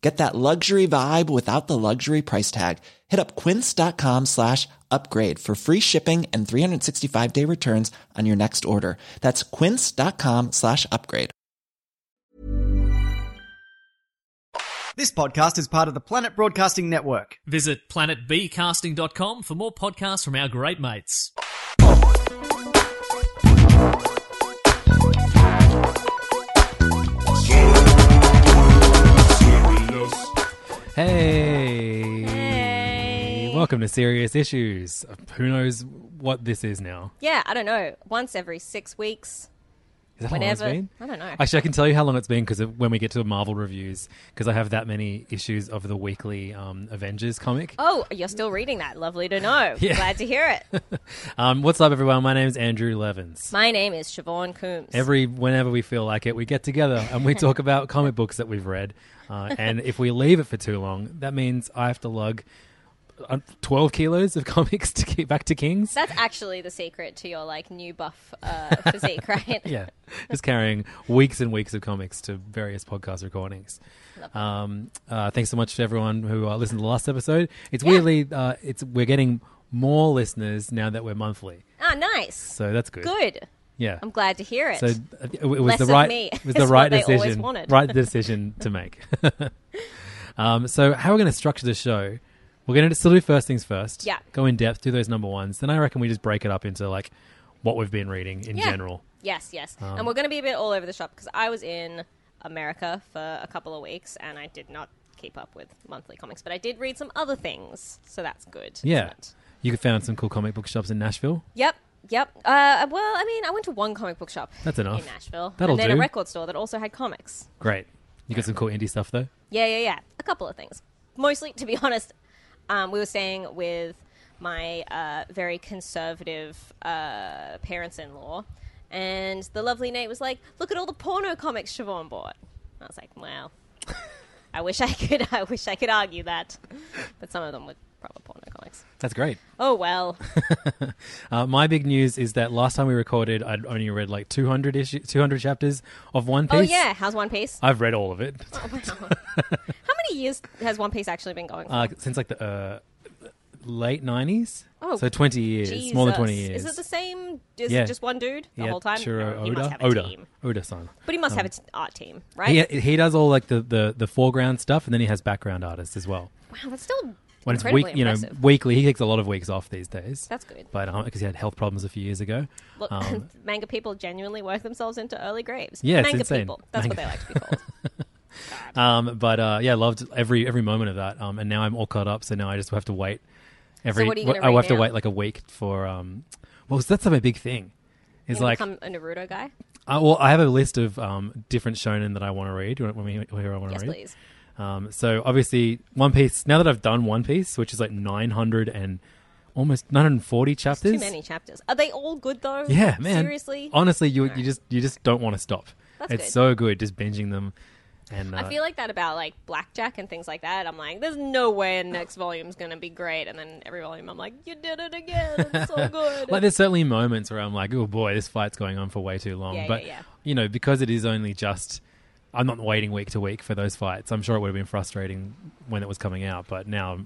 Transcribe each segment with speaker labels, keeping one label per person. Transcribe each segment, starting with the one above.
Speaker 1: Get that luxury vibe without the luxury price tag. Hit up quince.com slash upgrade for free shipping and 365 day returns on your next order. That's quince.com slash upgrade.
Speaker 2: This podcast is part of the Planet Broadcasting Network.
Speaker 3: Visit planetbcasting.com for more podcasts from our great mates.
Speaker 4: Hey.
Speaker 5: Hey.
Speaker 4: Welcome to Serious Issues. Who knows what this is now?
Speaker 5: Yeah, I don't know. Once every six weeks,
Speaker 4: Is that how long it's
Speaker 5: whenever.
Speaker 4: been?
Speaker 5: I don't know.
Speaker 4: Actually, I can tell you how long it's been because when we get to the Marvel reviews, because I have that many issues of the weekly um, Avengers comic.
Speaker 5: oh, you're still reading that. Lovely to know.
Speaker 4: Yeah.
Speaker 5: Glad to hear it.
Speaker 4: Um, what's up, everyone? My name's Andrew Levins.
Speaker 5: My name is Siobhan Coombs.
Speaker 4: Every whenever we feel like it, we get together and we talk about comic books that we've read. Uh, and if we leave it for too long, that means I have to lug uh, twelve kilos of comics to keep back to Kings.
Speaker 5: That's actually the secret to your like new buff uh, physique, right?
Speaker 4: yeah, just carrying weeks and weeks of comics to various podcast recordings. Um, uh, thanks so much to everyone who uh, listened to the last episode. It's weirdly, uh, it's we're getting more listeners now that we're monthly,
Speaker 5: Ah, nice.
Speaker 4: so that's good.
Speaker 5: Good.
Speaker 4: Yeah.
Speaker 5: I'm glad to hear it.
Speaker 4: so uh, it, it was
Speaker 5: Less
Speaker 4: the
Speaker 5: of
Speaker 4: right,
Speaker 5: me
Speaker 4: it
Speaker 5: is
Speaker 4: was the
Speaker 5: what
Speaker 4: right
Speaker 5: they always
Speaker 4: decision,
Speaker 5: wanted.
Speaker 4: right decision to make. um, so how we're going to structure the show? We're going to still do first things first.
Speaker 5: Yeah.
Speaker 4: Go in depth, do those number ones. Then I reckon we just break it up into like what we've been reading in
Speaker 5: Yeah.
Speaker 4: general. Um,
Speaker 5: Yes, yes. and we're going to be a bit all over the shop because I was in America for a couple of weeks and I did not keep up with monthly comics, but I did read some other things, so that's good. isn't
Speaker 4: Yeah.
Speaker 5: it?
Speaker 4: You found some cool comic book shops in Nashville.
Speaker 5: Yep. Yep. Uh, well, I mean, I went to one comic book shop.
Speaker 4: That's enough.
Speaker 5: In Nashville.
Speaker 4: That'll
Speaker 5: and then
Speaker 4: do.
Speaker 5: a record store that also had comics.
Speaker 4: Great. You got some cool indie stuff though.
Speaker 5: Yeah, yeah, yeah. A couple of things. Mostly, to be honest, um, we were staying with my uh, very conservative uh, parents in law, and the lovely Nate was like, Look at all the porno comics Siobhan bought. I was like, Wow. I wish I could. I wish I could argue that, but some of them were proper porno comics.
Speaker 4: That's great.
Speaker 5: Oh well.
Speaker 4: Uh, my big news is that last time we recorded, I'd only read like 200 issue, 200 chapters of One Piece.
Speaker 5: Oh yeah. How's One Piece?
Speaker 4: I've read all of it
Speaker 5: Oh, wow. How many years has One Piece actually been going? For?
Speaker 4: uh, since like the uh, late 90s.
Speaker 5: Oh,
Speaker 4: so 20 years, more than 20 years.
Speaker 5: Jesus. Is it the same? Is
Speaker 4: Yeah.
Speaker 5: it just one dude the whole time?
Speaker 4: Chiro
Speaker 5: No,
Speaker 4: Oda.
Speaker 5: he must have a
Speaker 4: Oda. Um,
Speaker 5: team.
Speaker 4: Oda-san.
Speaker 5: But he must have an art team, right?
Speaker 4: He, he does all like the, the, the foreground stuff, and then he has background artists as well.
Speaker 5: wow, that's still
Speaker 4: When it's
Speaker 5: incredibly
Speaker 4: week, you know,
Speaker 5: impressive.
Speaker 4: weekly, he takes a lot of weeks off these days.
Speaker 5: That's good.
Speaker 4: But because he had health problems a few years ago.
Speaker 5: Look,
Speaker 4: um,
Speaker 5: manga people genuinely work themselves into early graves.
Speaker 4: Yeah, it's
Speaker 5: manga
Speaker 4: insane.
Speaker 5: people. That's what they
Speaker 4: Manga-
Speaker 5: like to be called.
Speaker 4: Um, but uh, yeah, loved every every moment of that. Um, and now I'm all caught up, so now I just have to wait. Every
Speaker 5: what are you gonna
Speaker 4: I will
Speaker 5: read
Speaker 4: have to
Speaker 5: now?
Speaker 4: wait like a week for. Um, well, that's my big thing. Is
Speaker 5: You
Speaker 4: like
Speaker 5: become a Naruto guy?
Speaker 4: I, well, I have a list of um, different shonen that I want to read. When, when we, where I want to
Speaker 5: Yes,
Speaker 4: read.
Speaker 5: please.
Speaker 4: Um, so obviously, One Piece. Now that I've done One Piece, which is like 900 and almost 940 chapters.
Speaker 5: Too many chapters. Are they all good though?
Speaker 4: Yeah, man.
Speaker 5: Seriously,
Speaker 4: honestly, you you just you just don't want to stop.
Speaker 5: That's
Speaker 4: it's
Speaker 5: good.
Speaker 4: so good, just binging them. And uh,
Speaker 5: I feel like that about like blackjack and things like that. I'm like, there's no way next volume's gonna be great, and then every volume, I'm like, you did it again. It's so good.
Speaker 4: Like there's certainly moments where I'm like, oh boy, this fight's going on for way too long.
Speaker 5: Yeah,
Speaker 4: but
Speaker 5: yeah, yeah.
Speaker 4: you know, because it is only just, I'm not waiting week to week for those fights. I'm sure it would have been frustrating when it was coming out, but now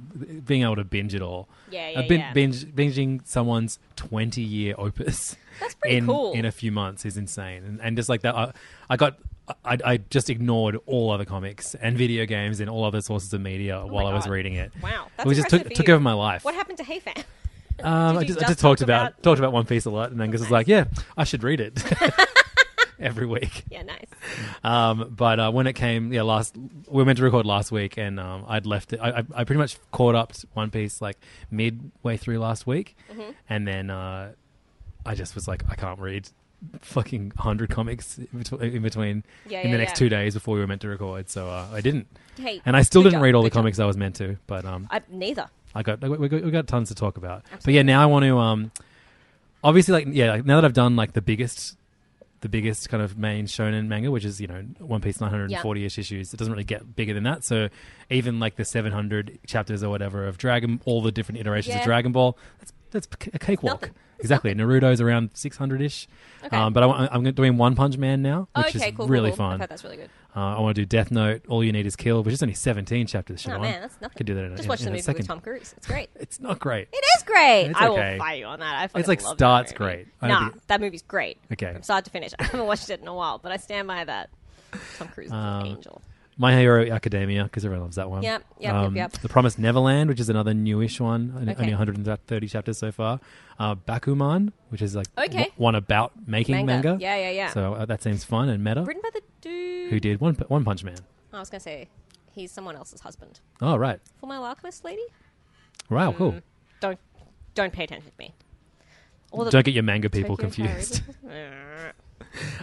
Speaker 4: being able to binge it all,
Speaker 5: Yeah,
Speaker 4: Uh,
Speaker 5: yeah,
Speaker 4: bin-
Speaker 5: yeah.
Speaker 4: binge binging someone's 20 year opus.
Speaker 5: That's pretty
Speaker 4: in,
Speaker 5: cool.
Speaker 4: In a few months is insane, and, and just like that, I, I got. I, I just ignored all other comics and video games and all other sources of media while I was
Speaker 5: Oh God.
Speaker 4: reading it.
Speaker 5: Wow, that's
Speaker 4: it was just
Speaker 5: impressive
Speaker 4: took,
Speaker 5: for
Speaker 4: took
Speaker 5: you.
Speaker 4: over my life.
Speaker 5: What happened to Hey Fan? Did
Speaker 4: Um, I
Speaker 5: you
Speaker 4: just, I
Speaker 5: just
Speaker 4: just talked
Speaker 5: talk
Speaker 4: about,
Speaker 5: about-
Speaker 4: talked about One Piece a lot, and then because it's like, yeah, I should read it every week.
Speaker 5: Yeah, nice.
Speaker 4: Um, but uh, when it came, yeah, last we were meant to record last week, and um, I'd left it. I, I, I pretty much caught up to One Piece like midway through last week,
Speaker 5: Mm-hmm.
Speaker 4: and then uh, I just was like, I can't read fucking hundred comics in betw- in between
Speaker 5: Yeah,
Speaker 4: in
Speaker 5: yeah,
Speaker 4: the next
Speaker 5: yeah.
Speaker 4: two days before we were meant to record, so uh, I didn't,
Speaker 5: Hey,
Speaker 4: and I still
Speaker 5: good
Speaker 4: didn't
Speaker 5: job,
Speaker 4: read all the
Speaker 5: good job.
Speaker 4: comics I was meant to. But um,
Speaker 5: I, neither.
Speaker 4: I got we, we, we got tons to talk about. But yeah, now I want to um, obviously like yeah, like, now that I've done like the biggest, the biggest kind of main shonen manga, which is you know One Piece nine hundred and forty ish issues. It doesn't really get bigger than that. So even like the seven hundred chapters or whatever of Dragon, all the different iterations
Speaker 5: Yeah.
Speaker 4: of Dragon Ball, that's that's a cakewalk.
Speaker 5: Nothing.
Speaker 4: Exactly, Naruto's around six hundred ish.
Speaker 5: Okay.
Speaker 4: Um, but I, want- I'm doing One Punch Man now,
Speaker 5: Oh,
Speaker 4: which
Speaker 5: okay,
Speaker 4: is
Speaker 5: cool. cool,
Speaker 4: really
Speaker 5: cool.
Speaker 4: fun.
Speaker 5: I've heard that's really good.
Speaker 4: Uh, I want to do Death Note. All you need is kill, which is only seventeen chapters.
Speaker 5: Oh
Speaker 4: Siobhan.
Speaker 5: man, that's nothing.
Speaker 4: I could do that. In, a-
Speaker 5: Just
Speaker 4: in,
Speaker 5: watch
Speaker 4: in
Speaker 5: the
Speaker 4: a
Speaker 5: movie
Speaker 4: second.
Speaker 5: with Tom Cruise. It's great.
Speaker 4: It's not great.
Speaker 5: It is great.
Speaker 4: It's
Speaker 5: I
Speaker 4: okay.
Speaker 5: will fight you on that. I fucking
Speaker 4: It's like
Speaker 5: love that
Speaker 4: starts
Speaker 5: movie.
Speaker 4: great. I don't
Speaker 5: Nah,
Speaker 4: think-
Speaker 5: that movie's great.
Speaker 4: Okay.
Speaker 5: From start to finish. I haven't watched it in a while, but I stand by that. Tom Cruise is
Speaker 4: Um,
Speaker 5: an angel.
Speaker 4: My Hero Academia, because everyone loves that one. Um,
Speaker 5: Yep, yep, yep, yep.
Speaker 4: The Promised Neverland, which is another newish one, and
Speaker 5: Okay.
Speaker 4: only 130 chapters so far. Uh, Bakuman, which is like
Speaker 5: Okay.
Speaker 4: w- one about making manga.
Speaker 5: Manga. Yeah, yeah, yeah.
Speaker 4: So uh, that seems fun and meta.
Speaker 5: Written by the dude.
Speaker 4: Who did One, one Punch Man?
Speaker 5: I was gonna say he's someone else's husband.
Speaker 4: Oh, right.
Speaker 5: Full Metal Alchemist lady.
Speaker 4: Wow,
Speaker 5: Mm.
Speaker 4: cool.
Speaker 5: Don't don't pay attention to me. All the
Speaker 4: Don't get your manga people
Speaker 5: Tokyo
Speaker 4: confused.
Speaker 5: Diaries.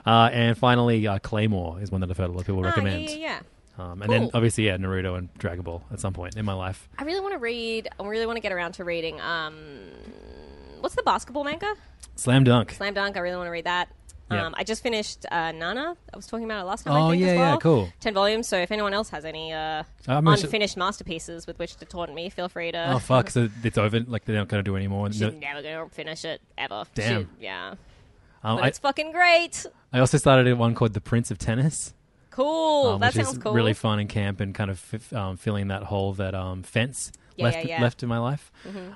Speaker 4: uh, and finally, uh, Claymore is one that I've heard a lot of people
Speaker 5: Ah, yeah,
Speaker 4: recommend.
Speaker 5: yeah, yeah.
Speaker 4: Um, and then
Speaker 5: Cool.
Speaker 4: obviously, yeah, Naruto and Dragon Ball at some point in my life.
Speaker 5: I really want to read. I really want to get around to reading. Um, what's the basketball manga?
Speaker 4: Slam Dunk.
Speaker 5: Slam Dunk. I really want to read that.
Speaker 4: Yeah.
Speaker 5: Um, I just finished uh, Nana. I was talking about it last time.
Speaker 4: Oh,
Speaker 5: I think,
Speaker 4: yeah,
Speaker 5: as well.
Speaker 4: yeah, cool.
Speaker 5: Ten volumes. So if anyone else has any uh,
Speaker 4: I'm gonna-
Speaker 5: unfinished masterpieces with which to taunt me, feel free to.
Speaker 4: oh, fuck. So it's over. Like, they're not going to do anymore.
Speaker 5: She's
Speaker 4: No-
Speaker 5: never gonna finish it ever.
Speaker 4: Damn.
Speaker 5: She- yeah,
Speaker 4: um,
Speaker 5: but
Speaker 4: I,
Speaker 5: it's fucking great.
Speaker 4: I also started one called The Prince of Tennis.
Speaker 5: Cool.
Speaker 4: um,
Speaker 5: that
Speaker 4: which
Speaker 5: sounds
Speaker 4: is
Speaker 5: cool.
Speaker 4: really fun in camp and kind of f- um, filling that hole that um, fence
Speaker 5: Yeah,
Speaker 4: left
Speaker 5: yeah, Mm-hmm. yeah.
Speaker 4: left in my life.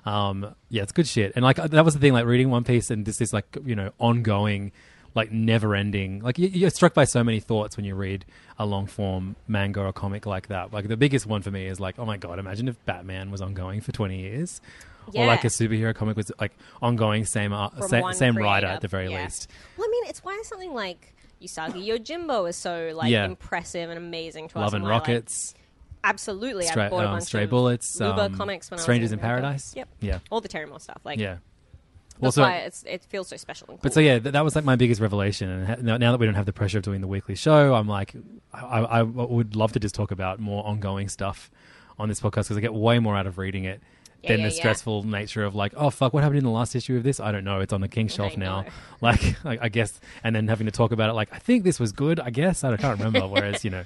Speaker 4: Um, yeah, it's good shit. And like that was the thing, like reading One Piece, and this is like you know ongoing, like never ending. Like you, you're struck by so many thoughts when you read a long form manga or comic like that. Like the biggest one for me is like, oh my god, imagine if Batman was ongoing for twenty years. Or
Speaker 5: Yeah.
Speaker 4: like a superhero comic was like ongoing, same uh,
Speaker 5: from
Speaker 4: sa-
Speaker 5: one
Speaker 4: same writer
Speaker 5: creator.
Speaker 4: at the very
Speaker 5: Yeah.
Speaker 4: least.
Speaker 5: Well, I mean, it's why something like Usagi Yojimbo is so like
Speaker 4: Yeah.
Speaker 5: impressive and amazing to us.
Speaker 4: Love and
Speaker 5: why, like,
Speaker 4: Rockets.
Speaker 5: absolutely. I
Speaker 4: Stra-
Speaker 5: bought a
Speaker 4: um,
Speaker 5: bunch
Speaker 4: Stray
Speaker 5: of
Speaker 4: Bullets,
Speaker 5: Luba
Speaker 4: um,
Speaker 5: comics when I was
Speaker 4: Strangers in
Speaker 5: America.
Speaker 4: Paradise.
Speaker 5: Yep.
Speaker 4: Yeah.
Speaker 5: All the Terramore stuff. Like
Speaker 4: Yeah.
Speaker 5: That's
Speaker 4: Also-
Speaker 5: why it's, it feels so special. And cool.
Speaker 4: But so yeah, th- that was like my biggest revelation. And ha- now, now that we don't have the pressure of doing the weekly show, I'm like, I, I, I would love to just talk about more ongoing stuff on this podcast because I get way more out of reading it
Speaker 5: Yeah,
Speaker 4: than
Speaker 5: yeah,
Speaker 4: the
Speaker 5: yeah.
Speaker 4: stressful nature of like, oh fuck, what happened in the last issue of this? I don't know. It's on the king's shelf
Speaker 5: I
Speaker 4: now.
Speaker 5: know.
Speaker 4: Like, I, I guess, and then having to talk about it. Like, I think this was good. I guess I, don't- can't remember. Whereas you know.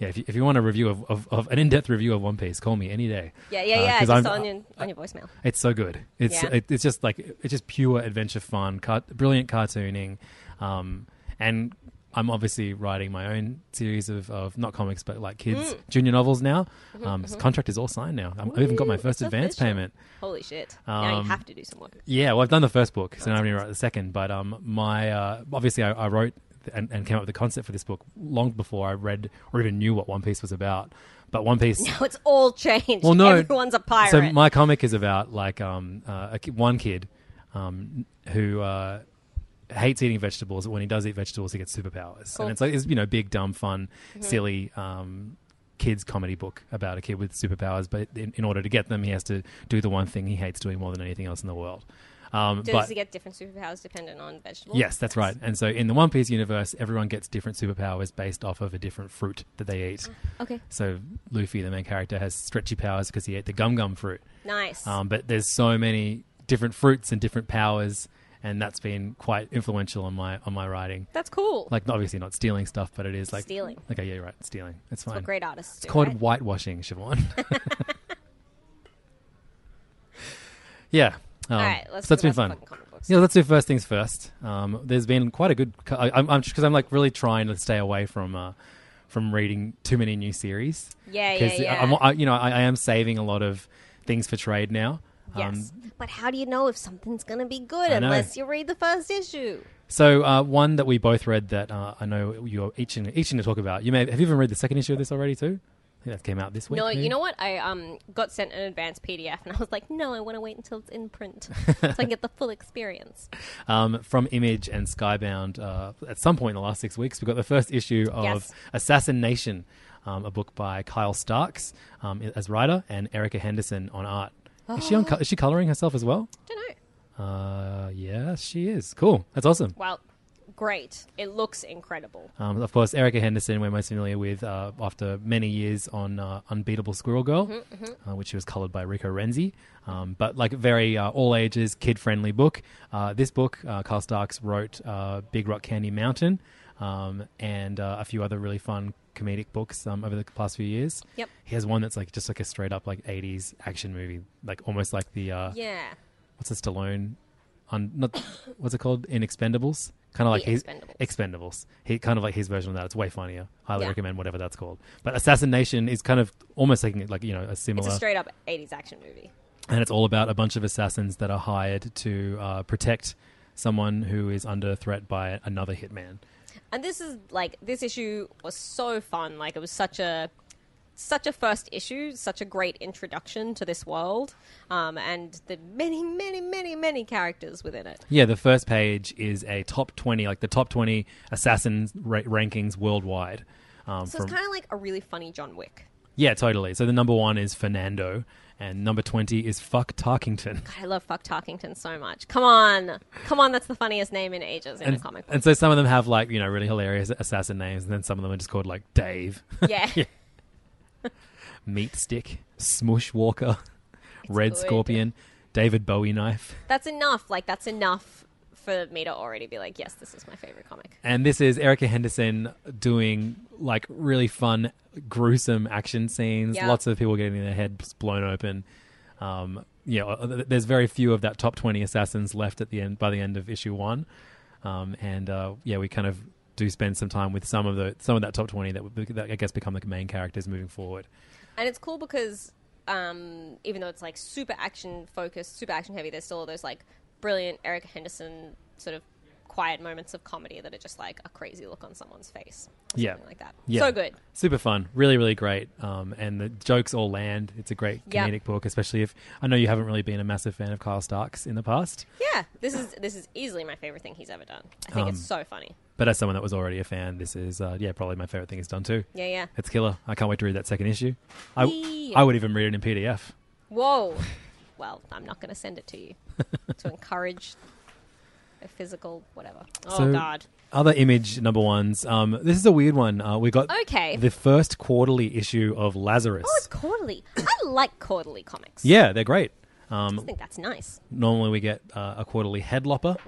Speaker 4: Yeah, if you, if you want a review of, of, of an in depth review of One Piece, call me any day.
Speaker 5: yeah, yeah,
Speaker 4: Uh,
Speaker 5: yeah.
Speaker 4: 'cause
Speaker 5: just
Speaker 4: I'm-
Speaker 5: on your on your voicemail.
Speaker 4: it's so good. It's
Speaker 5: Yeah.
Speaker 4: it, it's just like it's just pure adventure fun, car- brilliant cartooning, um, and I'm obviously writing my own series of, of not comics but like kids
Speaker 5: Mm.
Speaker 4: junior novels now.
Speaker 5: Mm-hmm,
Speaker 4: um, Contract is all signed now. I'm, I even got my
Speaker 5: Ooh,
Speaker 4: first
Speaker 5: it's
Speaker 4: advance
Speaker 5: official.
Speaker 4: payment.
Speaker 5: Holy shit! now you
Speaker 4: Um,
Speaker 5: have to do some work.
Speaker 4: Yeah, well, I've done the first book, so now I'm going to write the second. But um, my uh, obviously I, I wrote and, and came up with the concept for this book long before I read or even knew what One Piece was about. But One Piece
Speaker 5: Now it's all changed.
Speaker 4: well, no,
Speaker 5: everyone's a pirate.
Speaker 4: So my comic is about like um, uh, a ki- one kid um, who uh, hates eating vegetables, but when he does eat vegetables, he gets superpowers,
Speaker 5: Cool. Mm-hmm.
Speaker 4: and it's like it's you know big, dumb, fun, silly. Um, Kids comedy book about a kid with superpowers, but in, in order to get them, he has to do the one thing he hates doing more than anything else in the world. Um,
Speaker 5: Does
Speaker 4: but
Speaker 5: he get different superpowers dependent on vegetables?
Speaker 4: Yes, that's right. And so in the One Piece universe, everyone gets different superpowers based off of a different fruit that they
Speaker 5: Mm.
Speaker 4: eat.
Speaker 5: Okay.
Speaker 4: So Luffy, the main character, has stretchy powers because he ate the gum gum fruit.
Speaker 5: Nice.
Speaker 4: Um, but there's so many different fruits and different powers, and that's been quite influential on my on my writing.
Speaker 5: that's cool.
Speaker 4: Like obviously not stealing stuff, but it is like
Speaker 5: Stealing.
Speaker 4: Okay, yeah, you're right. Stealing. It's fine.
Speaker 5: what great artists.
Speaker 4: It's
Speaker 5: do,
Speaker 4: called
Speaker 5: right?
Speaker 4: whitewashing, Siobhan. yeah.
Speaker 5: All
Speaker 4: Um,
Speaker 5: right, let's
Speaker 4: so
Speaker 5: talk
Speaker 4: that's been
Speaker 5: about some
Speaker 4: fun.
Speaker 5: fucking comic books.
Speaker 4: Yeah, let's do first things first. Um, there's been quite a good. co- I, I'm I'm just because I'm like really trying to stay away from uh, from reading too many new series.
Speaker 5: Yeah, yeah,
Speaker 4: 'Cause
Speaker 5: yeah.
Speaker 4: I'm, I, you know, I, I am saving a lot of things for trade now. Um,
Speaker 5: Yes. but how do you know if something's going to be good
Speaker 4: I know.
Speaker 5: unless you read the first issue?
Speaker 4: So uh, one that we both read that uh, I know you're each in, each in to talk about. You may have you even read the second issue of this already too. I think that came out this week.
Speaker 5: No, you
Speaker 4: maybe?
Speaker 5: know what? I um got sent an advanced PDF, and I was like, no, I want to wait until it's in print so I can get the full experience.
Speaker 4: um, from Image and Skybound. Uh, at some point in the last six weeks, we got the first issue of
Speaker 5: Yes.
Speaker 4: Assassin Nation, um, a book by Kyle Starks um, i- as writer and Erica Henderson on art. Is she on? co- Is she coloring herself as well?
Speaker 5: Don't know.
Speaker 4: Uh, yes, she is. Cool. That's awesome.
Speaker 5: Well, great. It looks incredible.
Speaker 4: Um, of course, Erica Henderson, we're most familiar with uh, after many years on uh, Unbeatable Squirrel Girl, Uh, which she was colored by Rico Renzi. Um, but like very uh, all ages, kid friendly book. Uh, this book, uh, Carl Starks wrote uh, Big Rock Candy Mountain um, and uh, a few other really fun comedic books um, over the past few years.
Speaker 5: Yep.
Speaker 4: He has one that's like just like a straight up like 80s action movie, like almost like the uh,
Speaker 5: Yeah.
Speaker 4: what's the Stallone on not what's it called in Expendables? Kind of like his
Speaker 5: Expendables.
Speaker 4: Expendables. He kind of like his version of that. It's way funnier. Highly
Speaker 5: Yeah.
Speaker 4: recommend whatever that's called. But Assassination is kind of almost taking it like you know a
Speaker 5: It's
Speaker 4: similar,
Speaker 5: a straight up 80s action movie.
Speaker 4: and it's all about a bunch of assassins that are hired to uh, protect someone who is under threat by another hitman.
Speaker 5: And this is like this issue was so fun. Like it was such a such a first issue, such a great introduction to this world, um, and the many, many, many, many characters within it.
Speaker 4: Yeah, the first page is a top twenty, like the top twenty assassin ra- rankings worldwide. Um,
Speaker 5: So it's kind of like a really funny John Wick.
Speaker 4: yeah, totally. So the number one is Fernando, and number twenty is Fuck Tarkington.
Speaker 5: I love Fuck Tarkington so much. Come on, come on, that's the funniest name in ages in a
Speaker 4: and,
Speaker 5: comic book.
Speaker 4: and so some of them have like you know really hilarious assassin names, and then some of them are just called like Dave,
Speaker 5: yeah,
Speaker 4: Meat Stick, Smush Walker, Red
Speaker 5: good.
Speaker 4: Scorpion, David Bowie Knife,
Speaker 5: that's enough. Like that's enough for me to already be like, yes, this is my favorite comic.
Speaker 4: and this is Erica Henderson doing like really fun, gruesome action scenes.
Speaker 5: Yeah.
Speaker 4: Lots of people getting their heads blown open. Um, you know, uh, there's very few of that top twenty assassins left at the end by the end of issue one, um, and uh, yeah, we kind of. Do spend some time with some of the some of that top twenty that, would- that I guess become the main characters moving forward.
Speaker 5: And it's cool because um, even though it's like super action focused, super action heavy, there's still all those like brilliant Erica Henderson sort of quiet moments of comedy that are just like a crazy look on someone's face. Or
Speaker 4: Yeah.
Speaker 5: something like that.
Speaker 4: Yeah.
Speaker 5: So good.
Speaker 4: Super fun. Really, really great. Um, and the jokes all land. It's a great
Speaker 5: Yeah.
Speaker 4: comedic book, especially if I know you haven't really been a massive fan of Kyle Starks in the past,
Speaker 5: Yeah, this is this is easily my favorite thing he's ever done. I think it's
Speaker 4: Um,
Speaker 5: so funny.
Speaker 4: but as someone that was already a fan, this is, uh, yeah, probably my favorite thing he's done too.
Speaker 5: Yeah, yeah.
Speaker 4: It's killer. I can't wait to read that second issue. I,
Speaker 5: Yee.
Speaker 4: I would even read it in PDF.
Speaker 5: Whoa. Well, I'm not going to send it to you to encourage a physical whatever. Oh
Speaker 4: So-
Speaker 5: God.
Speaker 4: Other image number ones. Um, this is a weird one. Uh, we got
Speaker 5: Okay.
Speaker 4: the first quarterly issue of Lazarus.
Speaker 5: Oh, it's quarterly. I like quarterly comics.
Speaker 4: yeah, they're great.
Speaker 5: I think that's nice.
Speaker 4: Normally we get uh, a quarterly headlopper,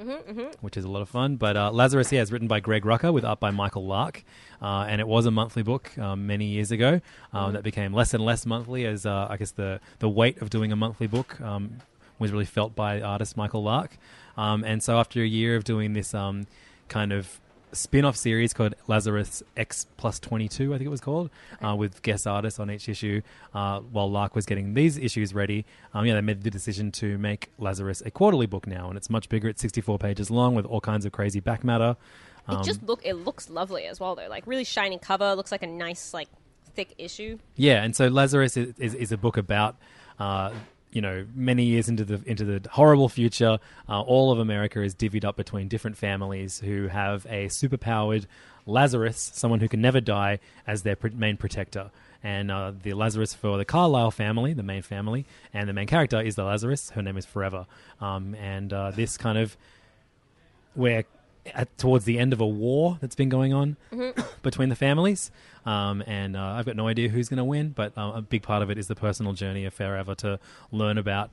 Speaker 4: which is a lot of fun. But uh, Lazarus, yeah, is written by Greg Rucker with art by Michael Lark, uh, and it was a monthly book um, many years ago um, that became less and less monthly as uh, I guess the the weight of doing a monthly book um, was really felt by artist Michael Lark. Um, and so after a year of doing this um, kind of spin-off series called Lazarus X plus 22, I think it was called, uh, with guest artists on each issue. Uh, while Lark was getting these issues ready, um, yeah, they made the decision to make Lazarus a quarterly book now, and it's much bigger. It's 64 pages long with all kinds of crazy back matter.
Speaker 5: It
Speaker 4: Um,
Speaker 5: just look it looks lovely as well though. Like really shiny cover, looks like a nice like thick issue.
Speaker 4: Yeah, and so Lazarus is, is, is a book about, uh, you know, many years into the into the horrible future. Uh, all of America is divvied up between different families who have a superpowered Lazarus, someone who can never die, as their pr- main protector. And uh, the Lazarus for the Carlyle family, the main family, and the main character is the Lazarus. Her name is Forever, um, and uh, this kind of we're at, towards the end of a war that's been going on between the families. Um, and uh, I've got no idea who's going to win, but uh, a big part of it is the personal journey of Forever to learn about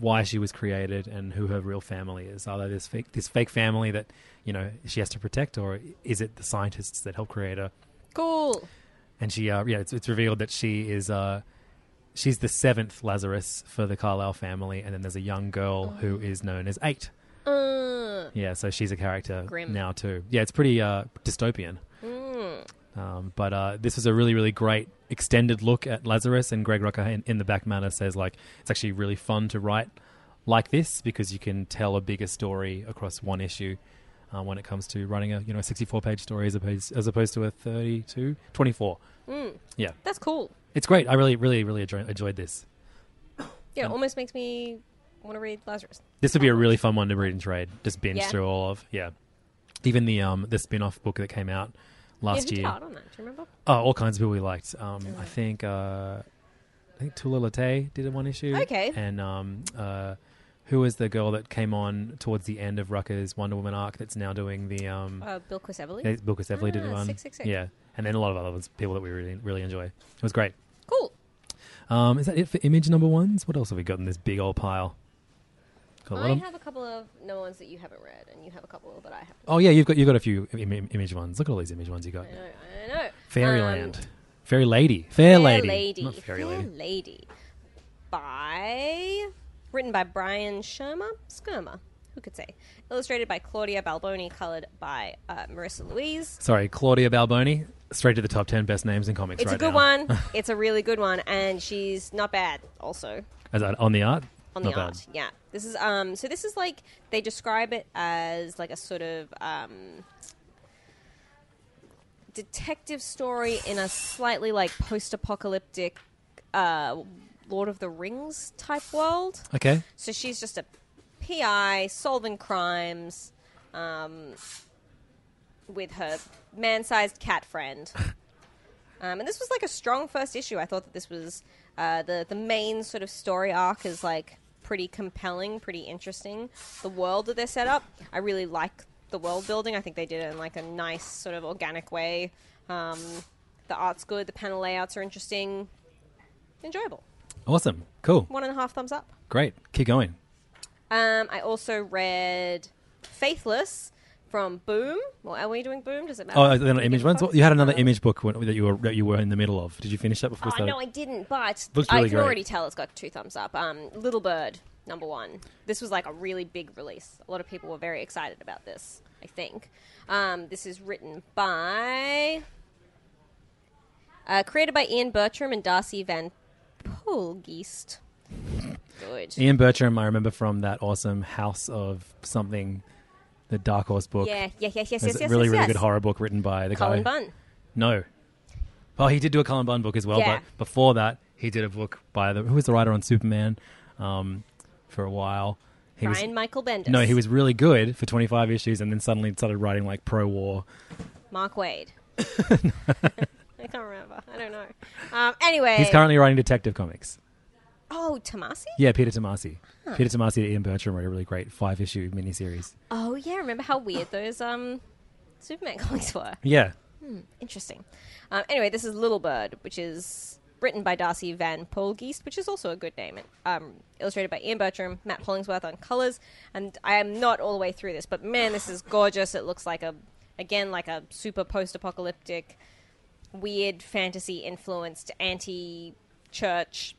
Speaker 4: why she was created and who her real family is. Are they this fake, this fake family that you know she has to protect, or is it the scientists that help create her?
Speaker 5: Cool.
Speaker 4: and she uh, yeah it's, it's revealed that she is uh she's the seventh lazarus for the carlisle family and then there's a young girl who is known as eight yeah so she's a character
Speaker 5: Grim.
Speaker 4: now too yeah it's pretty uh dystopian um, but uh, this was a really, really great extended look at Lazarus, and Greg Rucker in, in the back matter says like it's actually really fun to write like this because you can tell a bigger story across one issue, um, when it comes to running a you know 64 page story as opposed as opposed to a 32 24. Yeah,
Speaker 5: That's cool.
Speaker 4: it's great. I really really really enjoy, enjoyed this.
Speaker 5: Yeah, it almost makes me want to read Lazarus.
Speaker 4: This would be a really fun one to read and trade. Just binge
Speaker 5: Yeah.
Speaker 4: through all of. Yeah, even the um the spin off book that came out last
Speaker 5: yeah, who did
Speaker 4: year.
Speaker 5: art on that? Do you remember?
Speaker 4: Oh, all kinds of people we liked. Um, I think uh, I think Tula Latte did one issue.
Speaker 5: Okay.
Speaker 4: And um, uh, who was the girl that came on towards the end of Rucker's Wonder Woman arc that's now doing the um,
Speaker 5: Uh, Bill Quisevely.
Speaker 4: yeah, Bill Everly did
Speaker 5: Ah,
Speaker 4: one.
Speaker 5: 666.
Speaker 4: Yeah, and then a lot of other ones, people that we really really enjoy. It was great.
Speaker 5: Cool.
Speaker 4: Um, is that it for image number ones? What else have we got in this big old pile? Got a lot
Speaker 5: I
Speaker 4: of-
Speaker 5: have a couple of no ones that you haven't read, and you have a couple that I haven't.
Speaker 4: Oh yeah, you've got you've got a few Im- Im- image ones. Look at all these image ones you got.
Speaker 5: I know. I know.
Speaker 4: Fairyland,
Speaker 5: Um,
Speaker 4: fairy lady, fair,
Speaker 5: Fair
Speaker 4: lady,
Speaker 5: Lady.
Speaker 4: not fairy lady.
Speaker 5: Fair Lady. By. Written by Brian Sherma? Skirma. Who could say? Illustrated by Claudia Balboni, colored by uh, Marissa Louise.
Speaker 4: Sorry, Claudia Balboni. Straight to the top ten best names in comics.
Speaker 5: It's
Speaker 4: right
Speaker 5: a good
Speaker 4: now.
Speaker 5: one. it's a really good one, and she's not bad, also.
Speaker 4: As I- on the art.
Speaker 5: on
Speaker 4: Not
Speaker 5: the
Speaker 4: bad.
Speaker 5: art. Yeah, this is um. So this is like they describe it as like a sort of um, detective story in a slightly like post-apocalyptic uh, Lord of the Rings type world.
Speaker 4: Okay.
Speaker 5: So she's just a PI solving crimes um, with her man sized cat friend. um, and this was like a strong first issue. I thought that this was uh, the, the main sort of story arc is like pretty compelling, pretty interesting. The world that they're set up, I really like the world building. I think they did it in like a nice sort of organic way. Um, the art's good, the panel layouts are interesting, enjoyable.
Speaker 4: Awesome. Cool.
Speaker 5: One and a half thumbs up.
Speaker 4: Great. Keep going.
Speaker 5: Um, I also read Faithless from Boom. Well, are we doing Boom? Does it matter?
Speaker 4: Oh, then on image ones. Well, You had another
Speaker 5: Um,
Speaker 4: image book when, that you were that you were in the middle of. Did you finish that before?
Speaker 5: Oh,
Speaker 4: we started?
Speaker 5: no, I didn't, but
Speaker 4: Looks
Speaker 5: I
Speaker 4: really
Speaker 5: can
Speaker 4: great.
Speaker 5: already tell it's got two thumbs up. Um, Little Bird, number one. This was like a really big release. A lot of people were very excited about this, I think. Um, this is written by. Uh, created by Ian Bertram and Darcy Van Poelgeest. Good.
Speaker 4: Ian Bertram, I remember from that awesome House of something, the Dark Horse book.
Speaker 5: Yeah, yeah, yes, yes,
Speaker 4: It's
Speaker 5: yes,
Speaker 4: a
Speaker 5: yes.
Speaker 4: really,
Speaker 5: yes,
Speaker 4: really
Speaker 5: yes.
Speaker 4: good horror book written by the
Speaker 5: Colin
Speaker 4: guy.
Speaker 5: Bunn.
Speaker 4: No. Oh, he did do a Colin Bunn book as well,
Speaker 5: Yeah.
Speaker 4: but before that, he did a book by the who was the writer on Superman, um, for a while. He was-
Speaker 5: Brian Michael Bendis.
Speaker 4: no, he was really good for 25 issues, and then suddenly started writing like pro-war.
Speaker 5: Mark Wade. I can't remember. I don't know. Um, anyway,
Speaker 4: He's currently writing detective comics.
Speaker 5: oh Tomasi.
Speaker 4: Yeah, Peter Tomasi. Peter Tomasi and Ian Bertram wrote a really great five-issue miniseries.
Speaker 5: Oh yeah, remember how weird those um, Superman comics were?
Speaker 4: Yeah,
Speaker 5: Interesting. Um, anyway, this is Little Bird, which is written by Darcy Van Polgeest, which is also a good name. Um, illustrated by Ian Bertram, Matt Hollingsworth on colors, and I am not all the way through this, but man, this is gorgeous. It looks like a, again, like a super post-apocalyptic, weird fantasy influenced anti-church,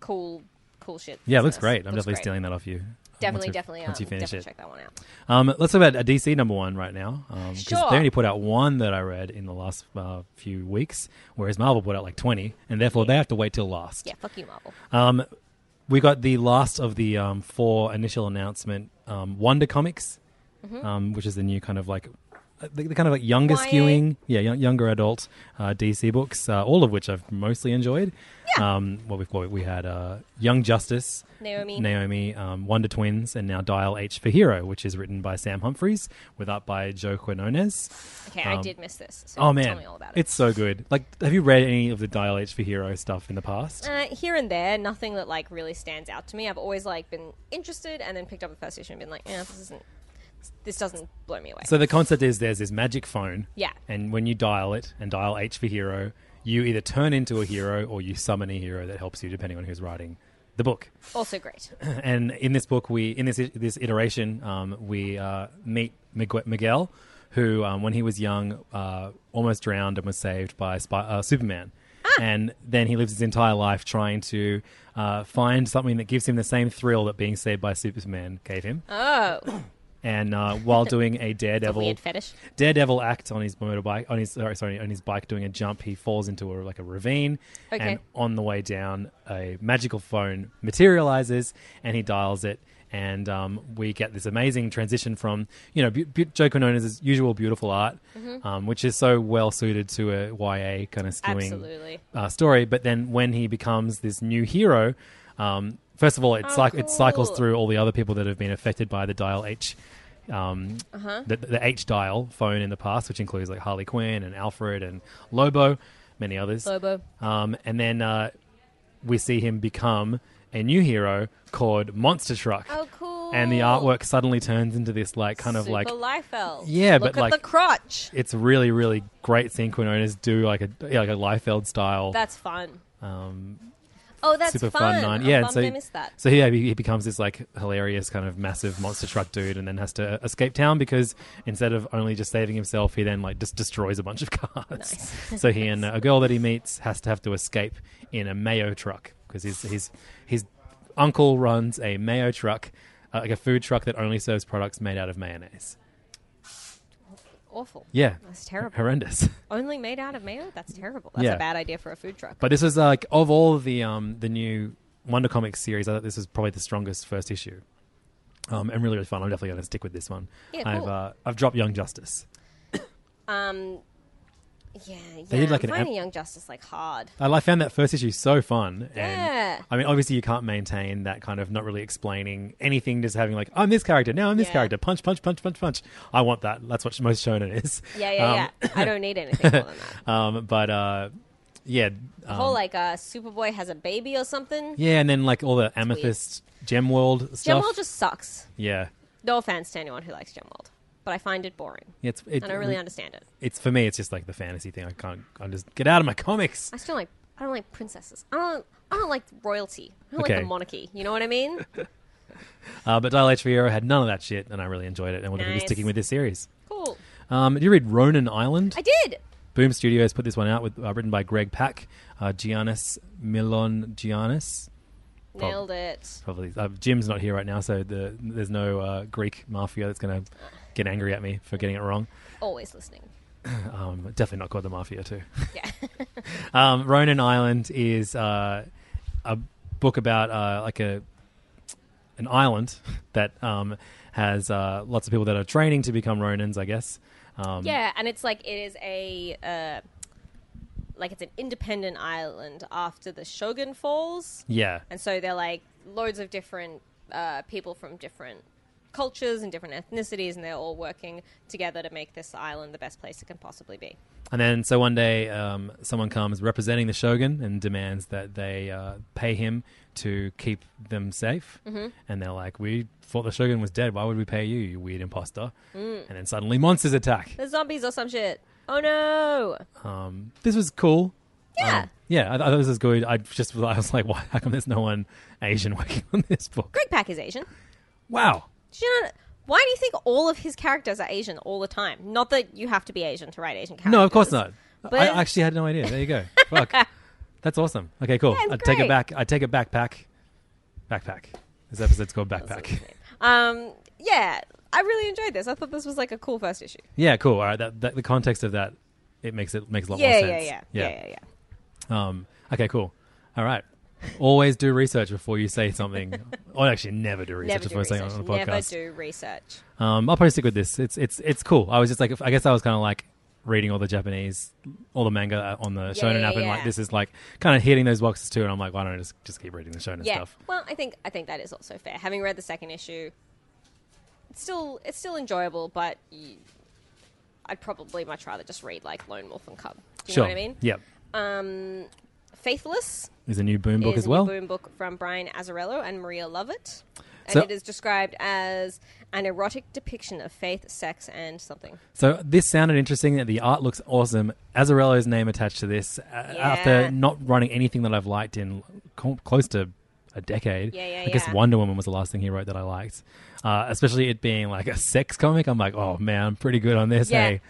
Speaker 5: cool, cool shit.
Speaker 4: yeah, it looks
Speaker 5: business.
Speaker 4: great. I'm
Speaker 5: Looks
Speaker 4: definitely
Speaker 5: great.
Speaker 4: stealing that off you.
Speaker 5: Definitely,
Speaker 4: once you-
Speaker 5: definitely.
Speaker 4: Once you
Speaker 5: um,
Speaker 4: finish
Speaker 5: definitely
Speaker 4: it.
Speaker 5: check that one out.
Speaker 4: Um, let's talk about a DC number one right now. Um, 'cause
Speaker 5: Sure.
Speaker 4: They only put out one that I read in the last uh, few weeks, whereas Marvel put out like 20, and therefore they have to wait till last.
Speaker 5: Yeah, fuck you, Marvel.
Speaker 4: Um, we got the last of the um, four initial announcement um, Wonder Comics,
Speaker 5: Mm-hmm.
Speaker 4: um, which is the new kind of like. uh, The, the kind of like younger
Speaker 5: YA.
Speaker 4: skewing, yeah, young, younger adult uh, DC books, uh, all of which I've mostly enjoyed. Yeah. Um, well, we've got, we had uh, Young Justice,
Speaker 5: Naomi.
Speaker 4: Naomi, um, Wonder Twins, and now Dial H for Hero, which is written by Sam Humphries with art by Joe Quinones.
Speaker 5: Okay, I
Speaker 4: Um,
Speaker 5: did miss this. So
Speaker 4: Oh
Speaker 5: tell
Speaker 4: man,
Speaker 5: me all about it.
Speaker 4: it's so good. Like, have you read any of the Dial H for Hero stuff in the past?
Speaker 5: Uh, here and there, nothing that like really stands out to me. I've always like been interested and then picked up the first issue and been like, yeah, this isn't, this doesn't blow me away.
Speaker 4: So the concept is there's this magic phone.
Speaker 5: Yeah.
Speaker 4: And when you dial it and dial H for hero, you either turn into a hero or you summon a hero that helps you depending on who's writing the book.
Speaker 5: also great.
Speaker 4: And in this book, we in this this iteration, um, we uh, meet Migue- Miguel, who um, when he was young uh, almost drowned and was saved by Spy- uh, Superman.
Speaker 5: Ah!
Speaker 4: And then he lives his entire life trying to uh, find something that gives him the same thrill that being saved by Superman gave him.
Speaker 5: Oh,
Speaker 4: And uh, while doing a
Speaker 5: a
Speaker 4: daredevil,
Speaker 5: weird fetish.
Speaker 4: Daredevil acts on his motorbike on his sorry, sorry on his bike doing a jump. He falls into a, like a ravine,
Speaker 5: Okay.
Speaker 4: and on the way down, a magical phone materializes, and he dials it, and um, we get this amazing transition from you know Bu- Bu- Joe Quinones' usual beautiful art,
Speaker 5: Mm-hmm.
Speaker 4: um, which is so well suited to a YA kind of skewing
Speaker 5: Absolutely.
Speaker 4: uh, story. But then when he becomes this new hero, um, first of all, it,
Speaker 5: Oh,
Speaker 4: cyc- it cycles
Speaker 5: cool.
Speaker 4: through all the other people that have been affected by the dial H, um,
Speaker 5: Uh-huh.
Speaker 4: the, the H dial phone in the past, which includes like Harley Quinn and Alfred and Lobo, many others.
Speaker 5: Lobo.
Speaker 4: Um, and then uh, we see him become a new hero called Monster Truck.
Speaker 5: Oh, cool.
Speaker 4: And the artwork suddenly turns into this like kind of
Speaker 5: Super
Speaker 4: like
Speaker 5: Liefeld.
Speaker 4: Yeah,
Speaker 5: Look
Speaker 4: but
Speaker 5: at
Speaker 4: like-
Speaker 5: the crotch.
Speaker 4: it's really really great seeing Quinones do like a yeah, like a Liefeld style
Speaker 5: That's fun.
Speaker 4: um,
Speaker 5: Oh, that's
Speaker 4: super
Speaker 5: fun.
Speaker 4: fun nine.
Speaker 5: I'm
Speaker 4: Yeah, and
Speaker 5: bummed
Speaker 4: so
Speaker 5: I missed that.
Speaker 4: so yeah, he, he becomes this like hilarious kind of massive monster truck dude, and then has to escape town because instead of only just saving himself, he then like just destroys a bunch of cars. so he and a girl that he meets has to have to escape in a mayo truck because his his his uncle runs a mayo truck, uh, like a food truck that only serves products made out of mayonnaise.
Speaker 5: Awful.
Speaker 4: Yeah,
Speaker 5: That's terrible.
Speaker 4: horrendous.
Speaker 5: Only made out of mayo? That's terrible. That's
Speaker 4: Yeah.
Speaker 5: a bad idea for a food truck.
Speaker 4: But this is like of all the um, the new Wonder Comics series, I thought this was probably the strongest first issue, um, and really really fun. I'm definitely going to stick with this one.
Speaker 5: Yeah,
Speaker 4: I've
Speaker 5: cool.
Speaker 4: uh, I've dropped Young Justice.
Speaker 5: um, yeah, yeah.
Speaker 4: They did like
Speaker 5: I'm
Speaker 4: an
Speaker 5: finding
Speaker 4: am-
Speaker 5: Young Justice like hard.
Speaker 4: Uh, I I found that first issue so fun.
Speaker 5: Yeah.
Speaker 4: And, I mean, obviously you can't maintain that kind of not really explaining anything, just having like I'm this character now I'm this
Speaker 5: Yeah.
Speaker 4: character punch punch punch punch punch. I want that. That's what most shonen is.
Speaker 5: Yeah, yeah,
Speaker 4: Um,
Speaker 5: yeah. I don't need anything more than that.
Speaker 4: Um, but uh, yeah.
Speaker 5: The whole like uh, Superboy has a baby or something.
Speaker 4: Um, yeah, and then like all the amethyst gem world stuff.
Speaker 5: Gemworld just sucks.
Speaker 4: yeah.
Speaker 5: No offense to anyone who likes Gemworld, but I find it boring.
Speaker 4: Yeah, It's, it,
Speaker 5: I don't really understand it.
Speaker 4: it's for me. It's just like the fantasy thing. I can't. I just get out of my comics.
Speaker 5: I still like. I don't like princesses. I don't. I don't like royalty. I don't like
Speaker 4: Okay.
Speaker 5: the monarchy. You know what I mean?
Speaker 4: Uh, but Dial H Fiero had none of that shit, and I really enjoyed it, and we're going to be
Speaker 5: Nice.
Speaker 4: sticking with this series.
Speaker 5: Cool.
Speaker 4: Um, did you read Ronin Island?
Speaker 5: I did.
Speaker 4: Boom Studios put this one out with uh, written by Greg Pak, uh, Giannis Milon Giannis.
Speaker 5: Nailed it.
Speaker 4: Probably uh, Jim's not here right now, so the, there's no uh, Greek mafia that's going to get angry at me for getting it wrong.
Speaker 5: Always listening.
Speaker 4: Um, definitely not called the mafia too.
Speaker 5: Yeah.
Speaker 4: um, Ronin Island is uh, a book about uh, like a an island that um, has uh, lots of people that are training to become Ronins, I guess. Um,
Speaker 5: Yeah, and it's like it is a uh, like it's an independent island after the Shogun Falls,
Speaker 4: yeah,
Speaker 5: and so they're like loads of different uh, people from different cultures and different ethnicities, and they're all working together to make this island the best place it can possibly be.
Speaker 4: and then so one day um, someone comes representing the shogun and demands that they uh, pay him to keep them safe. And they're like, "We thought the shogun was dead. Why would we pay you, you weird imposter?" And then suddenly monsters attack.
Speaker 5: There's zombies or some shit. Oh no!
Speaker 4: Um, this was cool.
Speaker 5: Yeah.
Speaker 4: Um, yeah, I, I thought this was good. I just I was like, why? How come there's no one Asian working on this book?
Speaker 5: Greg Pak is Asian.
Speaker 4: Wow.
Speaker 5: Do you know? Why do you think all of his characters are Asian all the time? Not that you have to be Asian to write Asian characters.
Speaker 4: No, of course not.
Speaker 5: But-
Speaker 4: I actually had no idea. There you go. Fuck. That's awesome. Okay, cool.
Speaker 5: Yeah, it's
Speaker 4: I take it
Speaker 5: great.
Speaker 4: back. I take it backpack. Backpack. This episode's called Backpack.
Speaker 5: Um, yeah, I really enjoyed this. I thought this was like a cool first issue.
Speaker 4: yeah, cool. All right. That, that the context of that it makes it makes a lot
Speaker 5: Yeah,
Speaker 4: more
Speaker 5: yeah,
Speaker 4: sense.
Speaker 5: yeah, yeah, yeah, yeah.
Speaker 4: Um, okay, cool. All right. Always do research before you say something. or actually, never do research
Speaker 5: Never do
Speaker 4: before saying it on
Speaker 5: research.
Speaker 4: the podcast.
Speaker 5: Never do research.
Speaker 4: Um, I'll probably stick with this. It's it's it's cool. I was just like, I guess I was kind of like reading all the Japanese, all the manga uh, on the
Speaker 5: Yeah,
Speaker 4: shonen
Speaker 5: yeah,
Speaker 4: app, and like
Speaker 5: yeah.
Speaker 4: this is like kind of hitting those boxes too. And I'm like, why don't I just just keep reading the shonen
Speaker 5: Yeah.
Speaker 4: stuff?
Speaker 5: Well, I think I think that is also fair. Having read the second issue, it's still it's still enjoyable, but you, I'd probably much rather just read like Lone Wolf and Cub. Do you
Speaker 4: sure.
Speaker 5: know what I mean?
Speaker 4: Yep.
Speaker 5: Um, Faithless
Speaker 4: There's a new Boom book
Speaker 5: is
Speaker 4: as well.
Speaker 5: a new boom book from Brian Azzarello and Maria Lovett. And
Speaker 4: So-
Speaker 5: it is described as an erotic depiction of faith, sex, and something.
Speaker 4: So this sounded interesting. The art looks awesome. Azarello's name attached to this a- after not running anything that I've liked in co- close to a decade.
Speaker 5: Yeah, yeah,
Speaker 4: I guess
Speaker 5: yeah.
Speaker 4: Wonder Woman was the last thing he wrote that I liked, uh, especially it being like a sex comic. I'm like, oh man, I'm pretty good on this.
Speaker 5: Yeah.
Speaker 4: Hey.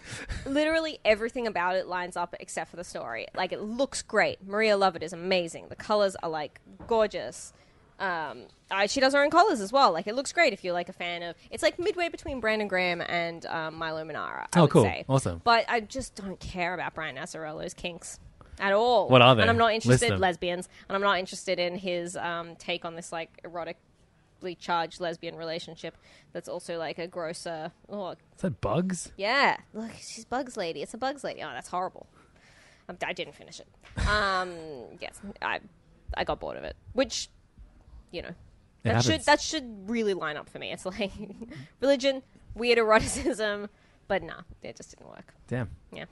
Speaker 5: Literally everything about it lines up except for the story. Like it looks great. Maria Lovett is amazing. The colors are like gorgeous. Um, I, she does her own colors as well. Like it looks great if you're like a fan of. It's like midway between Brandon Graham and um, Milo Manara. I
Speaker 4: Oh,
Speaker 5: would
Speaker 4: cool.
Speaker 5: say.
Speaker 4: Awesome.
Speaker 5: But I just don't care about Brian Azzarello's kinks at all.
Speaker 4: What are they?
Speaker 5: And I'm not
Speaker 4: List
Speaker 5: interested
Speaker 4: them.
Speaker 5: lesbians, and I'm not interested in his um, take on this like erotic sexually charged lesbian relationship that's also like a grosser. Oh,
Speaker 4: Is that bugs?
Speaker 5: yeah. Look, she's Bugs Lady. It's a Bugs Lady. Oh, that's horrible. Um, I didn't finish it. Um, yes, I, I got bored of it. Which, you know, that should
Speaker 4: happens.
Speaker 5: that should really line up for me. It's like religion, weird eroticism, but nah, it just didn't work.
Speaker 4: Damn.
Speaker 5: Yeah.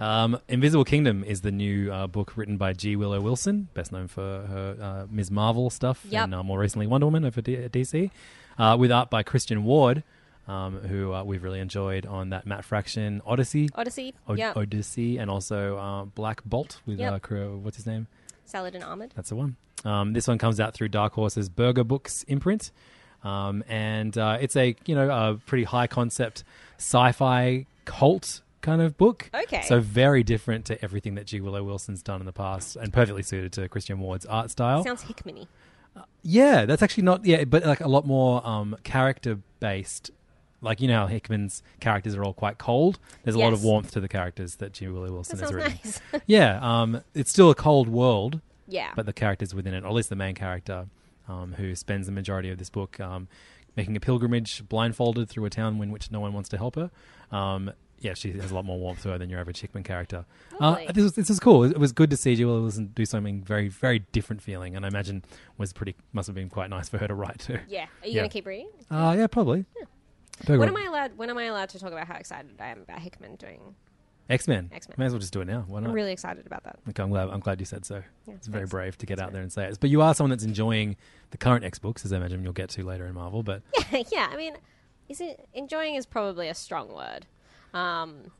Speaker 4: Um, Invisible Kingdom is the new uh, book written by G. Willow Wilson, best known for her uh, Ms. Marvel stuff
Speaker 5: Yep.
Speaker 4: and uh, more recently Wonder Woman over D- DC, uh, with art by Christian Ward, um, who uh, we've really enjoyed on that Matt Fraction Odyssey.
Speaker 5: Odyssey,
Speaker 4: Od-
Speaker 5: yeah.
Speaker 4: Odyssey and also uh, Black Bolt with
Speaker 5: Yep.
Speaker 4: uh, Kuro- what's his name?
Speaker 5: Salad and Armored.
Speaker 4: That's the one. Um, this one comes out through Dark Horse's Burger Books imprint, um, and uh, it's a you know a pretty high concept sci-fi cult kind of book.
Speaker 5: Okay.
Speaker 4: So very different to everything that G. Willow Wilson's done in the past, and perfectly suited to Christian Ward's art style.
Speaker 5: Sounds Hickman-y.
Speaker 4: yeah, that's actually not yeah, but like a lot more um, character based. Like you know how Hickman's characters are all quite cold. There's a lot of
Speaker 5: Yes.
Speaker 4: warmth to the characters that G. Willow Wilson
Speaker 5: That
Speaker 4: has
Speaker 5: sounds
Speaker 4: written.
Speaker 5: nice.
Speaker 4: Yeah, um, it's still a cold world,
Speaker 5: yeah.
Speaker 4: but the characters within it, or at least the main character, um, who spends the majority of this book um, making a pilgrimage blindfolded through a town in which no one wants to help her. Um, yeah, she has a lot more warmth to her than your average Hickman character. Uh,
Speaker 5: Lovely.
Speaker 4: this was this was cool. It was good to see Jill Wilson do something very very different feeling, and I imagine was pretty must have been quite nice for her to write too.
Speaker 5: yeah. Are you
Speaker 4: yeah.
Speaker 5: gonna keep reading?
Speaker 4: uh, yeah probably. Burger-
Speaker 5: When am I allowed? When am I allowed to talk about how excited I am about Hickman doing?
Speaker 4: X-Men.
Speaker 5: X-Men.
Speaker 4: May as well just do it now. Why not?
Speaker 5: I'm really excited about that.
Speaker 4: Okay, I'm glad. I'm glad you said so. it's very
Speaker 5: thanks.
Speaker 4: brave to get out there and say it. But you are someone that's enjoying the current X books, as I imagine you'll get to later in Marvel. But
Speaker 5: yeah, I mean, is it, enjoying is probably a strong word, um,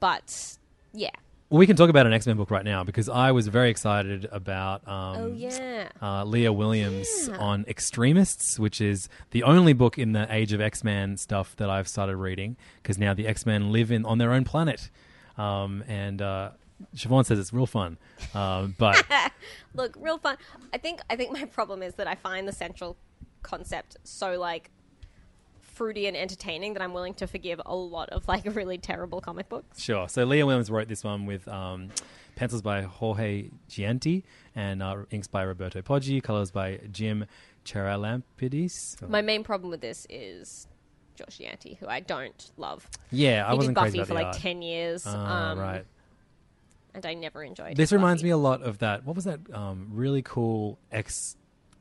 Speaker 5: but yeah.
Speaker 4: we can talk about an X Men book right now because I was very excited about um,
Speaker 5: Oh yeah,
Speaker 4: uh, Leah Williams
Speaker 5: Yeah.
Speaker 4: on Extremists, which is the only book in the Age of X Men stuff that I've started reading because now the X Men live in on their own planet, um, and uh, Siobhan says it's real fun, um, but.
Speaker 5: look, real fun. I think I think my problem is that I find the central concept so like fruity and entertaining that I'm willing to forgive a lot of like really terrible comic books.
Speaker 4: Sure. So Leah Williams wrote this one with um, pencils by Jorge Gianti and uh, inks by Roberto Poggi, colors by Jim Charalampidis.
Speaker 5: My main problem with this is Josh Yanti, who I don't love.
Speaker 4: yeah, I
Speaker 5: he
Speaker 4: wasn't
Speaker 5: did Buffy
Speaker 4: crazy about
Speaker 5: for
Speaker 4: the
Speaker 5: like
Speaker 4: art.
Speaker 5: ten years,
Speaker 4: Ah,
Speaker 5: um,
Speaker 4: right.
Speaker 5: and I never enjoyed.
Speaker 4: This
Speaker 5: his
Speaker 4: reminds
Speaker 5: Buffy.
Speaker 4: me a lot of that. What was that um, really cool ex,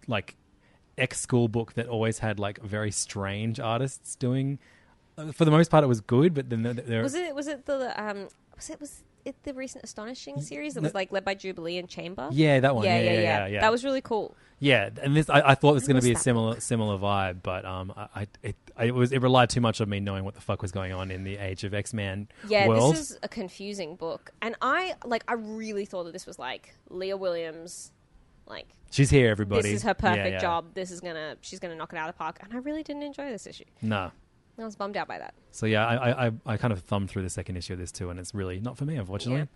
Speaker 4: like ex school book that always had like very strange artists doing. uh, For the most part, it was good, but then there, there
Speaker 5: Was it was it the um was it was it the recent astonishing series that was like led by Jubilee and Chamber?
Speaker 4: Yeah, that one. Yeah, yeah, yeah, yeah.
Speaker 5: That was really cool.
Speaker 4: Yeah, and this I, I thought it was going
Speaker 5: was
Speaker 4: to be a
Speaker 5: that
Speaker 4: similar similar vibe, but um, I, I it, it was it relied too much on me knowing what the fuck was going on in the Age of X Men
Speaker 5: Yeah,
Speaker 4: world.
Speaker 5: this is a confusing book, and I like I really thought that this was like Leah Williams, like
Speaker 4: She's here, everybody.
Speaker 5: this is her
Speaker 4: Yeah,
Speaker 5: perfect
Speaker 4: yeah.
Speaker 5: job. This is gonna she's gonna knock it out of the park, and I really didn't enjoy this issue.
Speaker 4: Nah.
Speaker 5: I was bummed out by that.
Speaker 4: So yeah, I, I- I I kind of thumbed through the second issue of this too, and it's really not for me, unfortunately.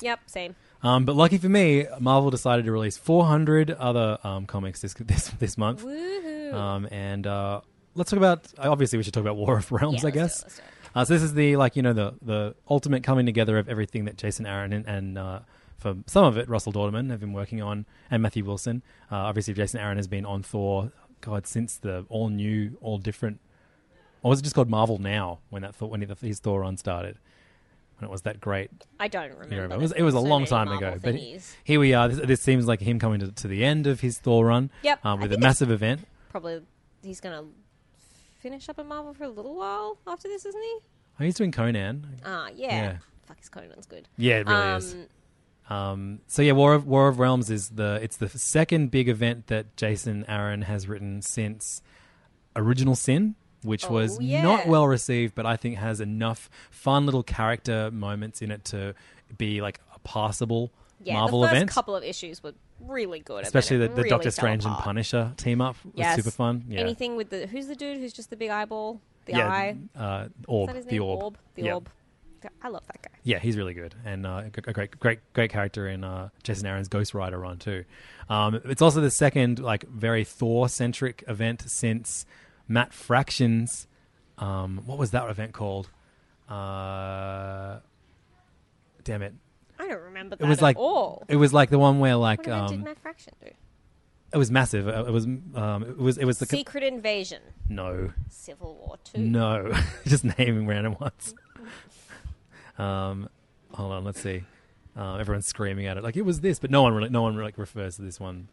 Speaker 5: Yep, same.
Speaker 4: Um, but lucky for me, Marvel decided to release 400 other um, comics this this this month.
Speaker 5: Woohoo!
Speaker 4: Um, and uh, let's talk about. Obviously, we should talk about War of Realms.
Speaker 5: Yeah,
Speaker 4: I guess.
Speaker 5: let's do it, let's
Speaker 4: Uh, so this is the like you know the the ultimate coming together of everything that Jason Aaron and, and uh, for some of it Russell Dorderman have been working on and Matthew Wilson. Uh, obviously, Jason Aaron has been on Thor. God, since the all new, all different, or was it just called Marvel Now when that Thor, when his Thor run started? When it was that great
Speaker 5: I don't remember.
Speaker 4: era. It
Speaker 5: There's
Speaker 4: was, it was a
Speaker 5: so
Speaker 4: long
Speaker 5: many
Speaker 4: time
Speaker 5: Marvel
Speaker 4: ago, but he-
Speaker 5: thingies.
Speaker 4: here we are. This, this seems like him coming to, to the end of his Thor run
Speaker 5: Yep,
Speaker 4: um,
Speaker 5: I
Speaker 4: with a
Speaker 5: think it's-
Speaker 4: massive event.
Speaker 5: probably he's gonna finish up in Marvel for a little while after this, isn't he?
Speaker 4: Oh, he's doing Conan.
Speaker 5: Ah, yeah.
Speaker 4: Yeah.
Speaker 5: Fuck, his Conan's good.
Speaker 4: Yeah, it really is. Um, so yeah, War of, War of Realms is the it's the second big event that Jason Aaron has written since Original Sin, which
Speaker 5: Oh,
Speaker 4: was
Speaker 5: yeah.
Speaker 4: not well received, but I think has enough fun little character moments in it to be like a passable
Speaker 5: Yeah,
Speaker 4: Marvel
Speaker 5: the first
Speaker 4: event.
Speaker 5: couple of issues were really good. and then
Speaker 4: Especially
Speaker 5: it
Speaker 4: the, the
Speaker 5: really
Speaker 4: Doctor
Speaker 5: fell
Speaker 4: Strange and
Speaker 5: apart.
Speaker 4: Punisher team up was
Speaker 5: Yes.
Speaker 4: super fun. Yeah.
Speaker 5: Anything with the who's the dude who's just the big eyeball, the
Speaker 4: yeah,
Speaker 5: eye.
Speaker 4: Uh,
Speaker 5: Is
Speaker 4: orb,
Speaker 5: that his
Speaker 4: the
Speaker 5: name?
Speaker 4: orb,
Speaker 5: The
Speaker 4: Yeah.
Speaker 5: orb. I love that guy.
Speaker 4: Yeah, he's really good, and uh, g- a great, great, great character in uh, Jason Aaron's Ghost Rider run too. Um, it's also the second like very Thor-centric event since Matt Fraction's um, what was that event called? Uh, damn it!
Speaker 5: I don't remember that
Speaker 4: It was like
Speaker 5: at all.
Speaker 4: it was like the one where like
Speaker 5: What event did
Speaker 4: um,
Speaker 5: Matt Fraction do?
Speaker 4: It was massive. Uh, It was um, it was it was the
Speaker 5: Secret Invasion,
Speaker 4: no
Speaker 5: Civil War Two.
Speaker 4: no just naming random ones. Um, hold on, let's see. Uh, everyone's screaming at it like it was this, but no one really no one really refers to this one.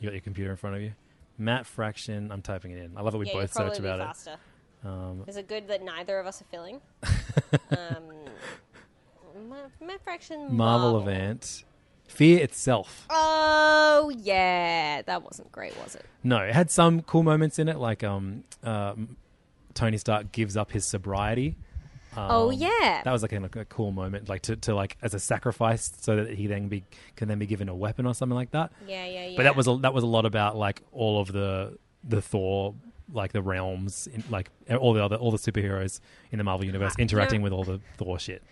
Speaker 4: You got your computer in front of you. Matt Fraction. I'm typing it in. I love it. We
Speaker 5: yeah, you'd
Speaker 4: both
Speaker 5: probably
Speaker 4: search
Speaker 5: be
Speaker 4: about it. Um,
Speaker 5: faster. There's a good that neither of us are filling. um, Ma- Ma- fraction
Speaker 4: Marvel event. Fear itself.
Speaker 5: Oh yeah, that wasn't great, was it?
Speaker 4: No, it had some cool moments in it, like um, um, Tony Stark gives up his sobriety.
Speaker 5: oh
Speaker 4: Um,
Speaker 5: yeah,
Speaker 4: that was like a, a cool moment, like to, to like as a sacrifice, so that he then be can then be given a weapon or something like that.
Speaker 5: yeah, yeah, yeah.
Speaker 4: But that was a, that was a lot about like all of the the Thor, like the realms, in, like all the other all the superheroes in the Marvel universe
Speaker 5: Uh,
Speaker 4: interacting with all the Thor shit.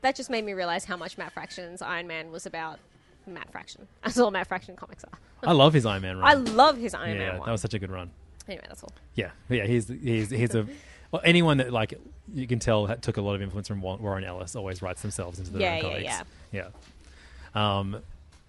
Speaker 5: that just made me realize how much Matt Fraction's Iron Man was about. Matt Fraction. That's all Matt Fraction comics are.
Speaker 4: I love his Iron Man run.
Speaker 5: I love his Iron
Speaker 4: Um, yeah,
Speaker 5: Man one.
Speaker 4: that was such a good run.
Speaker 5: Anyway, that's all.
Speaker 4: Yeah, yeah, he's he's he's a well, anyone that like you can tell ha- took a lot of influence from Wa- Warren Ellis always writes themselves into their
Speaker 5: Yeah,
Speaker 4: own
Speaker 5: yeah,
Speaker 4: comics. Yeah, yeah. Um,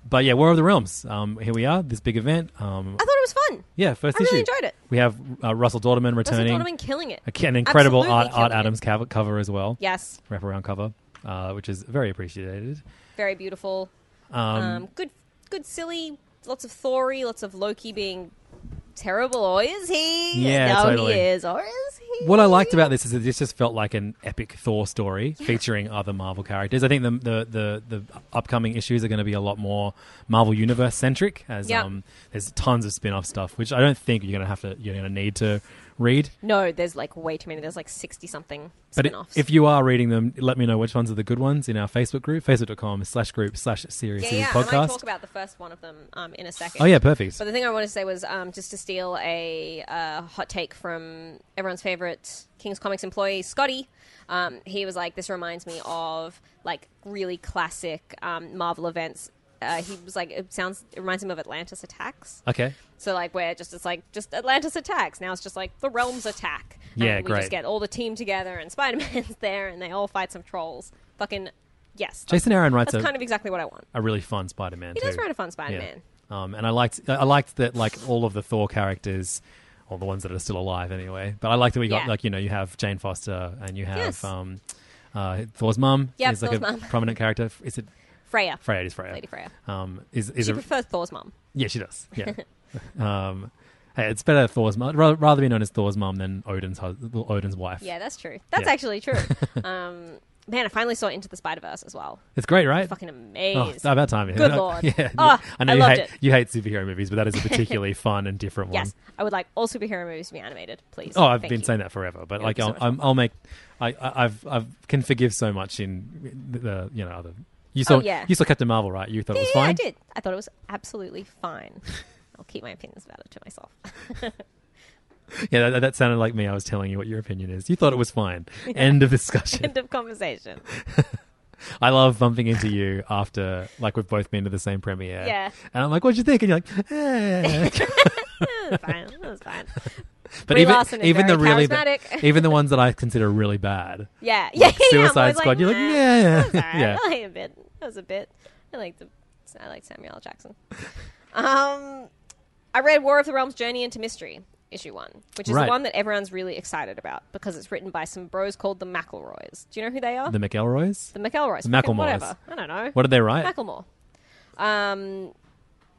Speaker 4: but yeah, War of the Realms. Um, here we are, this big event. Um,
Speaker 5: I thought it was fun.
Speaker 4: yeah, first
Speaker 5: I really
Speaker 4: issue.
Speaker 5: enjoyed it.
Speaker 4: We have uh, Russell Dorderman
Speaker 5: Russell
Speaker 4: returning.
Speaker 5: Donovan killing it.
Speaker 4: A- an incredible
Speaker 5: Absolutely
Speaker 4: Art, Art
Speaker 5: killing it.
Speaker 4: Adams cover, cover as well.
Speaker 5: Yes,
Speaker 4: Wraparound cover, uh, which is very appreciated.
Speaker 5: very beautiful. um, good, good, silly. Lots of Thory, lots of Loki being terrible. Or is he?
Speaker 4: Yeah,
Speaker 5: no,
Speaker 4: totally.
Speaker 5: he is. Or is he?
Speaker 4: What I liked about this is that this just felt like an epic Thor story featuring other Marvel characters. I think the the the, the upcoming issues are going to be a lot more Marvel universe centric, as
Speaker 5: Yeah.
Speaker 4: um, there's tons of spin off stuff, which I don't think you're going to have to you're going to need to read.
Speaker 5: No, there's like way too many. There's like sixty something
Speaker 4: But i-
Speaker 5: spin-offs.
Speaker 4: if you are reading them, let me know which ones are the good ones in our Facebook group, facebook.com slash group slash series
Speaker 5: yeah,
Speaker 4: series
Speaker 5: yeah, I might
Speaker 4: podcast.
Speaker 5: talk about the first one of them um, in a second.
Speaker 4: oh yeah, perfect.
Speaker 5: But the thing I wanted to say was um, just to steal a uh, hot take from everyone's favorite King's Comics employee, Scotty. Um, he was like, "This reminds me of like really classic um, Marvel events." Uh, he was like, "It sounds, it reminds him of Atlantis attacks."
Speaker 4: Okay,
Speaker 5: So like where just it's like just Atlantis attacks. Now it's just like the realms attack.
Speaker 4: Yeah,
Speaker 5: and we
Speaker 4: great.
Speaker 5: just get all the team together and Spider Man's there and they all fight some trolls. Fucking yes. That's,
Speaker 4: Jason Aaron writes
Speaker 5: that's
Speaker 4: a,
Speaker 5: kind of exactly what I want.
Speaker 4: a really fun Spider Man.
Speaker 5: He does write a fun Spider-Man.
Speaker 4: Um, and I liked I liked that like all of the Thor characters, or the ones that are still alive anyway. But I liked that we got
Speaker 5: Yeah.
Speaker 4: like you know you have Jane Foster and you have
Speaker 5: Yes.
Speaker 4: um, uh, Thor's mum.
Speaker 5: Yeah,
Speaker 4: is like
Speaker 5: Thor's
Speaker 4: a
Speaker 5: mum.
Speaker 4: prominent character. Is it
Speaker 5: Freya.
Speaker 4: Freya? It is Freya.
Speaker 5: Lady Freya.
Speaker 4: Um, is is
Speaker 5: She
Speaker 4: a,
Speaker 5: prefers Thor's mom.
Speaker 4: yeah she does yeah. um, hey, it's better Thor's mum ra- rather be known as Thor's mum than Odin's hus- Odin's wife.
Speaker 5: Yeah, that's true. That's
Speaker 4: Yeah.
Speaker 5: actually true. um, man, I finally saw Into the Spider Verse as well.
Speaker 4: It's great, right?
Speaker 5: Fucking
Speaker 4: Oh,
Speaker 5: amazed.
Speaker 4: about time.
Speaker 5: Good lord.
Speaker 4: Yeah.
Speaker 5: Ah,
Speaker 4: I know
Speaker 5: I
Speaker 4: you
Speaker 5: loved
Speaker 4: hate
Speaker 5: it.
Speaker 4: you hate superhero movies, but that is a particularly fun and different one.
Speaker 5: yes, I would like all superhero movies to be animated, please.
Speaker 4: Oh, I've
Speaker 5: Thank
Speaker 4: been
Speaker 5: you.
Speaker 4: saying that forever, but
Speaker 5: Yeah,
Speaker 4: like
Speaker 5: it's so
Speaker 4: I'll,
Speaker 5: much
Speaker 4: I'm, I'll make, I, I, I've, I've can forgive so much in the- the, you know, other. You saw,
Speaker 5: Oh, yeah.
Speaker 4: you saw Captain Marvel, right? You thought
Speaker 5: Yeah,
Speaker 4: it was
Speaker 5: yeah,
Speaker 4: fine.
Speaker 5: I did. I thought it was absolutely fine. I'll keep my opinions about it to myself.
Speaker 4: Yeah, that, that sounded like me. I was telling you what your opinion is. You thought it was fine. End of discussion.
Speaker 5: End of conversation.
Speaker 4: I love bumping into you after, like, we've both been to the same premiere.
Speaker 5: Yeah.
Speaker 4: And I'm like, what'd you think? And you're like, eh.
Speaker 5: It was fine. It was fine.
Speaker 4: but
Speaker 5: Brie
Speaker 4: even
Speaker 5: Larson is
Speaker 4: even the
Speaker 5: very
Speaker 4: really ba-
Speaker 5: charismatic.
Speaker 4: even the ones that I consider really bad.
Speaker 5: Yeah, yeah, yeah. I'm
Speaker 4: Suicide
Speaker 5: always
Speaker 4: Squad, you're like,
Speaker 5: "Nah,
Speaker 4: yeah, yeah,
Speaker 5: that was all right.
Speaker 4: yeah."
Speaker 5: I like a bit. That was a bit. I like the. I like Samuel L. Jackson. Um, I read War of the Realms: Journey into Mystery, issue one, which is
Speaker 4: Right.
Speaker 5: the one that everyone's really excited about because it's written by some bros called the McElroys. Do you know who they are?
Speaker 4: The McElroys.
Speaker 5: The, McElroys.
Speaker 4: The
Speaker 5: Fucking
Speaker 4: McElmores.
Speaker 5: Whatever. I don't know.
Speaker 4: What did they write?
Speaker 5: Macklemore. Um,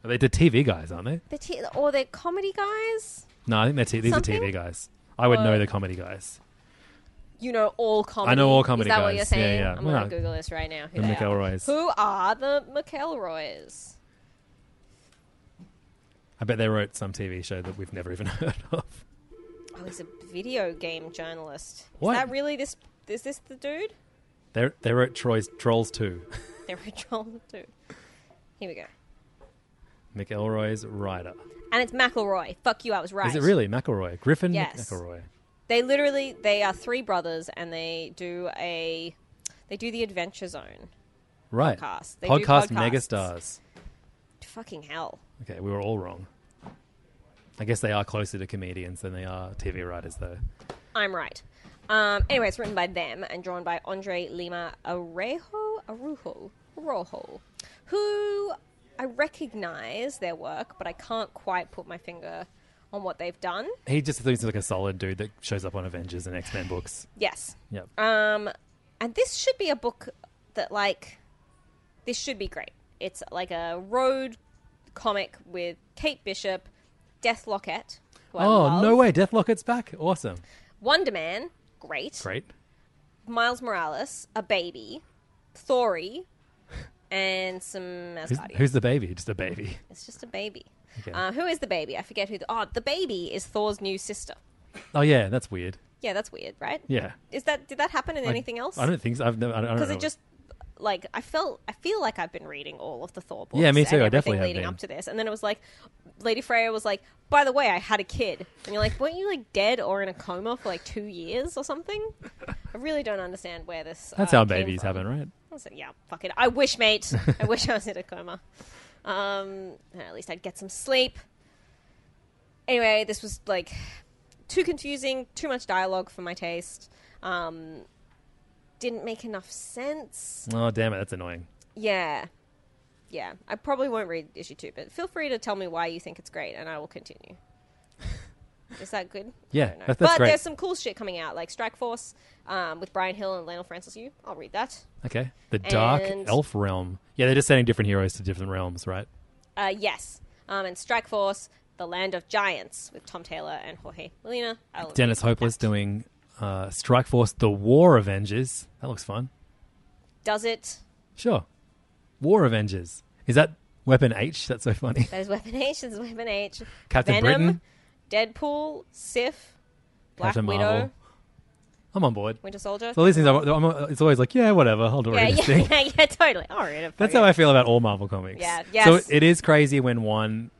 Speaker 4: They're the TV guys, aren't they?
Speaker 5: the t- or they're comedy guys.
Speaker 4: No, I think they're t- these
Speaker 5: Something?
Speaker 4: are TV guys. I would know
Speaker 5: Or-
Speaker 4: the comedy guys.
Speaker 5: You know all comedy.
Speaker 4: I know all
Speaker 5: Is
Speaker 4: comedy
Speaker 5: that what
Speaker 4: guys.
Speaker 5: you're saying?
Speaker 4: Yeah, yeah.
Speaker 5: I'm gonna
Speaker 4: Well,
Speaker 5: Google this right now. Who
Speaker 4: the
Speaker 5: they are.
Speaker 4: McElroys.
Speaker 5: Who are the McElroys?
Speaker 4: I bet they wrote some TV show that we've never even heard of.
Speaker 5: Oh, he's a video game journalist. Is
Speaker 4: What?
Speaker 5: that really this? Is this the dude?
Speaker 4: They they wrote Troy's Trolls Two,
Speaker 5: They're a troll dude. Here we go.
Speaker 4: McElroy's writer.
Speaker 5: And it's McElroy. Fuck you, I was right.
Speaker 4: Is it really McElroy? Griffin
Speaker 5: Yes.
Speaker 4: McElroy.
Speaker 5: They literally they are three brothers, and they do a they do the Adventure Zone.
Speaker 4: Right.
Speaker 5: Podcast. They do
Speaker 4: Podcast
Speaker 5: podcasts.
Speaker 4: megastars.
Speaker 5: Fucking hell.
Speaker 4: Okay, we were all wrong. I guess they are closer to comedians than they are TV writers, though.
Speaker 5: I'm right. Um, anyway, it's written by them and drawn by Andre Lima Arejo, Arujo, Rojo, who I recognize their work, but I can't quite put my finger on what they've done.
Speaker 4: He just seems like a solid dude that shows up on Avengers and X Men books.
Speaker 5: Yes.
Speaker 4: Yep.
Speaker 5: Um, and this should be a book that like this should be great. It's like a road comic with Kate Bishop, Death Lockett. who I
Speaker 4: oh
Speaker 5: love,
Speaker 4: no way! Death Locket's back. Awesome.
Speaker 5: Wonder Man, great.
Speaker 4: Great.
Speaker 5: Miles Morales, a baby, Thori, and some
Speaker 4: Who's,
Speaker 5: Asgardians.
Speaker 4: who's the baby? Just a baby.
Speaker 5: It's just a baby.
Speaker 4: Okay.
Speaker 5: Uh, who is the baby? I forget who. The, oh, the baby is Thor's new sister.
Speaker 4: Oh yeah, that's weird.
Speaker 5: Yeah, that's weird, right?
Speaker 4: Yeah.
Speaker 5: Is that did that happen in
Speaker 4: I-
Speaker 5: anything else?
Speaker 4: I don't think so. I've never. I don't, I don't
Speaker 5: because
Speaker 4: know.
Speaker 5: it just like I felt I feel like I've been reading all of the Thor books.
Speaker 4: Yeah, me
Speaker 5: and
Speaker 4: too. I
Speaker 5: everything
Speaker 4: definitely have
Speaker 5: leading
Speaker 4: been.
Speaker 5: up to this, and then it was like Lady Freya was like, "By the way, I had a kid," and you're like, "Weren't you like dead or in a coma for like two years or something?" I really don't understand where this.
Speaker 4: That's
Speaker 5: uh,
Speaker 4: how
Speaker 5: came
Speaker 4: babies
Speaker 5: from.
Speaker 4: happen, right?
Speaker 5: I was like, yeah, fuck it. I wish, mate. I wish I was in a coma. Um, at least I'd get some sleep. Anyway, this was like too confusing, too much dialogue for my taste. Um, didn't make enough sense.
Speaker 4: Oh damn it, that's annoying.
Speaker 5: Yeah. Yeah. I probably won't read issue two, but feel free to tell me why you think it's great and I will continue. Is that good?
Speaker 4: Yeah,
Speaker 5: I don't know.
Speaker 4: that- that's
Speaker 5: but
Speaker 4: great.
Speaker 5: there's some cool shit coming out, like Strike Force um, with Brian Hill and Lionel Francis Yu. I'll read that.
Speaker 4: Okay. The Dark
Speaker 5: And-
Speaker 4: Elf Realm. Yeah, they're just sending different heroes to different realms, right?
Speaker 5: Uh, yes. Um, and Strike Force, The Land of Giants with Tom Taylor and Jorge Molina. I'll
Speaker 4: Dennis
Speaker 5: read
Speaker 4: Hopeless
Speaker 5: that.
Speaker 4: doing uh, Strike Force: The War Avengers. That looks fun.
Speaker 5: Does it?
Speaker 4: Sure. War Avengers. Is that Weapon H? That's so funny.
Speaker 5: There's Weapon H, there's Weapon H.
Speaker 4: Captain
Speaker 5: Venom, Deadpool, Sif, Black
Speaker 4: Captain
Speaker 5: Widow,
Speaker 4: Marvel. I'm on board.
Speaker 5: Winter Soldier.
Speaker 4: So all these things, I'm, I'm, it's always like, yeah, whatever. I'll do
Speaker 5: yeah,
Speaker 4: this
Speaker 5: yeah,
Speaker 4: thing.
Speaker 5: yeah, yeah, totally. I'll read it.
Speaker 4: That's
Speaker 5: fuck
Speaker 4: how
Speaker 5: it.
Speaker 4: I feel about all Marvel comics.
Speaker 5: Yeah, yes.
Speaker 4: So it is crazy when one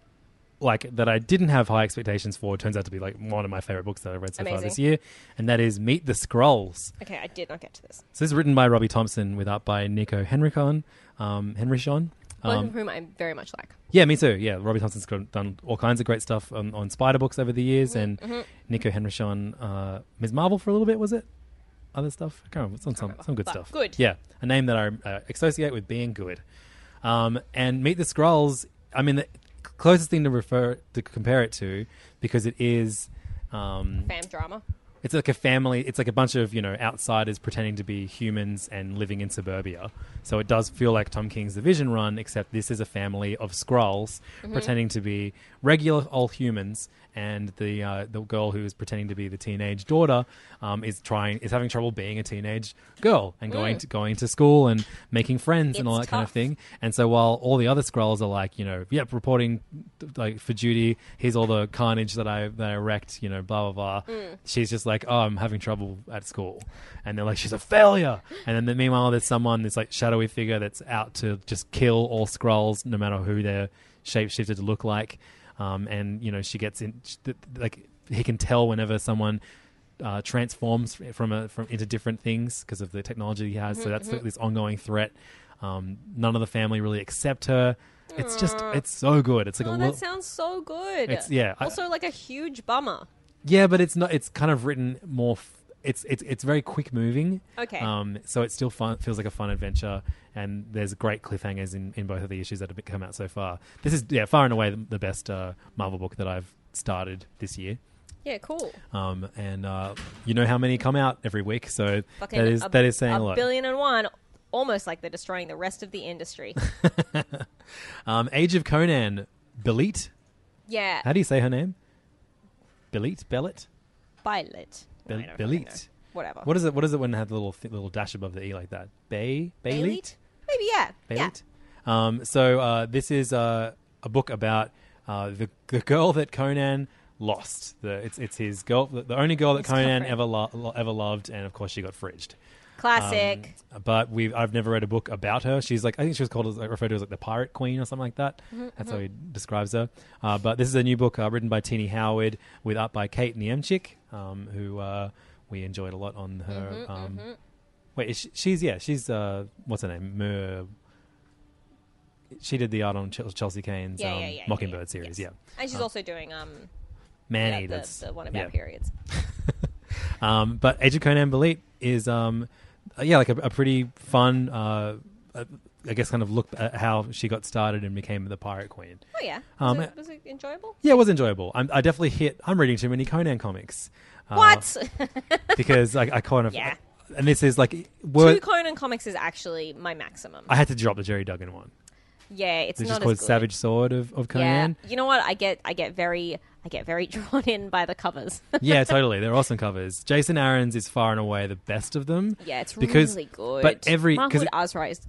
Speaker 4: like that I didn't have high expectations for turns out to be like one of my favorite books that I've read so far
Speaker 5: Amazing.
Speaker 4: this year, and that is Meet the Scrolls.
Speaker 5: Okay, I did not get to this.
Speaker 4: So this is written by Robbie Thompson with art by Nico Henrikon, um, Henrichon.
Speaker 5: Both
Speaker 4: Um,
Speaker 5: of whom I very much like.
Speaker 4: yeah, me too. Yeah, Robbie Thompson's got- done all kinds of great stuff on, on Spider books over the years,
Speaker 5: Mm-hmm,
Speaker 4: and Nico Henrichon, uh, Ms. Marvel for a little bit, was it? Other stuff? I can't remember. It's on some,
Speaker 5: remember,
Speaker 4: some good
Speaker 5: but
Speaker 4: stuff.
Speaker 5: good.
Speaker 4: Yeah, a name that I uh, associate with being good. Um, and Meet the Scrolls, I mean, the closest thing to refer to compare it to, because it is. Um,
Speaker 5: Fam drama.
Speaker 4: it's like a family. It's like a bunch of you know outsiders pretending to be humans and living in suburbia. So it does feel like Tom King's The Vision Run, except this is a family of Skrulls
Speaker 5: Mm-hmm.
Speaker 4: pretending to be regular old humans, and the uh, the girl who is pretending to be the teenage daughter um, is trying is having trouble being a teenage girl and going to going to school and making friends and all that
Speaker 5: Mm. It's
Speaker 4: kind of
Speaker 5: tough.
Speaker 4: thing thing. And so while all the other scrolls are like, you know, yep, reporting like for duty, here's all the carnage that I that I wrecked, you know, blah blah blah. She's just like, oh, I'm having trouble at school, and they're like, she's a failure. And then meanwhile, there's someone this like shadowy figure that's out to just kill all scrolls, no matter who they're shapeshifted to look like. Um, and you know, she gets in sh- th- th- like he can tell whenever someone uh, transforms from a, from into different things because of the technology he has.
Speaker 5: Mm-hmm,
Speaker 4: So that's this ongoing threat. Um, none of the family really accept her. It's just it's so good. It's like a
Speaker 5: Oh,
Speaker 4: little
Speaker 5: that sounds so good.
Speaker 4: It's- yeah, I-
Speaker 5: Also, like a huge bummer.
Speaker 4: yeah, but it's not. It's kind of written more. F- it's it's it's very quick moving.
Speaker 5: Okay.
Speaker 4: Um, so it still fun, feels like a fun adventure, and there's great cliffhangers in, in both of the issues that have come out so far. This is yeah, far and away the, the best uh, Marvel book that I've started this year.
Speaker 5: Yeah, cool.
Speaker 4: Um, and uh, you know how many come out every week, so
Speaker 5: Fucking
Speaker 4: that is
Speaker 5: a,
Speaker 4: that is saying a,
Speaker 5: a
Speaker 4: lot.
Speaker 5: billion and one. Almost like they're destroying the rest of the industry.
Speaker 4: Um, Age of Conan, Belit.
Speaker 5: Yeah,
Speaker 4: How do you say her name? Belit, Belit,
Speaker 5: Violet. No, I
Speaker 4: Bel-
Speaker 5: don't fucking know.
Speaker 4: Belit.
Speaker 5: Whatever.
Speaker 4: What is it? What is it when it has a little th- little dash above the e like that? Bay, Belit.
Speaker 5: Bailey? Maybe yeah. Yeah.
Speaker 4: Belit. Um, so uh, this is uh, a book about uh, the the girl that Conan lost. The, it's it's his girl, the, the only girl that
Speaker 5: His
Speaker 4: Conan
Speaker 5: girlfriend.
Speaker 4: ever lo- lo- ever loved, and of course she got fridged.
Speaker 5: Classic.
Speaker 4: Um, but we I've never read a book about her. She's like I think she was called as, like, referred to as like the pirate queen or something like that.
Speaker 5: Mm-hmm,
Speaker 4: That's how he describes her. Uh, but this is a new book uh, written by Teeny Howard with art by Kate Niemczyk, um, who uh, we enjoyed a lot on her.
Speaker 5: Mm-hmm,
Speaker 4: um, Wait, is she, she's yeah, she's uh, what's her name? Mer, she did the art on Chel- Chelsea Kane's
Speaker 5: yeah, yeah,
Speaker 4: um,
Speaker 5: yeah, yeah,
Speaker 4: Mockingbird
Speaker 5: yeah.
Speaker 4: series.
Speaker 5: Yes.
Speaker 4: Yeah,
Speaker 5: And she's also doing um
Speaker 4: man
Speaker 5: yeah, the,
Speaker 4: eaters.
Speaker 5: the one about
Speaker 4: Yeah.
Speaker 5: periods.
Speaker 4: Um, but Age of Conan Belit is, um, uh, yeah, like a, a pretty fun uh, uh, I guess, kind of look at how she got started and became the pirate queen.
Speaker 5: Oh yeah, was,
Speaker 4: Um,
Speaker 5: it, was it enjoyable?
Speaker 4: Yeah, it was enjoyable. I'm, I definitely hit. I'm reading too many Conan comics. Uh,
Speaker 5: What?
Speaker 4: Because I, I kind of.
Speaker 5: Yeah.
Speaker 4: And this is like.
Speaker 5: Two
Speaker 4: Word,
Speaker 5: Conan comics is actually my maximum.
Speaker 4: I had to drop the Jerry Duggan one.
Speaker 5: yeah, it's
Speaker 4: It's
Speaker 5: not
Speaker 4: just
Speaker 5: as
Speaker 4: called
Speaker 5: good.
Speaker 4: Savage Sword of, of
Speaker 5: Yeah,
Speaker 4: Conan.
Speaker 5: you know what? I get I get very I get very drawn in by the covers.
Speaker 4: yeah, totally. They're awesome covers. Jason Aaron's is far and away the best of them.
Speaker 5: yeah, it's
Speaker 4: because,
Speaker 5: really good.
Speaker 4: But every because
Speaker 5: Mahmoud Azra is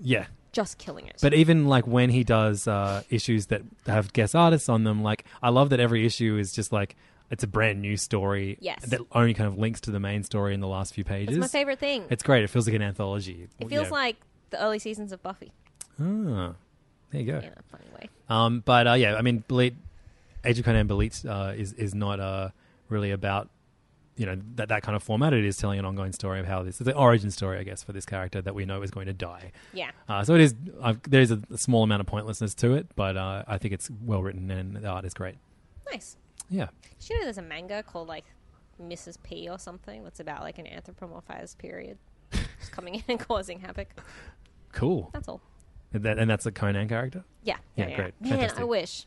Speaker 4: yeah,
Speaker 5: just killing it.
Speaker 4: but even like when he does uh, issues that have guest artists on them, like I love that every issue is just like it's a brand new story.
Speaker 5: Yes.
Speaker 4: that only kind of links to the main story in the last few pages.
Speaker 5: it's my favorite thing.
Speaker 4: It's great. It feels like an anthology.
Speaker 5: it feels
Speaker 4: Yeah.
Speaker 5: like the early seasons of Buffy
Speaker 4: Ah, there you go.
Speaker 5: in a funny way.
Speaker 4: Um, but uh, yeah, I mean, Belit, Age of Conan Belit uh, is is not uh, really about you know that that kind of format. It is telling an ongoing story of how this is the origin story, I guess, for this character that we know is going to die.
Speaker 5: Yeah.
Speaker 4: Uh, so it is. I've, there is a small amount of pointlessness to it, but uh, I think it's well written and the art is great.
Speaker 5: Nice.
Speaker 4: Yeah.
Speaker 5: Did you know there's a manga called like Mrs. P or something that's about like an anthropomorphized period just coming in and causing havoc.
Speaker 4: Cool.
Speaker 5: That's all.
Speaker 4: And, that, and that's a Conan character.
Speaker 5: Yeah.
Speaker 4: Yeah, great.
Speaker 5: Man, I
Speaker 4: Fantastic.
Speaker 5: wish.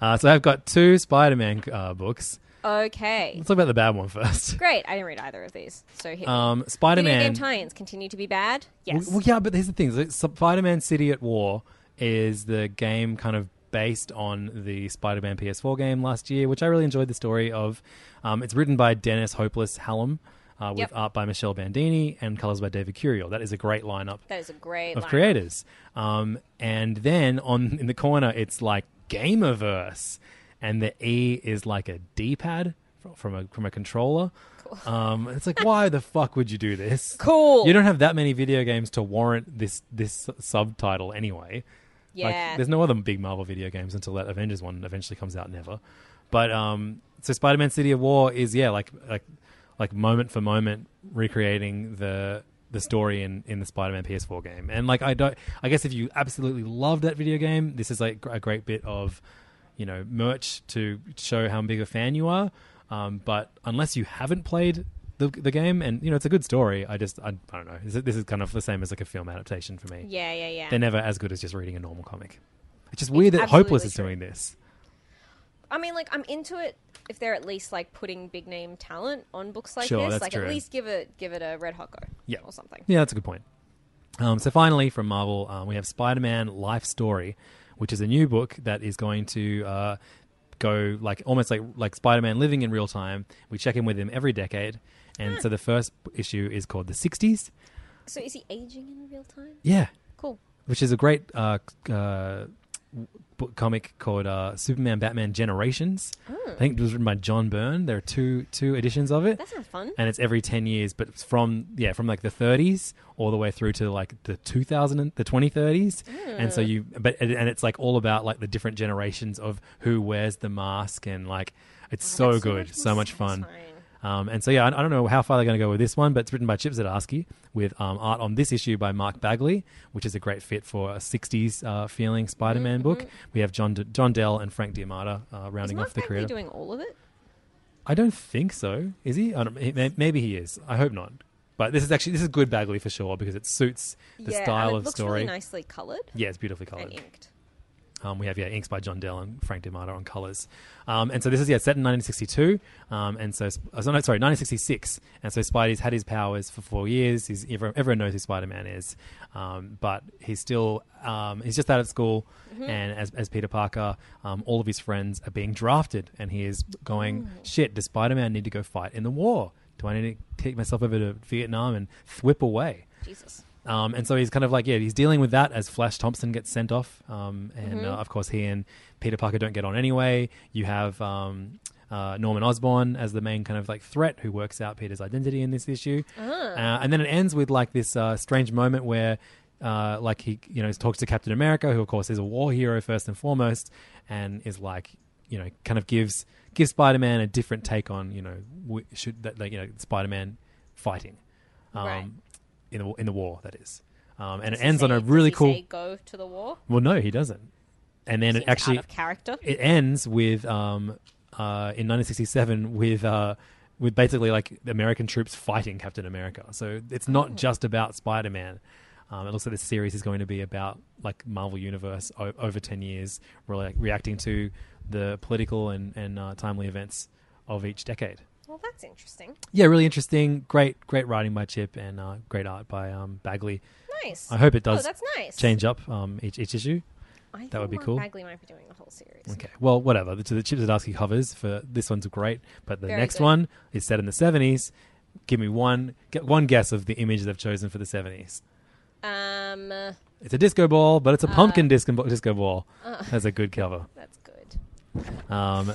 Speaker 4: Uh, so I've got two Spider-Man uh, books.
Speaker 5: Okay.
Speaker 4: Let's talk about the bad one first.
Speaker 5: Great. I didn't read either of these. So here.
Speaker 4: Um,
Speaker 5: Video
Speaker 4: Spider-Man.
Speaker 5: game tie-ins continue to be bad. Yes.
Speaker 4: Well, well, yeah, but here's the thing: like, Spider-Man City at War is the game kind of based on the Spider-Man PS4 game last year, which I really enjoyed the story of. Um, it's written by Dennis Hopeless Hallam, uh, with
Speaker 5: Yep.
Speaker 4: art by Michelle Bandini and colors by David Curiel. That is a great lineup
Speaker 5: That is a great
Speaker 4: of
Speaker 5: line.
Speaker 4: creators. Um, and then on in the corner, it's like Gamerverse, and the E is like a D-pad fr- from a from a controller. Um, it's like, why the fuck would you do this?
Speaker 5: Cool.
Speaker 4: You don't have that many video games to warrant this this subtitle anyway.
Speaker 5: Yeah.
Speaker 4: Like, there's no other big Marvel video games until that Avengers one eventually comes out. Never, but um, so Spider-Man: City of War is yeah, like like like moment for moment recreating the the story in in the Spider-Man PS4 game. And like I don't, I guess if you absolutely love that video game, this is like a great bit of you know merch to show how big a fan you are. Um, but unless you haven't played the, the game, and you know it's a good story, I just I, I don't know. This is, this is kind of the same as like a film adaptation for me
Speaker 5: Yeah, yeah, yeah.
Speaker 4: they're never as good as just reading a normal comic. It's just weird that
Speaker 5: absolutely
Speaker 4: Hopeless is
Speaker 5: true.
Speaker 4: doing this.
Speaker 5: I mean, like I'm into it if they're at least like putting big name talent on books like
Speaker 4: Sure,
Speaker 5: this.
Speaker 4: that's
Speaker 5: like
Speaker 4: true.
Speaker 5: at least give it give it a red hot go.
Speaker 4: Yeah.
Speaker 5: Or something.
Speaker 4: Yeah, that's a good point. Um, so finally, from Marvel, um, we have Spider-Man: Life Story, which is a new book that is going to uh, go like almost like like Spider-Man living in real time. We check in with him every decade, and so the first issue is called the '60s.
Speaker 5: So is he aging in real time?
Speaker 4: Yeah,
Speaker 5: Cool.
Speaker 4: which is a great uh, c- uh, book comic called uh, Superman Batman Generations. I think it was written by John Byrne. There are two two editions of it.
Speaker 5: That sounds fun.
Speaker 4: and it's every 10 years but it's from yeah from like the 30s all the way through to like the 2000 and- the 2030s and
Speaker 5: Mm.
Speaker 4: so you but and and it's like all about like the different generations of who wears the mask and like it's so
Speaker 5: Oh, That's
Speaker 4: good so
Speaker 5: more
Speaker 4: much fun
Speaker 5: satisfying.
Speaker 4: um, and so yeah I, I don't know how far they're going to go with this one but it's written by chip zdarsky with um, art on this issue by mark bagley which is a great fit for a 60s uh, feeling spider-man book we have john D- john dell and frank diamata uh,
Speaker 5: Mm-hmm. Is
Speaker 4: rounding
Speaker 5: Mark
Speaker 4: off the
Speaker 5: Bagley
Speaker 4: creative
Speaker 5: doing all of it?
Speaker 4: I don't think so. Is he? I don't, he- may- maybe he is. I hope not. But this is actually this is good Bagley for sure because it suits the
Speaker 5: yeah,
Speaker 4: style
Speaker 5: and it
Speaker 4: of
Speaker 5: looks
Speaker 4: story.
Speaker 5: really nicely coloured
Speaker 4: Yeah, it's beautifully
Speaker 5: and
Speaker 4: colored.
Speaker 5: inked.
Speaker 4: Um, we have yeah inks by John Dell and Frank DiMato on colors. Um, and so this is yeah set in 1962. Um, and so Sp- uh, so no, sorry 1966. And so Spidey's had his powers for four years. He's everyone, everyone knows who Spider Man is, um, but he's still um, he's just out of school. And as as Peter Parker, um, all of his friends are being drafted, and he is going shit. Does Spider Man need to go fight in the war? Do I need to take myself over to Vietnam and whip away?
Speaker 5: Jesus.
Speaker 4: Um, and so he's kind of like, yeah, he's dealing with that as Flash Thompson gets sent off. Um, and uh, of course, he and Peter Parker don't get on anyway. You have um, uh, Norman Osborn as the main kind of like threat who works out Peter's identity in this issue. Uh, and then it ends with like this uh, strange moment where. Uh, like he, you know, talks to Captain America, who of course is a war hero first and foremost, and is like, you know, kind of gives gives Spider Man a different take on, you know, w- should that like, you know, Spider Man fighting, um,
Speaker 5: Right.
Speaker 4: in the in the war that is, um, and
Speaker 5: Does
Speaker 4: it
Speaker 5: he
Speaker 4: ends on
Speaker 5: say-
Speaker 4: a really
Speaker 5: does he
Speaker 4: cool.
Speaker 5: Say go to the war.
Speaker 4: well, no, he doesn't, and then it
Speaker 5: Seems
Speaker 4: actually
Speaker 5: out of character.
Speaker 4: it ends with um, uh, in 1967 with uh, with
Speaker 5: Oh.
Speaker 4: basically like the American troops fighting Captain America. So it's not just about Spider Man. Um, it looks like this series is going to be about like Marvel Universe o- over ten years, re- reacting to the political and and uh, timely events of each decade.
Speaker 5: Well, that's interesting.
Speaker 4: Yeah, really interesting. Great, great writing by Chip and uh, great art by um, Bagley.
Speaker 5: Nice.
Speaker 4: I hope it does
Speaker 5: Oh, that's nice.
Speaker 4: change up um, each each issue.
Speaker 5: I
Speaker 4: That
Speaker 5: think
Speaker 4: would be
Speaker 5: Mark
Speaker 4: cool.
Speaker 5: Bagley might be doing the whole series.
Speaker 4: Okay. Well, whatever. The, the Chip Zdarsky covers for this one's great, but the
Speaker 5: Very
Speaker 4: next
Speaker 5: good.
Speaker 4: one is set in the seventies. Give me one get one guess of the image they've chosen for the seventies.
Speaker 5: Um, uh,
Speaker 4: It's a disco ball, but it's
Speaker 5: Ah.
Speaker 4: a pumpkin disco disco ball. That's a good cover.
Speaker 5: that's good.
Speaker 4: Um,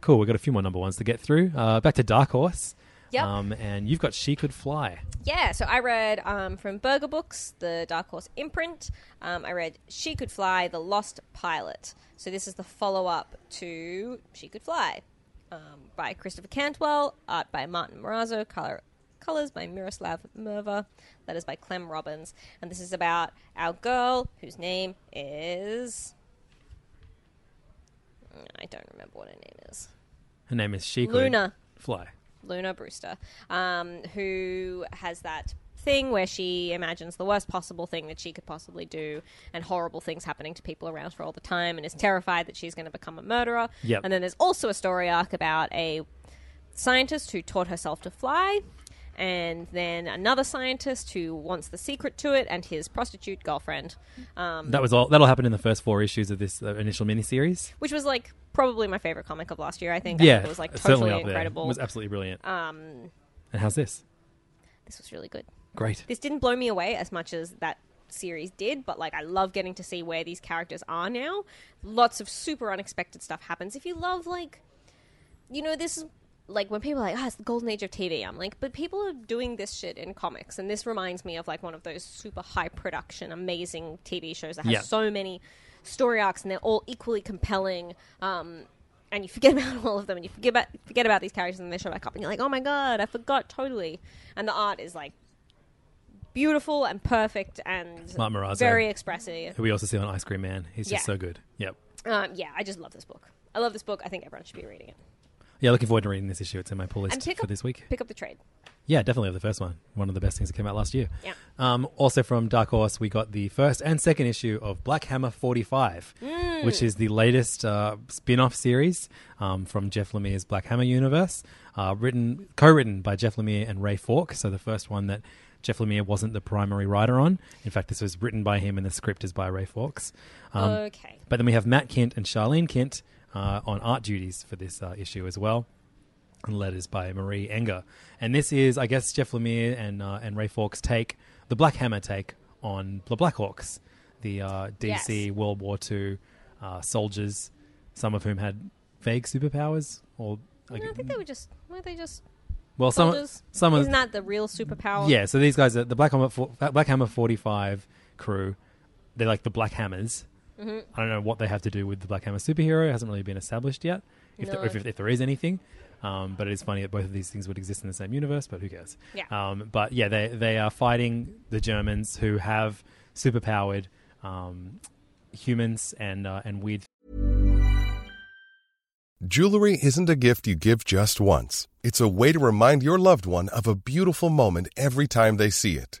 Speaker 4: cool. We've got a few more number ones to get through. Uh, back to Dark Horse.
Speaker 5: Yep.
Speaker 4: Um, and you've got She Could Fly.
Speaker 5: Yeah, so I read um, from Burger Books, the Dark Horse imprint. Um, I read She Could Fly, The Lost Pilot. So this is the follow up to She Could Fly um, by Christopher Cantwell, art by Martin Morazzo, color, colors by Miroslav Merva, letters by Clem Robbins. And this is about our girl whose name is. I don't remember what her name is.
Speaker 4: Her name is She Could
Speaker 5: Luna.
Speaker 4: Fly.
Speaker 5: Luna Brewster, um, who has that thing where she imagines the worst possible thing that she could possibly do and horrible things happening to people around her all the time and is terrified that she's going to become a murderer.
Speaker 4: Yep.
Speaker 5: And then there's also a story arc about a scientist who taught herself to fly and then another scientist who wants the secret to it and his prostitute girlfriend, um,
Speaker 4: That was all. That'll happen in the first four issues of this uh, initial miniseries.
Speaker 5: which was like probably my favorite comic of last year, I think. I
Speaker 4: Yeah,
Speaker 5: think it was like
Speaker 4: certainly
Speaker 5: totally
Speaker 4: up there. It
Speaker 5: incredible.
Speaker 4: was absolutely brilliant. Um, and how's this?
Speaker 5: this was really good.
Speaker 4: Great.
Speaker 5: this didn't blow me away as much as that series did but like i love getting to see where these characters are now lots of super unexpected stuff happens if you love like you know this is like when people are like ah it's the golden age of tv i'm like but people are doing this shit in comics and this reminds me of like one of those super high production amazing tv shows that has
Speaker 4: Yeah.
Speaker 5: so many story arcs and they're all equally compelling um and you forget about all of them, and you forget about forget about these characters, and they show back up, and you're like, "Oh my god, I forgot totally." And the art is like beautiful and perfect and
Speaker 4: Mark Morazzo.
Speaker 5: very expressive.
Speaker 4: Who we also see on Ice Cream Man. He's just
Speaker 5: Yeah.
Speaker 4: so good. Yep.
Speaker 5: Um, yeah, I just love this book. I love this book. I think everyone should be reading it.
Speaker 4: Yeah, looking forward to reading this issue. It's in my pull list
Speaker 5: And pick
Speaker 4: for
Speaker 5: up
Speaker 4: this week.
Speaker 5: Pick up the trade.
Speaker 4: Yeah, definitely of the first one. One of the best things that came out last year.
Speaker 5: Yeah.
Speaker 4: Um, also from Dark Horse, we got the first and second issue of Black Hammer 45, which is the latest uh, spin off series um, from Jeff Lemire's Black Hammer universe, uh, written co written by Jeff Lemire and Ray Fork. So the first one that Jeff Lemire wasn't the primary writer on. In fact, this was written by him and the script is by Ray Fawkes. Um,
Speaker 5: okay.
Speaker 4: But then we have Matt Kent and Charlene Kent uh, on art duties for this uh, issue as well. And letters by Marie Enger. And this is, I guess, Jeff Lemire and, uh, and Ray Fawkes' take, the Black Hammer take on the Blackhawks, the uh, DC
Speaker 5: Yes.
Speaker 4: World War II uh, soldiers, some of whom had vague superpowers. or like,
Speaker 5: No, I think they were just. Were they just
Speaker 4: Well, some,
Speaker 5: soldiers?
Speaker 4: some of
Speaker 5: Isn't that the real superpower?
Speaker 4: yeah, so these guys, are the Black Hammer, fo- Black Hammer 45 crew, they're like the Black Hammers. I don't know what they have to do with the Black Hammer superhero. It hasn't really been established yet, if, there,
Speaker 5: No.
Speaker 4: if, if there is anything. Um, but it is funny that both of these things would exist in the same universe, but who cares?
Speaker 5: Yeah.
Speaker 4: Um, but yeah, they, they are fighting the Germans who have superpowered um, humans and, uh, and weird
Speaker 6: Jewelry isn't a gift you give just once. It's a way to remind your loved one of a beautiful moment every time they see it.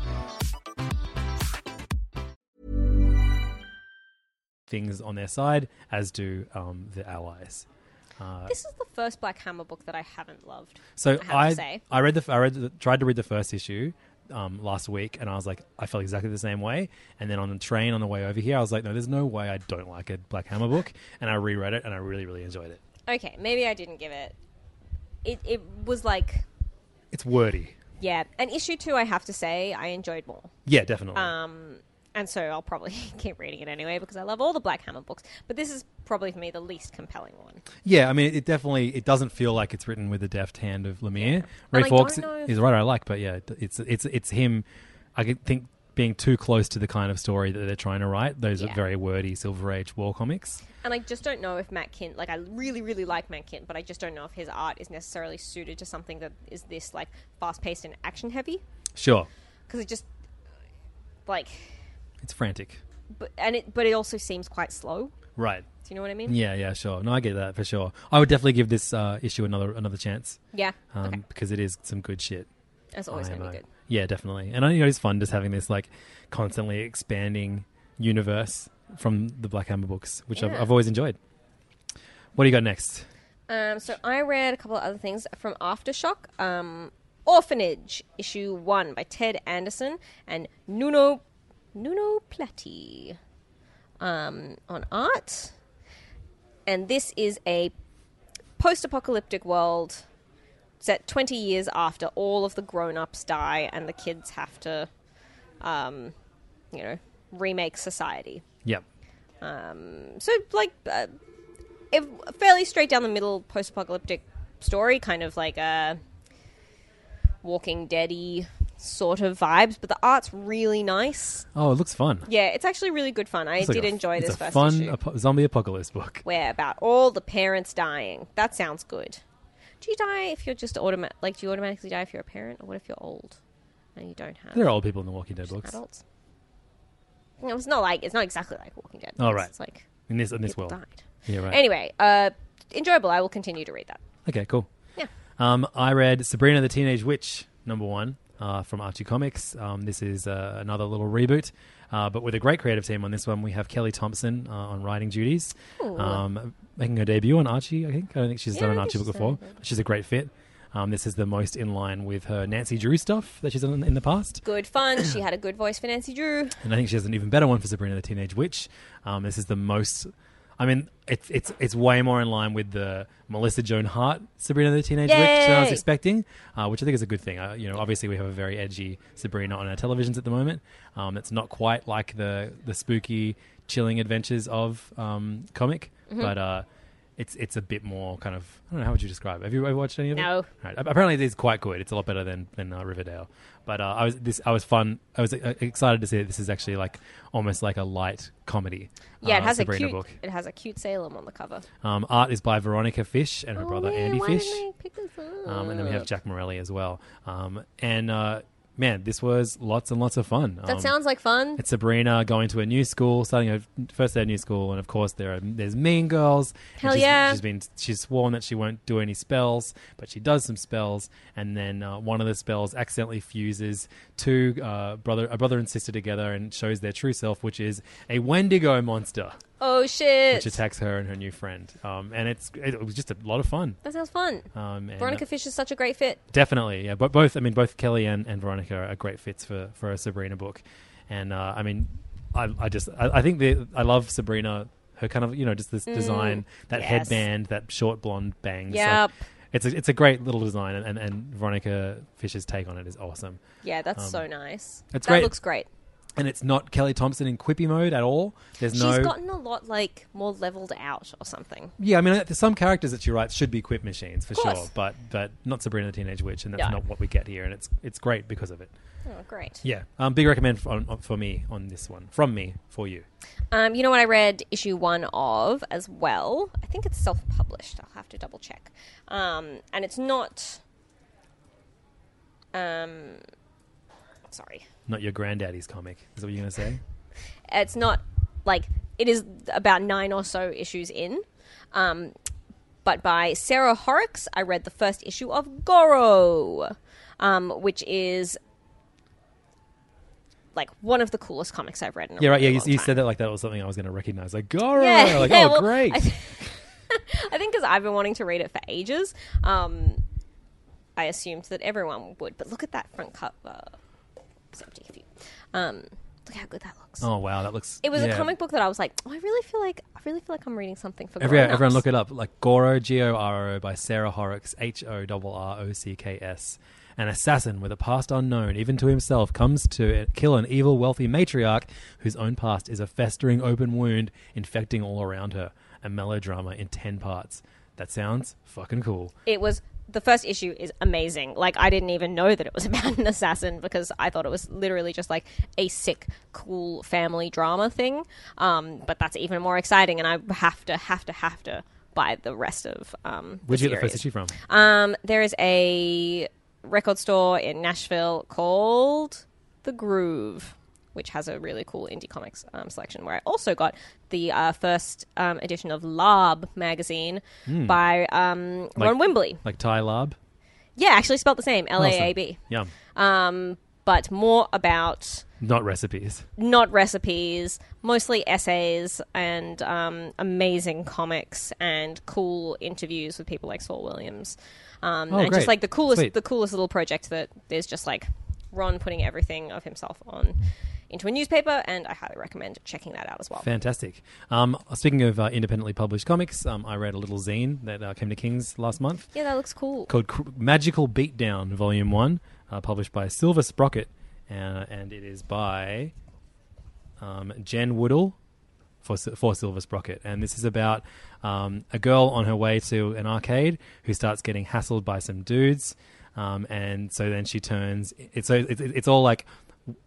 Speaker 4: things on their side, as do um, the allies. Uh,
Speaker 5: This is the first Black Hammer book that I haven't loved.
Speaker 4: so
Speaker 5: have to
Speaker 4: I, I,
Speaker 5: say.
Speaker 4: read the, I read the, tried to read the first issue um, last week, and I was like, I felt exactly the same way. And then on the train on the way over here, I was like, no, there's no way I don't like a Black Hammer book. And I reread it, and I really, really enjoyed it.
Speaker 5: Okay, maybe I didn't give it. It it was like
Speaker 4: It's wordy,
Speaker 5: yeah, and issue two I have to say I enjoyed more.
Speaker 4: yeah, definitely.
Speaker 5: Um, and so I'll probably keep reading it anyway because I love all the Black Hammer books. But this is probably for me the least compelling one.
Speaker 4: yeah, I mean, it definitely it doesn't feel like it's written with the deft hand of Lemire.
Speaker 5: And
Speaker 4: Ray
Speaker 5: I
Speaker 4: Fawkes
Speaker 5: don't know if-
Speaker 4: is a writer I like, but yeah, it- it's it's it's him. I could think being too close to the kind of story that they're trying to write. Those are
Speaker 5: Yeah.
Speaker 4: very wordy Silver Age war comics.
Speaker 5: And I just don't know if Matt Kent, like I really, really like Matt Kent, but I just don't know if his art is necessarily suited to something that is this like fast paced and action heavy
Speaker 4: Sure,
Speaker 5: because it just like,
Speaker 4: it's frantic,
Speaker 5: but and it, but it also seems quite slow.
Speaker 4: right?
Speaker 5: Do you know what I mean?
Speaker 4: Yeah, yeah, sure. No, I get that for sure. I would definitely give this uh, issue another another chance
Speaker 5: Yeah.
Speaker 4: um,
Speaker 5: okay.
Speaker 4: because it is some good shit.
Speaker 5: That's always going to
Speaker 4: IMO.
Speaker 5: be good.
Speaker 4: Yeah, definitely. And I you know it's fun just having this like constantly expanding universe from the Black Hammer books, which I've,
Speaker 5: Yeah.
Speaker 4: I've always enjoyed. What do you got next?
Speaker 5: Um, so I read a couple of other things from Aftershock. Um, Orphanage, issue one by Ted Anderson and Nuno Nuno Platti um, on art. And this is a post-apocalyptic world set 20 years after all of the grown-ups die and the kids have to, um, you know, remake society
Speaker 4: Yep.
Speaker 5: so like uh, if fairly straight down the middle post-apocalyptic story kind of like a walking deady sort of vibes but the art's really nice
Speaker 4: Oh, it looks fun.
Speaker 5: yeah it's actually really good fun i
Speaker 4: It's
Speaker 5: did
Speaker 4: like a-
Speaker 5: enjoy
Speaker 4: it's
Speaker 5: this
Speaker 4: a
Speaker 5: first
Speaker 4: fun
Speaker 5: issue
Speaker 4: apo- zombie apocalypse book.
Speaker 5: where about all the parents dying that sounds good do you die if you're just automatic like do you automatically die if you're a parent or what if you're old and you don't have
Speaker 4: There are old people in the Walking Dead books
Speaker 5: adults No, it's not like it's not exactly like walking dead
Speaker 4: Oh,
Speaker 5: because
Speaker 4: right.
Speaker 5: it's like
Speaker 4: in this in this
Speaker 5: people
Speaker 4: world.
Speaker 5: died
Speaker 4: Yeah, right.
Speaker 5: Anyway, uh, enjoyable. I will continue to read that.
Speaker 4: Okay, cool.
Speaker 5: Yeah.
Speaker 4: Um, I read Sabrina the Teenage Witch, number one, uh, from Archie Comics. Um, this is uh, another little reboot, uh, but with a great creative team on this one. We have Kelly Thompson uh, on writing duties, um, making her debut on Archie, I think. I don't think she's
Speaker 5: Yeah,
Speaker 4: done
Speaker 5: I
Speaker 4: an
Speaker 5: think
Speaker 4: Archie book
Speaker 5: she's done
Speaker 4: before.
Speaker 5: it.
Speaker 4: But she's a great fit. Um, this is the most in line with her Nancy Drew stuff that she's done in the past.
Speaker 5: Good fun. she had a good voice for Nancy Drew.
Speaker 4: And I think she has an even better one for Sabrina the Teenage Witch. Um, this is the most. I mean, it's it's it's way more in line with the Melissa Joan Hart Sabrina the Teenage Witch than I was
Speaker 5: Yay!
Speaker 4: expecting, uh, which I think is a good thing. Uh, you know, obviously we have a very edgy Sabrina on our televisions at the moment. Um, it's not quite like the the spooky, chilling adventures of um, comic,
Speaker 5: Mm-hmm.
Speaker 4: but uh, it's it's a bit more kind of I don't know how would you describe. it? Have you ever watched any of it?
Speaker 5: No.
Speaker 4: Right. Ap- Apparently, it is quite good. It's a lot better than than uh, Riverdale. But uh, I was this. I was fun. I was uh, excited to see that this is actually like almost like a light comedy.
Speaker 5: Yeah, it
Speaker 4: uh,
Speaker 5: has
Speaker 4: Sabrina
Speaker 5: a cute.
Speaker 4: book.
Speaker 5: It has a cute Salem on the cover.
Speaker 4: Um, art is by Veronica Fish and her brother Andy
Speaker 5: Oh, why
Speaker 4: Fish.
Speaker 5: Didn't I pick this up?
Speaker 4: Um, and then we have Jack Morelli as well. Um, and uh, man, this was lots and lots of fun.
Speaker 5: that
Speaker 4: Um,
Speaker 5: sounds like fun.
Speaker 4: it's Sabrina going to a new school, starting her first day at new school, and of course there are there's mean girls. and
Speaker 5: Hell
Speaker 4: she's-
Speaker 5: yeah.
Speaker 4: She's been she's sworn that she won't do any spells, but she does some spells, and then uh, one of the spells accidentally fuses two uh, brother a brother and sister together and shows their true self, which is a Wendigo monster,
Speaker 5: Oh shit!
Speaker 4: which attacks her and her new friend. Um, and it's it was just a lot of fun.
Speaker 5: that sounds fun.
Speaker 4: Um, and,
Speaker 5: Veronica
Speaker 4: uh,
Speaker 5: Fish is such a great fit.
Speaker 4: Definitely, yeah. But both, I mean, both Kelly and, and Veronica are great fits for, for a Sabrina book, and uh, I mean, I, I just I, I think the I love Sabrina. Her kind of you know just this design, that
Speaker 5: Mm, yes.
Speaker 4: headband, that short blonde bangs.
Speaker 5: Yep.
Speaker 4: it's a it's a great little design, and, and, and Veronica Fisher's take on it is awesome.
Speaker 5: Yeah, that's
Speaker 4: um,
Speaker 5: so nice.
Speaker 4: it's
Speaker 5: that
Speaker 4: great.
Speaker 5: looks great.
Speaker 4: And it's not Kelly Thompson in quippy mode at all. There's no
Speaker 5: She's gotten a lot like more leveled out or something.
Speaker 4: Yeah, I mean, there's some characters that she writes should be quip machines for
Speaker 5: course.
Speaker 4: sure, but but not Sabrina the Teenage Witch, and that's
Speaker 5: No.
Speaker 4: not what we get here, and it's it's great because of it.
Speaker 5: Oh, great.
Speaker 4: Yeah, um, big recommend for, for me on this one. From me for you.
Speaker 5: Um, you know what I read issue one of as well? I think it's self published. I'll have to double check. Um, and it's not. Um, sorry.
Speaker 4: Not your granddaddy's comic. Is that what you're gonna say?
Speaker 5: It's not like. It is about nine or so issues in. Um, but by Sarah Horrocks, I read the first issue of Goro, um, which is like one of the coolest comics I've read in a
Speaker 4: Yeah, right. Yeah,
Speaker 5: really
Speaker 4: you,
Speaker 5: long
Speaker 4: you
Speaker 5: time.
Speaker 4: said that like that was something I was going to recognize. Like, Goro.
Speaker 5: Yeah,
Speaker 4: like,
Speaker 5: yeah,
Speaker 4: oh,
Speaker 5: well,
Speaker 4: great.
Speaker 5: I, th- I think because I've been wanting to read it for ages, um, I assumed that everyone would. But look at that front cover. It's empty if you- Um, look how good that looks.
Speaker 4: oh, wow. That looks.
Speaker 5: It was a
Speaker 4: yeah.
Speaker 5: comic book that I was like, oh, I really feel like I really feel like I'm reading something for
Speaker 4: Every,
Speaker 5: grown-ups."
Speaker 4: everyone look it up. Like Goro, G O R O, by Sarah Horrocks, H O R R O C K S. An assassin with a past unknown, even to himself, comes to e, kill an evil, wealthy matriarch whose own past is a festering open wound infecting all around her. A melodrama in 10 parts. That sounds fucking cool.
Speaker 5: It was the first issue is amazing. Like I didn't even know that it was about an assassin because I thought it was literally just like a sick, cool family drama thing. Um, but that's even more exciting, and I have to, have to, have to buy the rest of. Um,
Speaker 4: Where'd you get the
Speaker 5: series.
Speaker 4: first issue from?
Speaker 5: Um, there is a record store in Nashville called The Groove, which has a really cool indie comics um, selection where I also got the uh, first um, edition of Lab magazine by um, Ron
Speaker 4: Like-
Speaker 5: Wimbley.
Speaker 4: Like Ty Lab?
Speaker 5: Yeah, actually spelled the same L A A B.
Speaker 4: Yum.
Speaker 5: Um, but more about
Speaker 4: Not recipes.
Speaker 5: not recipes, mostly essays and um, amazing comics and cool interviews with people like Saul Williams, um,
Speaker 4: Oh,
Speaker 5: and
Speaker 4: great.
Speaker 5: just like the coolest,
Speaker 4: Sweet.
Speaker 5: the coolest little project that there's just like Ron putting everything of himself on into a newspaper, and I highly recommend checking that out as well.
Speaker 4: Fantastic. Um, speaking of uh, independently published comics, um, I read a little zine that uh, came to King's last month.
Speaker 5: yeah, that looks cool.
Speaker 4: called Cr- Magical Beatdown Volume 1, uh, published by Silver Sprocket, uh, and it is by um, Jen Woodall for, Sil- for Silver Sprocket. And this is about um, a girl on her way to an arcade who starts getting hassled by some dudes. Um, and so then she turns. It's, so it's, it's all like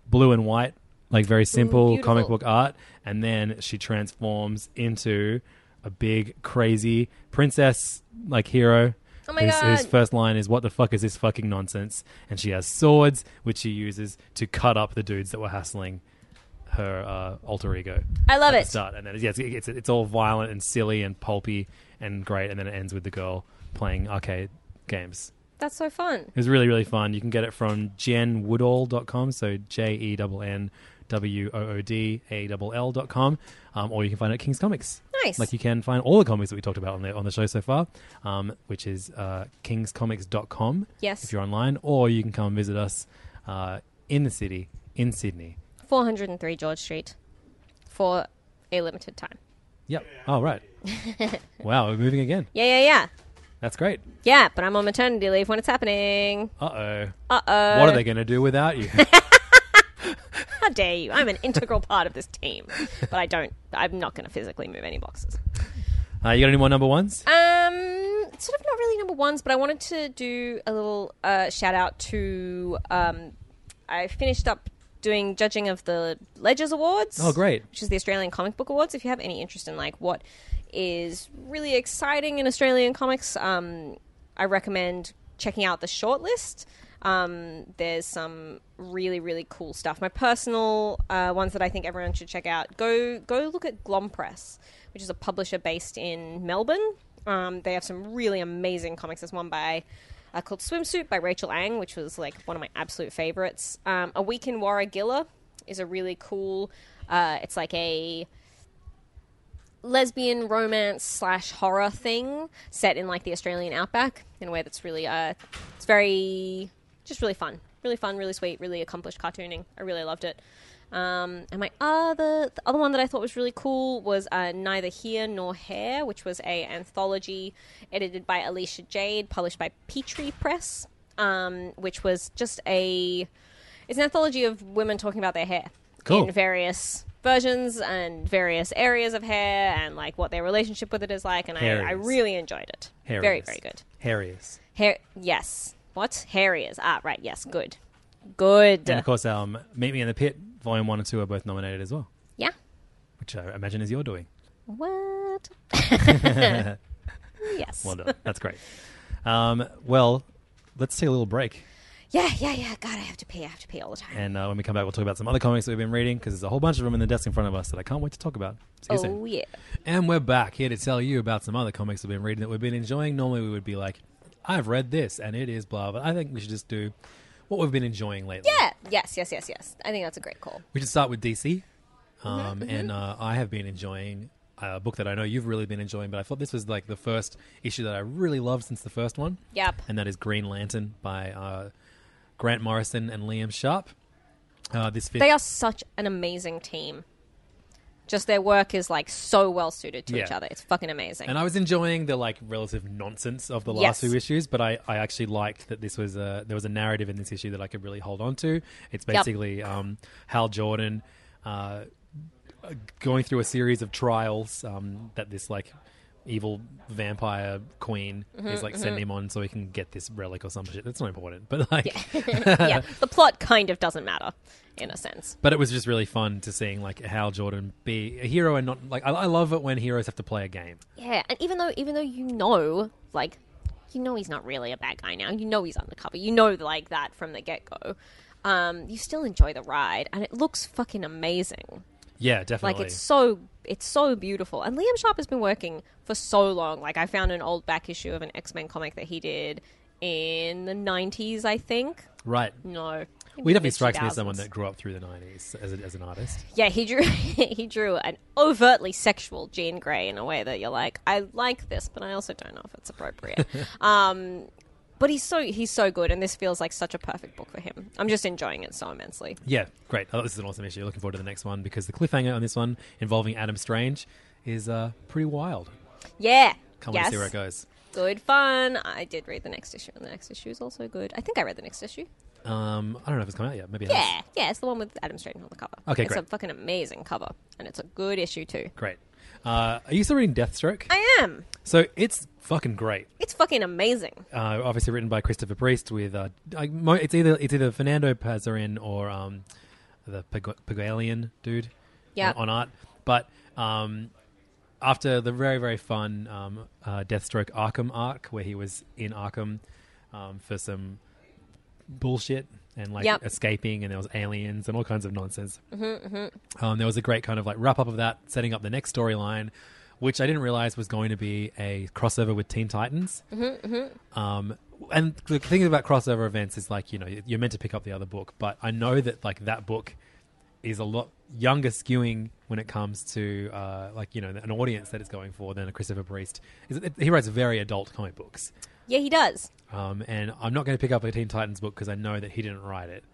Speaker 4: blue and white, like very simple
Speaker 5: beautiful.
Speaker 4: comic book art. And then she transforms into a big, crazy princess, like hero.
Speaker 5: Oh my
Speaker 4: whose- whose
Speaker 5: God.
Speaker 4: first line is what the fuck is this fucking nonsense and she has swords which she uses to cut up the dudes that were hassling her uh, alter ego
Speaker 5: I love
Speaker 4: at
Speaker 5: it.
Speaker 4: the start and then yeah, it's, it's, it's all violent and silly and pulpy and great and then it ends with the girl playing arcade games
Speaker 5: That's so fun.
Speaker 4: it was really really fun you can get it from jenwoodall.com so E j-e-n-n W-O-O-D-A-L-L dot com, um, or you can find it at King's Comics.
Speaker 5: Nice.
Speaker 4: Like you can find all the comics that we talked about on the, on the show so far, um, which is uh, kingscomics.com
Speaker 5: Yes.
Speaker 4: if you're online, or you can come visit us uh, in the city, in Sydney.
Speaker 5: 403 George Street for a limited time.
Speaker 4: Yep. Oh, right. wow, we're moving again.
Speaker 5: Yeah, yeah, yeah.
Speaker 4: That's great.
Speaker 5: Yeah, but I'm on maternity leave when it's happening.
Speaker 4: Uh oh.
Speaker 5: Uh oh.
Speaker 4: What are they going to do without you?
Speaker 5: How dare you? I'm an integral part of this team, but I don't. I'm not going to physically move any boxes.
Speaker 4: uh, you got any more number ones?
Speaker 5: Um, sort of not really number ones, but I wanted to do a little uh, shout out to. Um, I finished up doing judging of the Ledgers Awards.
Speaker 4: Oh, great.
Speaker 5: Which is the Australian Comic Book Awards. If you have any interest in like what is really exciting in Australian comics, um, I recommend checking out the shortlist. Um, there's some really really cool stuff. My personal uh, ones that I think everyone should check out. Go go look at Glom Press, which is a publisher based in Melbourne. Um, they have some really amazing comics. There's one by uh, called Swimsuit by Rachel Ang, which was like one of my absolute favorites. Um, a Week in Warragilla is a really cool. Uh, it's like a lesbian romance slash horror thing set in like the Australian outback in a way that's really uh, it's very just really fun, really fun, really sweet, really accomplished cartooning. I really loved it. Um, and my other the other one that I thought was really cool was uh, Neither Here Nor Here, which was a anthology edited by Alicia Jade, published by Petrie Press, um, which was just a it's an anthology of women talking about their hair
Speaker 4: Cool.
Speaker 5: in various versions and various areas of hair and like what their relationship with it is like. And I, I
Speaker 4: Hairiest.
Speaker 5: really enjoyed it.
Speaker 4: Hairiest.
Speaker 5: Very very good.
Speaker 4: Hairiest.
Speaker 5: Hair yes. What hairiest? Ah right yes good good
Speaker 4: And of course, um, Meet Me in the Pit, Volume 1 and 2 are both nominated as well,
Speaker 5: yeah
Speaker 4: which I imagine is your doing.
Speaker 5: what yes
Speaker 4: Well done. That's great. Um, well, let's take a little break.
Speaker 5: Yeah, yeah, yeah. God, I have to pee. I have to pee all the time.
Speaker 4: And uh, when we come back, we'll talk about some other comics that we've been reading because there's a whole bunch of them in the desk in front of us that I can't wait to talk about. See you soon.
Speaker 5: oh yeah.
Speaker 4: And we're back here to tell you about some other comics we've been reading that we've been enjoying. Normally, we would be like, I've read this and it is blah, but I think we should just do what we've been enjoying lately.
Speaker 5: Yeah. Yes. Yes. Yes. Yes. I think that's a great call.
Speaker 4: We should start with DC. Um, And uh, I have been enjoying a book that I know you've really been enjoying, but I thought this was like the first issue that I really loved since the first one.
Speaker 5: Yep.
Speaker 4: And that is Green Lantern by uh, Grant Morrison and Liam Sharp. Uh, this fits
Speaker 5: They are such an amazing team. Just their work is like so well suited to each
Speaker 4: Yeah.
Speaker 5: other. It's fucking amazing.
Speaker 4: And I was enjoying the like relative nonsense of the last
Speaker 5: Yes.
Speaker 4: few issues, but I, I actually liked that this was a there was a narrative in this issue that I could really hold on to. It's basically um, Hal Jordan uh, going through a series of trials um, that this like evil vampire queen
Speaker 5: Mm-hmm,
Speaker 4: is like sending him on so he can get this relic or some shit. That's not important, but like
Speaker 5: yeah, the plot kind of doesn't matter, in a sense.
Speaker 4: But it was just really fun to seeing like Hal Jordan be a hero and not like I, I love it when heroes have to play a game.
Speaker 5: Yeah, and even though even though you know, like, you know he's not really a bad guy now. You know he's undercover. You know like that from the get go. Um, you still enjoy the ride, and it looks fucking amazing.
Speaker 4: Yeah, definitely.
Speaker 5: Like it's so it's so beautiful. And Liam Sharp has been working for so long. Like I found an old back issue of an X Men comic that he did in the nineties, I think.
Speaker 4: right.
Speaker 5: No.
Speaker 4: Well, he definitely strikes me as
Speaker 5: mid-2000s.
Speaker 4: someone that grew up through the 90s as, a, as an artist.
Speaker 5: Yeah, he drew he drew an overtly sexual Jean Grey in a way that you're like, I like this, but I also don't know if it's appropriate. um, but he's so he's so good, and this feels like such a perfect book for him. I'm just enjoying it so immensely.
Speaker 4: Yeah, great. Oh, this is an awesome issue. Looking forward to the next one because the cliffhanger on this one involving Adam Strange is uh, pretty wild.
Speaker 5: Yeah.
Speaker 4: Can't wait
Speaker 5: yes.
Speaker 4: to see where it goes.
Speaker 5: Good fun. I did read the next issue, and the next issue is also good. I think I read the next issue.
Speaker 4: Um, I don't know if it's come out yet. Maybe it has.
Speaker 5: Yeah, yeah, it's the one with Adam Strange on the cover.
Speaker 4: Okay,
Speaker 5: it's
Speaker 4: great.
Speaker 5: a fucking amazing cover, and it's a good issue too.
Speaker 4: Great. Uh, are you still reading Deathstroke?
Speaker 5: I am.
Speaker 4: so it's fucking great.
Speaker 5: It's fucking amazing.
Speaker 4: Uh, obviously written by Christopher Priest with uh, like, mo- it's either it's either Fernando Pazarin or um, the Pig- Pigalian dude.
Speaker 5: Yeah.
Speaker 4: on, on art. But um, after the very very fun um, uh, Deathstroke Arkham arc, where he was in Arkham um, for some bullshit and like
Speaker 5: Yep.
Speaker 4: escaping, and there was aliens and all kinds of nonsense. Um, there was a great kind of like wrap up of that, setting up the next storyline, which I didn't realize was going to be a crossover with Teen Titans. Um, and the thing about crossover events is like you know you're meant to pick up the other book, but I know that like that book is a lot younger skewing when it comes to uh, like you know an audience that it's going for than a Christopher Priest. Is it- He writes very adult comic books,
Speaker 5: Yeah, he does.
Speaker 4: um, and I'm not going to pick up a Teen Titans book because I know that he didn't write it,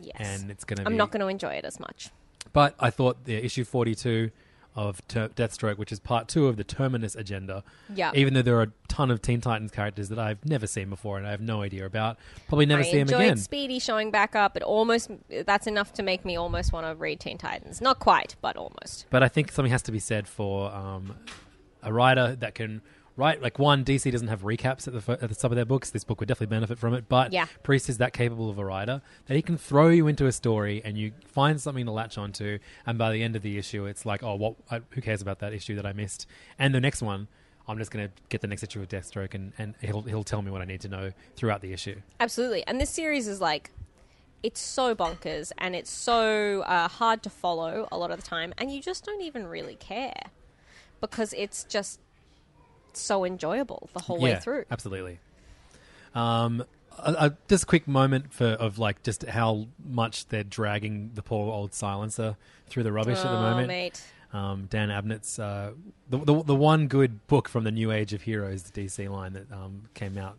Speaker 5: Yes,
Speaker 4: and it's going to.
Speaker 5: I'm
Speaker 4: be,
Speaker 5: not going to enjoy it as much.
Speaker 4: but I thought the issue 42 of Ter- Deathstroke, which is part two of the Terminus agenda,
Speaker 5: Yeah.
Speaker 4: even though there are a ton of Teen Titans characters that I've never seen before and I have no idea about, probably never
Speaker 5: I
Speaker 4: see them
Speaker 5: enjoyed
Speaker 4: again.
Speaker 5: Speedy showing back up. It almost that's enough to make me almost want to read Teen Titans. Not quite, but almost.
Speaker 4: but I think something has to be said for um, a writer that can write like one DC doesn't have recaps at the fir- at the top of their books. This book would definitely benefit from it. But
Speaker 5: Yeah.
Speaker 4: Priest is that capable of a writer that he can throw you into a story and you find something to latch onto. And by the end of the issue, it's like, oh, what? I, who cares about that issue that I missed? And the next one. I'm just gonna get the next issue of Deathstroke, and, and he'll he'll tell me what I need to know throughout the issue.
Speaker 5: Absolutely. And this series is like it's so bonkers and it's so uh, hard to follow a lot of the time, and you just don't even really care because it's just so enjoyable the whole way through.
Speaker 4: Absolutely. Um, uh, uh, just a quick moment for of like just how much they're dragging the poor old silencer through the rubbish at the moment.
Speaker 5: Oh, mate.
Speaker 4: Um, Dan Abnett's uh, the, the the one good book from the New Age of Heroes, the DC line that um, came out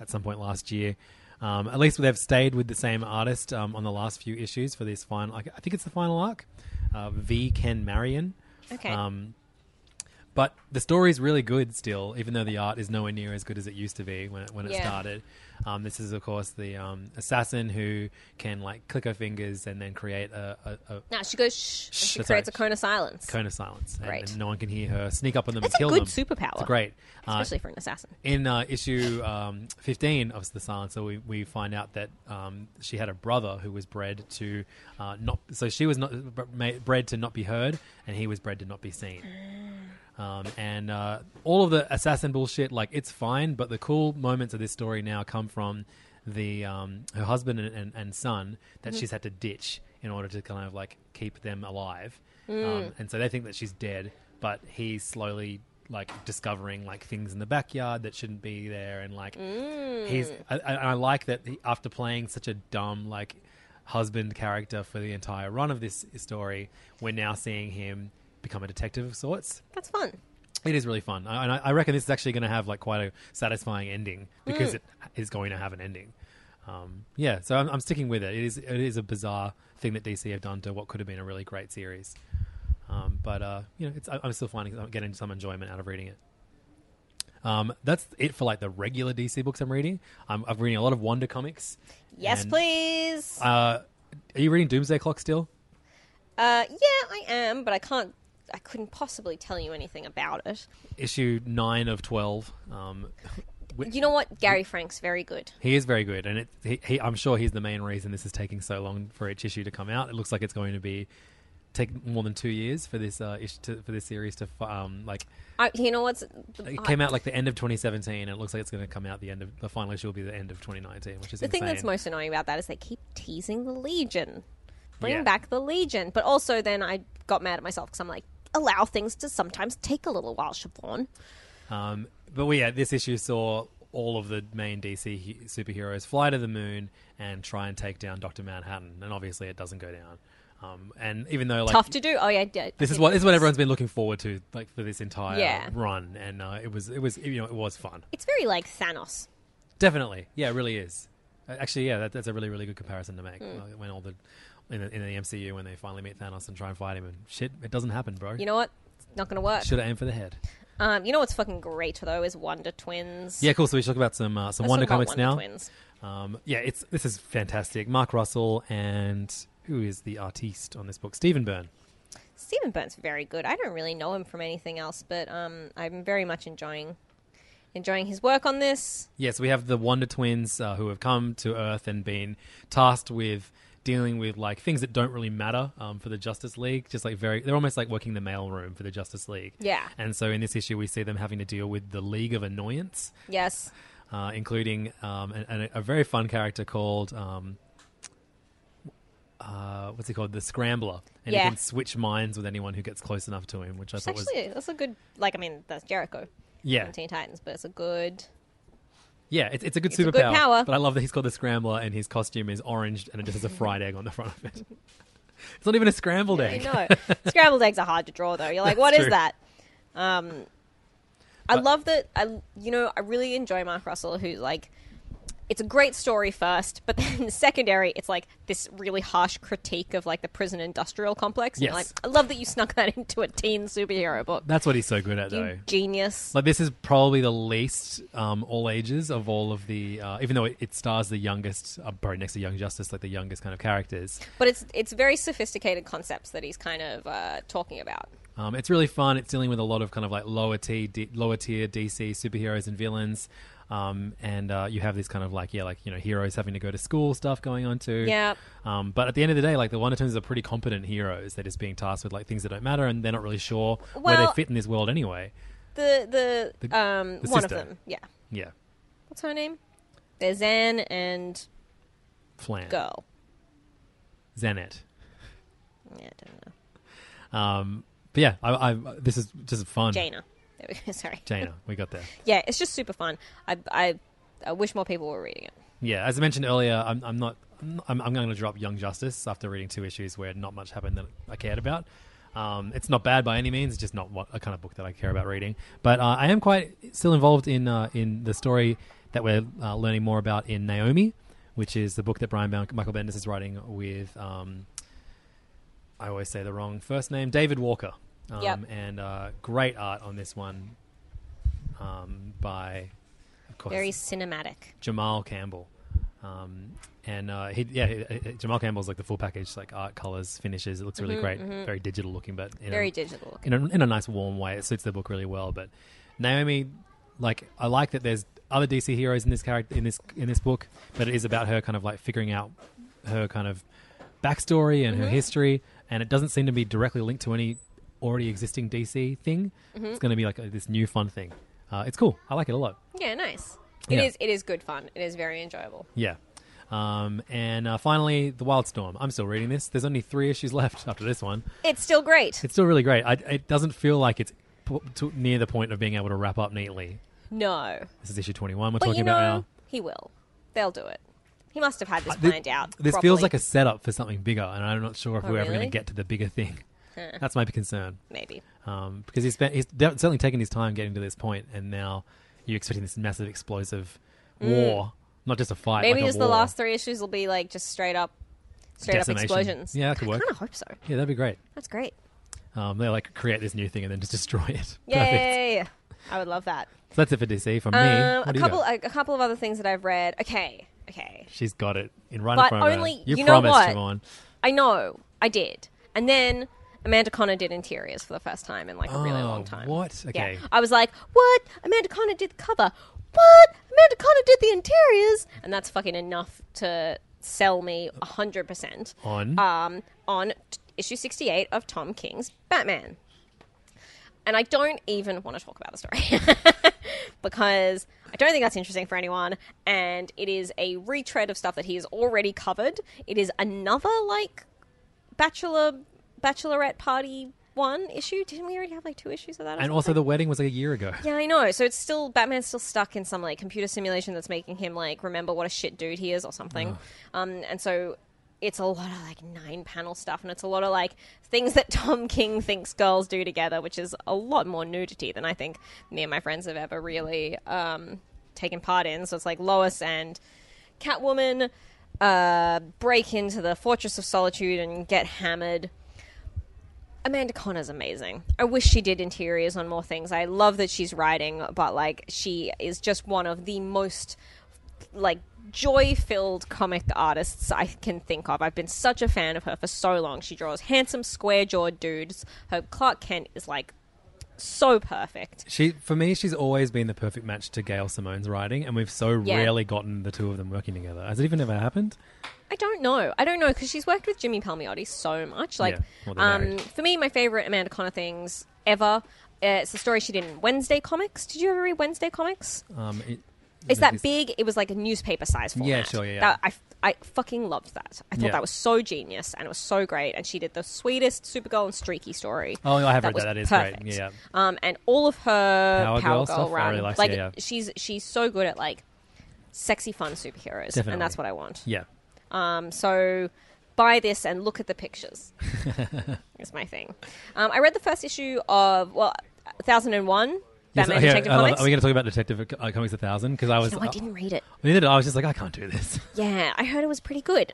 Speaker 4: at some point last year. Um, at least they've stayed with the same artist um, on the last few issues for this final. I think it's the final arc. Uh, v Ken Marion.
Speaker 5: Okay.
Speaker 4: Um, but the story is really good still, even though the art is nowhere near as good as it used to be when it, when it
Speaker 5: Yeah.
Speaker 4: started. Um, this is, of course, the um, assassin who can like click her fingers and then create a, a, a
Speaker 5: now she goes shh. and
Speaker 4: Shh,
Speaker 5: she
Speaker 4: that's
Speaker 5: creates
Speaker 4: right.
Speaker 5: a cone of silence.
Speaker 4: cone of silence, and,
Speaker 5: Great.
Speaker 4: and no one can hear her. Sneak up on them
Speaker 5: That's
Speaker 4: and
Speaker 5: a
Speaker 4: kill
Speaker 5: good
Speaker 4: them.
Speaker 5: superpower.
Speaker 4: It's great. Uh,
Speaker 5: Especially for an assassin.
Speaker 4: in uh, issue um, 15 of the silencer we, we find out that um, she had a brother who was bred to uh, not so she was not b- ma- bred to not be heard and he was bred to not be seen um, and uh, all of the assassin bullshit like it's fine but the cool moments of this story now come from the um, her husband and, and, and son that she's had to ditch in order to kind of like keep them alive, um, and so they think that she's dead, but he's slowly like discovering like things in the backyard that shouldn't be there, and like he's I, I, and I like that he, after playing such a dumb like husband character for the entire run of this story, we're now seeing him become a detective of sorts.
Speaker 5: That's fun.
Speaker 4: It is really fun, I, and I, I reckon this is actually going to have like quite a satisfying ending because it is going to have an ending. Um, yeah, so I'm, I'm sticking with it. It is it is a bizarre thing that DC have done to what could have been a really great series, um, but uh, you know, it's, I, I'm still finding I'm getting some enjoyment out of reading it. Um, that's it for like the regular DC books I'm reading. I'm, I'm reading a lot of Wonder comics.
Speaker 5: Yes,
Speaker 4: and,
Speaker 5: please. Uh,
Speaker 4: Uh, are you reading Doomsday Clock still?
Speaker 5: Uh, yeah, I am, but I can't. I couldn't possibly tell you anything about it.
Speaker 4: Issue nine of twelve. Um,
Speaker 5: You know what? Gary Frank's very good.
Speaker 4: He is very good, and it, he, he, I'm sure he's the main reason this is taking so long for each issue to come out. It looks like it's going to be take more than two years for this uh, issue to, for this series to fi- um, like.
Speaker 5: I, you know what's? The,
Speaker 4: It came out like the end of 2017, and it looks like it's going to come out the end of the final issue will be the end of 2019, which is
Speaker 5: the
Speaker 4: insane.
Speaker 5: thing that's most annoying about that is they keep teasing the Legion. Bring
Speaker 4: Yeah.
Speaker 5: back the Legion, but also then I got mad at myself because I'm like, allow things to sometimes take a little while, Siobhan.
Speaker 4: Um, but we, yeah, this issue saw all of the main DC he- superheroes fly to the moon and try and take down Doctor Manhattan, and obviously it doesn't go down. Um, and even though like
Speaker 5: Tough to do. Oh yeah, I did-
Speaker 4: this is what this is what everyone's been looking forward to like for this entire
Speaker 5: Yeah.
Speaker 4: run, and uh, it was it was you know it was fun,
Speaker 5: It's very like Thanos.
Speaker 4: definitely. Yeah, it really is. Uh, Actually, yeah, that, that's a really really good comparison to make
Speaker 5: Hmm.
Speaker 4: Like, when all the in the, in the MCU when they finally meet Thanos and try and fight him and shit, it doesn't happen, bro.
Speaker 5: You know what? It's not going to work.
Speaker 4: Should have aimed for the head.
Speaker 5: Um, you know what's fucking great though is Wonder Twins.
Speaker 4: Yeah, cool. So we should talk about some uh, some
Speaker 5: Let's
Speaker 4: Wonder
Speaker 5: talk about
Speaker 4: comics
Speaker 5: Wonder
Speaker 4: now.
Speaker 5: Twins.
Speaker 4: Um, yeah, it's this is fantastic. Mark Russell and who is the artiste on this book? Stephen Byrne.
Speaker 5: Stephen Burns very good. I don't really know him from anything else, but um, I'm very much enjoying enjoying his work on this.
Speaker 4: Yes, we have the Wonder Twins uh, who have come to Earth and been tasked with dealing with like things that don't really matter um, for the Justice League. Just like very, they're almost like working the mailroom for the Justice League.
Speaker 5: Yeah.
Speaker 4: And so in this issue, we see them having to deal with the League of Annoyance,
Speaker 5: Yes,
Speaker 4: uh, including um, an, an, a very fun character called. Um, uh, what's he called? The Scrambler, and
Speaker 5: Yeah.
Speaker 4: he can switch minds with anyone who gets close enough to him, which I
Speaker 5: it's
Speaker 4: thought was
Speaker 5: actually that's a good like I mean that's Jericho
Speaker 4: yeah,
Speaker 5: from Teen Titans, but it's a good
Speaker 4: yeah. It's, it's a good
Speaker 5: It's a
Speaker 4: superpower,
Speaker 5: good power.
Speaker 4: but I love that he's called the Scrambler, and his costume is orange, and it just has a fried egg on the front of it. It's not even a scrambled
Speaker 5: I
Speaker 4: egg.
Speaker 5: know. Scrambled eggs are hard to draw, though. You're like, what is
Speaker 4: true.
Speaker 5: that? Um, I
Speaker 4: But-
Speaker 5: love that. I you know I really enjoy Mark Russell, who's like, it's a great story first, but then secondary, it's like this really harsh critique of like the prison industrial complex. And you're
Speaker 4: Yes.
Speaker 5: like, I love that you snuck that into a teen superhero book.
Speaker 4: That's what he's so good at,
Speaker 5: You
Speaker 4: though.
Speaker 5: genius.
Speaker 4: Like this is probably the least um, all ages of all of the, uh, even though it, it stars the youngest, uh, probably next to Young Justice, like the youngest kind of characters.
Speaker 5: But it's it's very sophisticated concepts that he's kind of uh, talking about.
Speaker 4: Um, it's really fun. It's dealing with a lot of kind of like lower tier, D- lower tier DC superheroes and villains, um, and uh, you have this kind of like yeah, like you know heroes having to go to school stuff going on too.
Speaker 5: Yeah.
Speaker 4: Um, but at the end of the day, like the Wonder Twins are pretty competent heroes. They're just being tasked with like things that don't matter, and they're not really sure where
Speaker 5: Well-
Speaker 4: they fit in this world anyway.
Speaker 5: The the,
Speaker 4: The-
Speaker 5: um
Speaker 4: the
Speaker 5: one
Speaker 4: sister.
Speaker 5: of them, yeah.
Speaker 4: Yeah,
Speaker 5: What's her name? There's Zan and
Speaker 4: Flan,
Speaker 5: girl.
Speaker 4: Zanet.
Speaker 5: Yeah, I don't know.
Speaker 4: Um, but yeah, I, I, this is just fun.
Speaker 5: Jaina. There we go. Sorry.
Speaker 4: Jaina, we got there.
Speaker 5: Yeah, it's just super fun. I, I, I wish more people were reading it.
Speaker 4: Yeah, as I mentioned earlier, I'm, I'm not. I'm, I'm going to drop Young Justice after reading two issues where not much happened that I cared about. Um, it's not bad by any means. It's just not what, a kind of book that I care about reading. But uh, I am quite still involved in uh, in the story that we're uh, learning more about in Naomi, which is the book that Brian Ban- Michael Bendis is writing with. Um, I always say the wrong first name, David Walker. Um,
Speaker 5: Yep.
Speaker 4: And uh, great art on this one um, by, of course,
Speaker 5: Very cinematic.
Speaker 4: Jamal Campbell. Um, and uh, he, yeah, he, he- Jamal Campbell's like the full package, like art, colors, finishes. It looks really great, very digital looking, but in
Speaker 5: Mm-hmm, Very
Speaker 4: a,
Speaker 5: digital looking.
Speaker 4: in a, in a nice warm way. It suits the book really well. But Naomi, like, I like that there's other DC heroes in this character in this in this book, but it is about her kind of like figuring out her kind of backstory and her
Speaker 5: Mm-hmm.
Speaker 4: history, and it doesn't seem to be directly linked to any already existing
Speaker 5: Mm-hmm.
Speaker 4: DC thing. It's going to be like a, this new fun thing. Uh, it's Uh, cool. I like it a lot.
Speaker 5: Yeah, nice. It is.
Speaker 4: Yeah.
Speaker 5: It is good fun. It is very enjoyable.
Speaker 4: Yeah. Um, and uh, finally, The Wild Storm. I'm still reading this. There's only three issues left after this one.
Speaker 5: It's still great.
Speaker 4: It's still really great. I, it doesn't feel like it's p- to, near the point of being able to wrap up neatly.
Speaker 5: no,
Speaker 4: This is issue 21 we're
Speaker 5: but
Speaker 4: talking
Speaker 5: you know
Speaker 4: about now.
Speaker 5: he will. They'll do it. He must have had this
Speaker 4: Thi-
Speaker 5: planned out.
Speaker 4: This
Speaker 5: properly.
Speaker 4: feels like a setup for something bigger, and I'm not sure if
Speaker 5: Oh,
Speaker 4: we're ever going
Speaker 5: really?
Speaker 4: to get to the bigger thing. That's my concern.
Speaker 5: maybe.
Speaker 4: um, because he's spent he's de- certainly taken his time getting to this point, and now you're expecting this massive explosive war, not just a fight.
Speaker 5: Mm. Maybe
Speaker 4: like a
Speaker 5: just the
Speaker 4: war.
Speaker 5: last three issues will be like just straight up, straight up
Speaker 4: Decimation.
Speaker 5: explosions.
Speaker 4: Yeah, that could
Speaker 5: I
Speaker 4: work.
Speaker 5: kind of hope so.
Speaker 4: Yeah, that'd be great.
Speaker 5: That's great.
Speaker 4: Um, they like create this new thing and then just destroy it. Perfect.
Speaker 5: Yay! I would love that.
Speaker 4: So that's it for DC from me.
Speaker 5: Um,
Speaker 4: What
Speaker 5: a
Speaker 4: do you
Speaker 5: couple,
Speaker 4: got?
Speaker 5: a, a couple of other things that I've read. Okay, okay.
Speaker 4: She's got it in right in
Speaker 5: But
Speaker 4: front of her.
Speaker 5: only-
Speaker 4: You,
Speaker 5: you know
Speaker 4: promised,
Speaker 5: what?
Speaker 4: Siobhan.
Speaker 5: I know, I did. And then Amanda Connor did interiors for the first time in like a really
Speaker 4: Oh,
Speaker 5: long time.
Speaker 4: what?
Speaker 5: Yeah.
Speaker 4: Okay.
Speaker 5: I was like, what? Amanda Connor did the cover. What? Amanda Connor did the interiors. And that's fucking enough to sell me 100%
Speaker 4: On
Speaker 5: um, on t- issue 68 of Tom King's Batman. And I don't even want to talk about the story because I don't think that's interesting for anyone. And it is a retread of stuff that he has already covered. It is another like bachelor bachelorette party one issue. Didn't we already have like two issues of that? or
Speaker 4: and
Speaker 5: something?
Speaker 4: also the wedding was like a year ago.
Speaker 5: Yeah, I know. So it's still Batman's still stuck in some like computer simulation that's making him like remember what a shit dude he is or something. Um, and so it's a lot of like nine panel stuff, and it's a lot of like things that Tom King thinks girls do together, which is a lot more nudity than I think me and my friends have ever really um, taken part in. So it's like Lois and Catwoman uh, break into the Fortress of Solitude and get hammered. Amanda Connor's amazing. I wish she did interiors on more things. I love that she's writing, but like she is just one of the most like joy-filled comic artists I can think of. I've been such a fan of her for so long. She draws handsome square-jawed dudes. Her Clark Kent is like so perfect.
Speaker 4: She for me, she's always been the perfect match to Gail Simone's writing, and we've so
Speaker 5: Yeah.
Speaker 4: rarely gotten the two of them working together. Has it even ever happened?
Speaker 5: I don't know. I don't know because she's worked with Jimmy Palmiotti so much. Like,
Speaker 4: Yeah, well, they're
Speaker 5: um,
Speaker 4: married.
Speaker 5: for me, my favorite Amanda Connor things ever. Uh, it's the story she did in Wednesday Comics. Did you ever read Wednesday Comics?
Speaker 4: Um, it-
Speaker 5: It's that
Speaker 4: this-
Speaker 5: big. It was like a newspaper size format.
Speaker 4: Yeah, sure, yeah, yeah.
Speaker 5: That, I, f- I fucking loved that. I thought
Speaker 4: Yeah.
Speaker 5: that was so genius and it was so great. And she did the sweetest Supergirl and Streaky story.
Speaker 4: Oh, I have
Speaker 5: that
Speaker 4: read
Speaker 5: was
Speaker 4: that. That is
Speaker 5: perfect.
Speaker 4: great. Yeah, yeah.
Speaker 5: Um, and all of her
Speaker 4: Power
Speaker 5: Power, Girl,
Speaker 4: Girl stuff, I
Speaker 5: run,
Speaker 4: really liked-
Speaker 5: like
Speaker 4: yeah, yeah.
Speaker 5: she's she's so good at like sexy, fun superheroes,
Speaker 4: Definitely.
Speaker 5: and that's what I want.
Speaker 4: Yeah.
Speaker 5: Um, so buy this and look at the pictures. is my thing. Um, I read the first issue of well, thousand and one.
Speaker 4: Yes,
Speaker 5: Batman
Speaker 4: okay,
Speaker 5: Detective
Speaker 4: I love-
Speaker 5: Comics.
Speaker 4: Are we going to talk about Detective Co- uh, Comics a thousand? Because I was
Speaker 5: no, I didn't read it.
Speaker 4: neither did I. I was just like, I can't do this.
Speaker 5: Yeah, I heard it was pretty good.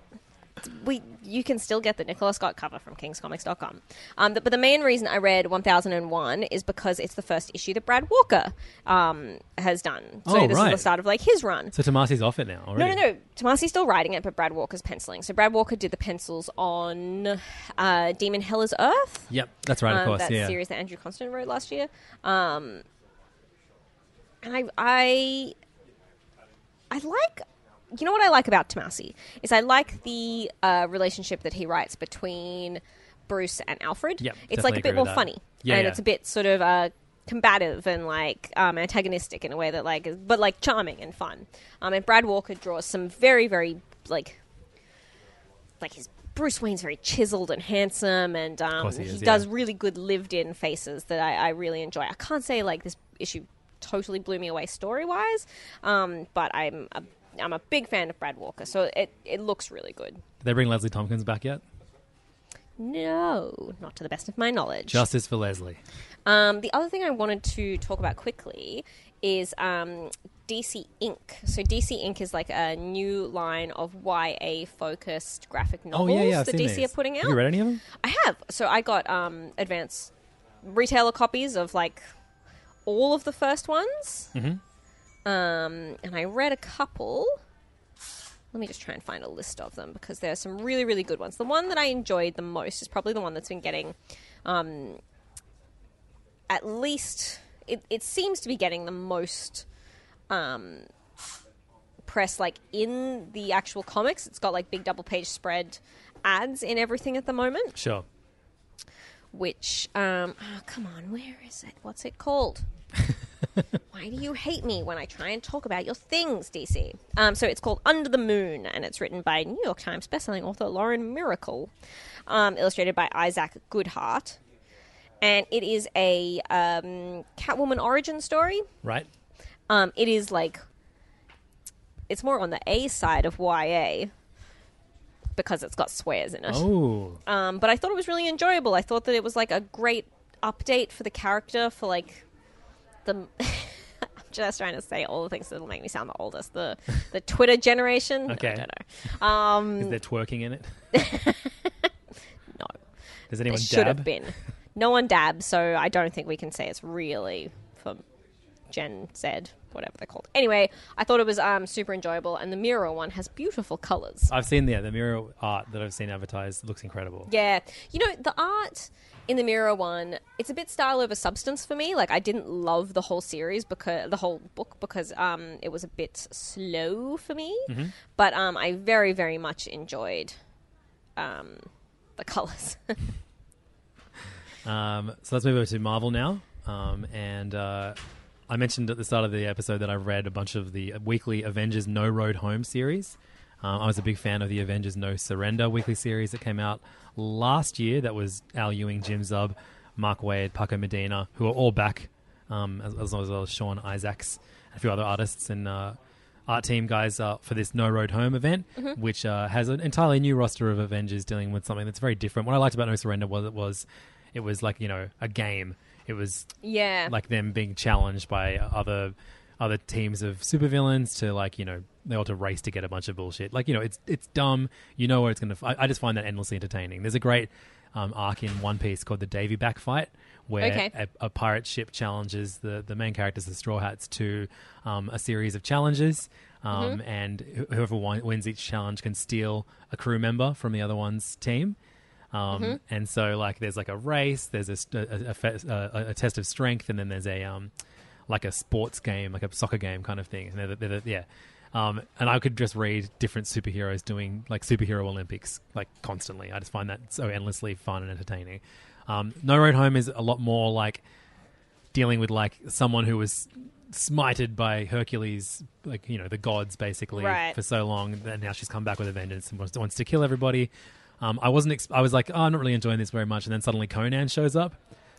Speaker 5: We, you can still get the Nicola Scott cover from kingscomics.com. Um, th- but the main reason I read 1001 is because it's the first issue that Brad Walker um, has done. So
Speaker 4: Oh,
Speaker 5: this is
Speaker 4: right.
Speaker 5: the start of like his run.
Speaker 4: So Tomasi's off it now. Already.
Speaker 5: No, no, no. Tomasi's still writing it, but Brad Walker's penciling. So Brad Walker did the pencils on uh, Demon Hell is Earth.
Speaker 4: Yep, that's right. of
Speaker 5: um,
Speaker 4: course,
Speaker 5: that
Speaker 4: yeah.
Speaker 5: series that Andrew Constant wrote last year. Um, and I, I, I like. You know what I like about Tomasi is I like the uh, relationship that he writes between Bruce and Alfred.
Speaker 4: Yep,
Speaker 5: it's like
Speaker 4: definitely
Speaker 5: a bit
Speaker 4: agree with
Speaker 5: more
Speaker 4: that.
Speaker 5: funny,
Speaker 4: Yeah,
Speaker 5: and
Speaker 4: yeah.
Speaker 5: it's a bit sort of uh, combative and like um, antagonistic in a way that like, is, but like charming and fun. Um, and Brad Walker draws some very, very like like his Bruce Wayne's very chiseled and handsome, and um,
Speaker 4: course he
Speaker 5: he,
Speaker 4: is, yeah.
Speaker 5: does really good lived-in faces that I, I really enjoy. I can't say like this issue totally blew me away story-wise, um, but I'm a, I'm a big fan of Brad Walker, so it it looks really good.
Speaker 4: Did they bring Leslie Tompkins back yet?
Speaker 5: No, not to the best of my knowledge.
Speaker 4: Justice for Leslie.
Speaker 5: Um, the other thing I wanted to talk about quickly is um, DC Inc. So DC Inc. is like a new line of YA focused graphic
Speaker 4: Oh
Speaker 5: novels
Speaker 4: yeah, yeah. I've
Speaker 5: that
Speaker 4: seen
Speaker 5: DC
Speaker 4: these.
Speaker 5: are putting out.
Speaker 4: Have you read any of them?
Speaker 5: I have. So I got um, advanced retailer copies of like all of the first ones. Mm-hmm. Um, and I read a couple. Let me just try and find a list of them because there are some really, really good ones. The one that I enjoyed the most is probably the one that's been getting um, at least, it, it seems to be getting the most um, press like in the actual comics. It's got like big double page spread ads in everything at the moment
Speaker 4: Sure.
Speaker 5: ah, which um oh, come on where is it what's it called Why do you hate me when I try and talk about your things, DC? Um, so it's called Under the Moon, and it's written by New York Times bestselling author Lauren Miracle, um, illustrated by Isaac Goodhart. And it is a um, Catwoman origin story.
Speaker 4: Right?
Speaker 5: Um, it is like it's more on the A side of YA because it's got swears in it.
Speaker 4: Oh,
Speaker 5: Um, but I thought it was really enjoyable. I thought that it was like a great update for the character for like the. I'm just trying to say all the things that'll make me sound the oldest. The the Twitter generation. No,
Speaker 4: Okay.
Speaker 5: I don't know. Um,
Speaker 4: is there twerking in it?
Speaker 5: no,
Speaker 4: Does
Speaker 5: there
Speaker 4: anyone
Speaker 5: should
Speaker 4: dab?
Speaker 5: have been. No one dabs, so I don't think we can say it's really for Gen Z, whatever they're called. Anyway, I thought it was um, super enjoyable, and the mirror one has beautiful colors.
Speaker 4: I've seen the the mural art that I've seen advertised. looks incredible.
Speaker 5: Yeah. You know, the art in the mirror one, it's a bit style over substance for me. Like I didn't love the whole series because the whole book because um it was a bit slow for me.
Speaker 4: Mm-hmm.
Speaker 5: But um I very very much enjoyed um the colors.
Speaker 4: Um, so let's move over to Marvel now. Um, and uh, I mentioned at the start of the episode that I read a bunch of the weekly Avengers No Road Home series. Um, I was a big fan of the Avengers No Surrender weekly series that came out last year. That was Al Ewing, Jim Zub, Mark Wade, Paco Medina, who are all back, um, as, as well as Sean Isaacs, a few other artists and uh, art team guys uh, for this No Road Home event, which uh, has an entirely new roster of Avengers dealing with something that's very different. What I liked about No Surrender was it was it was like you know a game. It was
Speaker 5: yeah.
Speaker 4: like them being challenged by other other teams of supervillains to like you know they all to race to get a bunch of bullshit. Like you know it's it's dumb. You know where it's gonna. F- I, I just find that endlessly entertaining. There's a great um, arc in One Piece called the Davy Back Fight where
Speaker 5: Okay.
Speaker 4: a, a pirate ship challenges the the main characters, the Straw Hats, to um, a series of challenges. Um, And wh- whoever won- wins each challenge can steal a crew member from the other one's team. Um, And so, like, there's like a race, there's a, st- a, a, fe- a, a test of strength, and then there's a um, like a sports game, like a soccer game kind of thing. And they're, the- they're, the- yeah. Um, and I could just read different superheroes doing like superhero Olympics like constantly. I just find that so endlessly fun and entertaining. Um, no Road Home is a lot more like dealing with like someone who was smited by Hercules, like you know the gods basically
Speaker 5: Right.
Speaker 4: for so long, and now she's come back with a vengeance and wants, wants to kill everybody. Um, I wasn't. Ex- I was like, oh, I'm not really enjoying this very much, and then suddenly Conan shows up.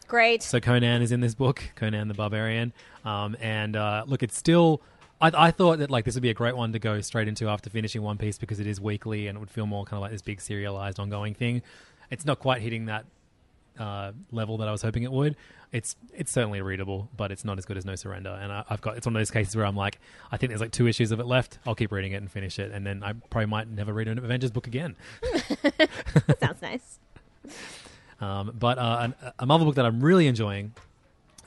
Speaker 5: Great.
Speaker 4: So Conan is in this book, Conan the Barbarian, um, and uh, look, it's still. I, I thought that like this would be a great one to go straight into after finishing One Piece because it is weekly and it would feel more kind of like this big serialized ongoing thing. It's not quite hitting that uh, level that I was hoping it would. It's it's certainly readable, but it's not as good as No Surrender. And I, I've got it's one of those cases where I'm like, I think there's like two issues of it left. I'll keep reading it and finish it, and then I probably might never read an Avengers book again.
Speaker 5: that sounds nice.
Speaker 4: Um, but uh, an, a Marvel book that I'm really enjoying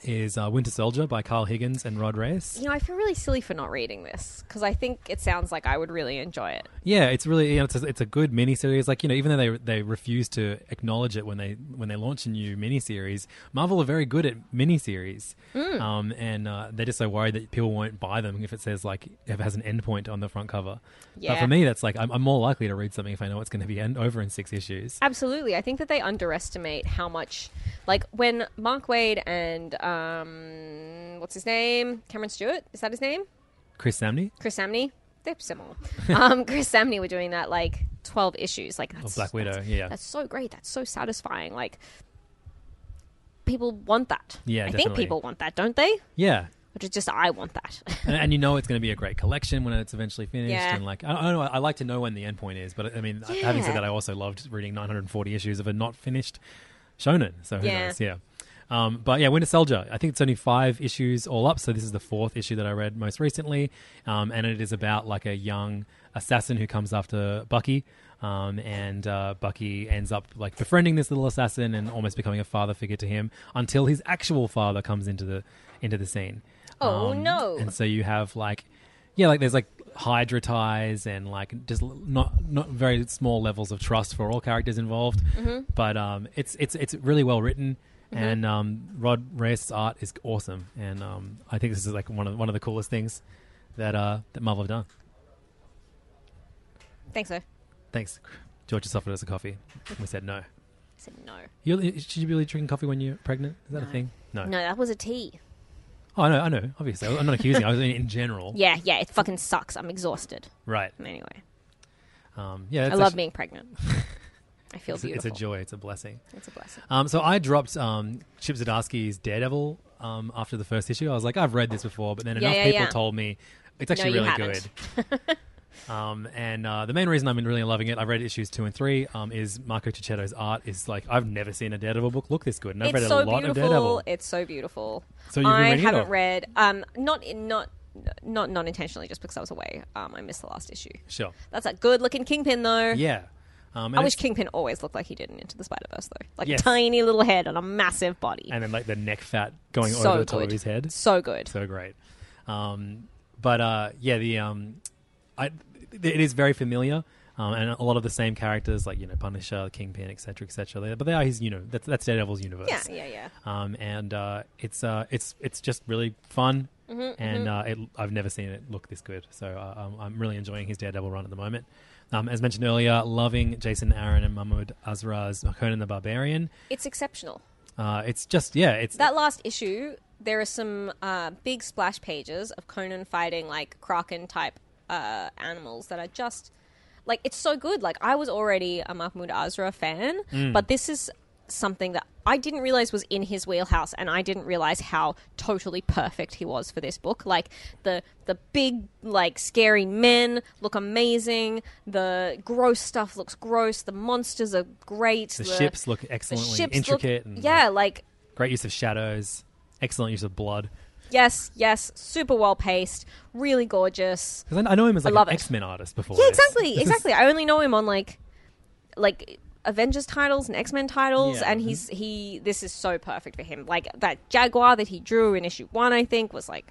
Speaker 4: is uh, Winter Soldier by Carl Higgins and Rod Reyes.
Speaker 5: You know, I feel really silly for not reading this because I think it sounds like I would really enjoy it.
Speaker 4: Yeah, it's really you know, it's, a, it's a good miniseries. Like you know, even though they they refuse to acknowledge it when they when they launch a new miniseries, Marvel are very good at miniseries, um, and uh, they're just so worried that people won't buy them if it says like if it has an endpoint on the front cover. But
Speaker 5: Yeah.
Speaker 4: for me, that's like I'm, I'm more likely to read something if I know it's going to be end, over in six issues.
Speaker 5: Absolutely. I think that they underestimate how much, like, when Mark Wade and, um, what's his name? Cameron Stewart? Is that his name?
Speaker 4: Chris Samney,
Speaker 5: Chris Samney? They're similar. um, Chris Samney were doing that, like, 12 issues. Like, that's,
Speaker 4: Black Widow,
Speaker 5: that's-
Speaker 4: yeah.
Speaker 5: That's so great. That's so satisfying. Like, people want that.
Speaker 4: Yeah,
Speaker 5: I think
Speaker 4: definitely.
Speaker 5: people want that, don't they?
Speaker 4: yeah,
Speaker 5: Which is just, I want that.
Speaker 4: and, and you know it's going to be a great collection when it's eventually finished.
Speaker 5: Yeah.
Speaker 4: And like, I, I don't know, I like to know when the end point is. But I mean, having said
Speaker 5: Yeah.
Speaker 4: that, I also loved reading 940 issues of a not finished shonen. So who
Speaker 5: Yeah.
Speaker 4: knows? Yeah. Um, but yeah, Winter Soldier. I think it's only five issues all up. So this is the fourth issue that I read most recently, um, and it is about like a young assassin who comes after Bucky. Um, and uh, Bucky ends up like befriending this little assassin and almost becoming a father figure to him until his actual father comes into the into the scene. Um,
Speaker 5: Oh, no.
Speaker 4: And so you have like, yeah, like there's like Hydra ties and like just l- not not very small levels of trust for all characters involved.
Speaker 5: Mm-hmm.
Speaker 4: But um, it's it's it's really well written, and um, Rod Reyes' art is awesome, and um, I think this is like one of one of the coolest things that uh that Marvel have done.
Speaker 5: Thanks, so. I
Speaker 4: Thanks, George. Just offered us a coffee. We said no.
Speaker 5: said no.
Speaker 4: You, should you be really drinking coffee when you're pregnant? Is that a thing? No.
Speaker 5: No, that was a tea.
Speaker 4: Oh, I know, I know. Obviously, I'm not accusing. I was in, in general,
Speaker 5: Yeah, yeah, it fucking sucks. I'm exhausted.
Speaker 4: right?
Speaker 5: Anyway,
Speaker 4: Um, yeah,
Speaker 5: I
Speaker 4: it's
Speaker 5: love
Speaker 4: actually-
Speaker 5: being pregnant. I feel
Speaker 4: It's a, it's
Speaker 5: beautiful.
Speaker 4: a joy. It's a blessing.
Speaker 5: It's a blessing.
Speaker 4: Um, so I dropped um, Chip Zdarsky's Daredevil um, after the first issue. I was like, I've read this before, but then
Speaker 5: Yeah,
Speaker 4: enough
Speaker 5: yeah,
Speaker 4: people
Speaker 5: yeah.
Speaker 4: told me it's actually
Speaker 5: you
Speaker 4: really
Speaker 5: haven't.
Speaker 4: good. um, and uh, the main reason I've been really loving it, I've read issues two and three, um, is Marco Cicchetto's art is like I've never seen a Daredevil book look this good, and I've
Speaker 5: it's
Speaker 4: read
Speaker 5: so
Speaker 4: a lot
Speaker 5: beautiful.
Speaker 4: of Daredevil.
Speaker 5: It's so beautiful.
Speaker 4: So you've been
Speaker 5: I
Speaker 4: reading it,
Speaker 5: haven't
Speaker 4: or-
Speaker 5: read um not in not not non intentionally just because I was away. Um I missed the last issue.
Speaker 4: Sure,
Speaker 5: That's a good looking kingpin though.
Speaker 4: yeah. Um, and
Speaker 5: I wish
Speaker 4: it's-
Speaker 5: Kingpin always looked like he did in Into the Spider Verse though. Like
Speaker 4: Yes.
Speaker 5: a tiny little head on a massive body.
Speaker 4: and then like the neck fat going
Speaker 5: so
Speaker 4: over the
Speaker 5: good.
Speaker 4: top of his head.
Speaker 5: So good.
Speaker 4: so great. Um, but uh, yeah, the um, I, th- it is very familiar, um, and a lot of the same characters like you know Punisher, Kingpin, etc., etc. They- But they are his, you know, that's that's Daredevil's universe.
Speaker 5: yeah, yeah, yeah.
Speaker 4: Um, and uh, it's uh, it's it's just really fun,
Speaker 5: Mm-hmm,
Speaker 4: and Uh, it, I've never seen it look this good. So uh, I'm, I'm really enjoying his Daredevil run at the moment. Um, as mentioned earlier, loving Jason Aaron and Mahmoud Azra's Conan the Barbarian.
Speaker 5: It's exceptional.
Speaker 4: Uh, it's just yeah, it's
Speaker 5: That last issue, there are some uh, big splash pages of Conan fighting like kraken type uh, animals that are just like it's so good. Like I was already a Mahmoud Azra fan,
Speaker 4: Mm.
Speaker 5: but this is something that I didn't realize was in his wheelhouse, and I didn't realize how totally perfect he was for this book. Like the the big like scary men look amazing. The gross stuff looks gross. The monsters are great.
Speaker 4: the, ships look
Speaker 5: the
Speaker 4: excellently
Speaker 5: ships look-
Speaker 4: intricate. and,
Speaker 5: yeah, like
Speaker 4: Great use of shadows. Excellent use of blood.
Speaker 5: Yes, yes, super well paced, really gorgeous.
Speaker 4: Because I, I know him as
Speaker 5: I
Speaker 4: like
Speaker 5: love
Speaker 4: an
Speaker 5: it.
Speaker 4: X Men artist before.
Speaker 5: Yeah,
Speaker 4: this.
Speaker 5: exactly,
Speaker 4: This is-
Speaker 5: exactly. I only know him on like, like Avengers titles and X Men titles,
Speaker 4: Yeah. mm-hmm.
Speaker 5: and he's he. This is so perfect for him. Like that Jaguar that he drew in issue one, I think, was like,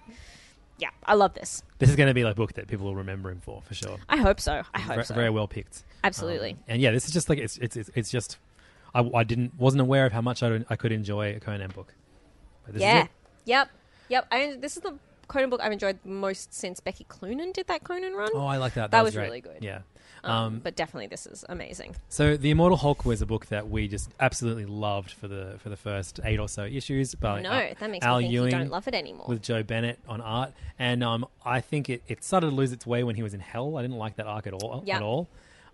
Speaker 5: yeah, I love this.
Speaker 4: this is going to be like a book that people will remember him for for sure.
Speaker 5: I hope so. I hope
Speaker 4: Ver-
Speaker 5: so.
Speaker 4: Very well picked.
Speaker 5: Absolutely.
Speaker 4: Um, and yeah, this is just like it's it's it's, it's just I, I didn't wasn't aware of how much I, don't- I could enjoy a Conan book. But this is
Speaker 5: yeah.
Speaker 4: it.
Speaker 5: Yep. Yep. I, this is the Conan book I've enjoyed most since Becky Cloonan did that Conan run.
Speaker 4: Oh, I like that. That,
Speaker 5: That was
Speaker 4: great.
Speaker 5: really good.
Speaker 4: Yeah.
Speaker 5: um, but definitely, this is amazing.
Speaker 4: So the Immortal Hulk was a book that we just absolutely loved for the for the first eight or so issues. But
Speaker 5: No,
Speaker 4: uh,
Speaker 5: that makes
Speaker 4: Al
Speaker 5: me think you
Speaker 4: Ewing
Speaker 5: don't love it anymore.
Speaker 4: with Joe Bennett on art, and um, I think it, it started to lose its way when he was in Hell. I didn't like that arc at all.
Speaker 5: Yeah.
Speaker 4: At all.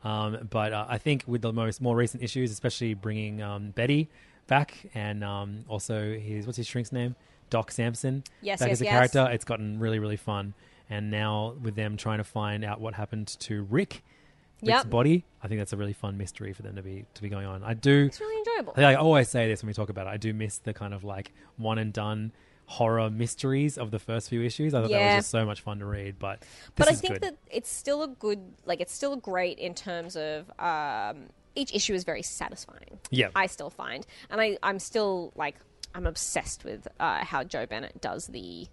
Speaker 4: Um, but uh, I think with the most more recent issues, especially bringing um, Betty back, and um, also his what's his shrink's name, Doc Sampson.
Speaker 5: Yes,
Speaker 4: back
Speaker 5: yes,
Speaker 4: as a
Speaker 5: yes.
Speaker 4: character, it's gotten really really fun. And now with them trying to find out what happened to Rick, Rick's
Speaker 5: Yep.
Speaker 4: body, I think that's a really fun mystery for them to be to be going on. I do.
Speaker 5: It's really enjoyable.
Speaker 4: I, I always say this when we talk about it. I do miss the kind of like one and done horror mysteries of the first few issues. I thought that
Speaker 5: Yeah.
Speaker 4: was just so much fun to read. But this
Speaker 5: but I
Speaker 4: is
Speaker 5: think
Speaker 4: good.
Speaker 5: that it's still a good, like, it's still great in terms of um, each issue is very satisfying.
Speaker 4: Yeah.
Speaker 5: I still find, and I, I'm still like, I'm obsessed with uh, how Joe Bennett does the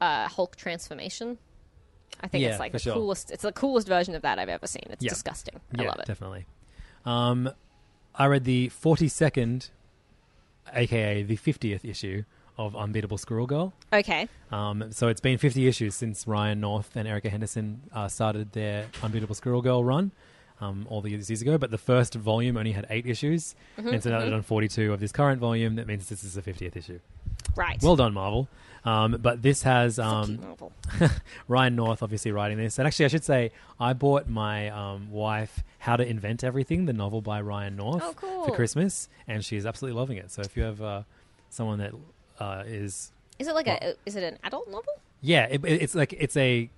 Speaker 5: uh, Hulk transformation. I think
Speaker 4: Yeah,
Speaker 5: it's like
Speaker 4: for
Speaker 5: the
Speaker 4: sure.
Speaker 5: coolest. It's the coolest version of that I've ever seen. It's
Speaker 4: Yeah.
Speaker 5: disgusting.
Speaker 4: yeah,
Speaker 5: I love it.
Speaker 4: definitely. Um, I read the forty second, aka the fiftieth issue of Unbeatable Squirrel Girl.
Speaker 5: Okay.
Speaker 4: Um, so it's been 50 issues since Ryan North and Erica Henderson uh, started their Unbeatable Squirrel Girl run um, all these years ago. But the first volume only had eight issues,
Speaker 5: Mm-hmm,
Speaker 4: and so now they've done 42 of this current volume. That means this is the 50th issue.
Speaker 5: Right.
Speaker 4: Well done, Marvel. Um, but this has
Speaker 5: Fuck you,
Speaker 4: um,
Speaker 5: Marvel.
Speaker 4: Ryan North obviously writing this, and actually I should say I bought my um, wife How to Invent Everything, the novel by Ryan North,
Speaker 5: Oh, cool.
Speaker 4: for Christmas, and she is absolutely loving it. So if you have uh, someone that uh, is
Speaker 5: Is it like a? Is it an adult novel?
Speaker 4: yeah, it, it- it's like it's a,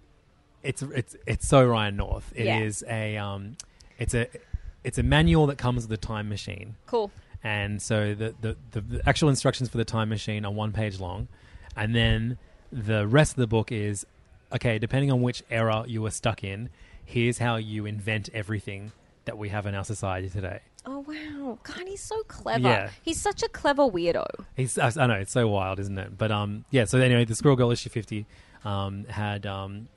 Speaker 4: it's it's it's so Ryan North. It is
Speaker 5: Yeah.
Speaker 4: a um, it's a, it's a manual that comes with a time machine,
Speaker 5: Cool.
Speaker 4: and so the the, the, the actual instructions for the time machine are one page long, and then the rest of the book is okay. Depending on which era you were stuck in, here's how you invent everything that we have in our society today.
Speaker 5: Oh wow, God, he's so clever.
Speaker 4: Yeah.
Speaker 5: He's such a clever weirdo.
Speaker 4: He's, I I know it's so wild, isn't it? But um, yeah. So anyway, the Squirrel Girl issue fifty um, had um,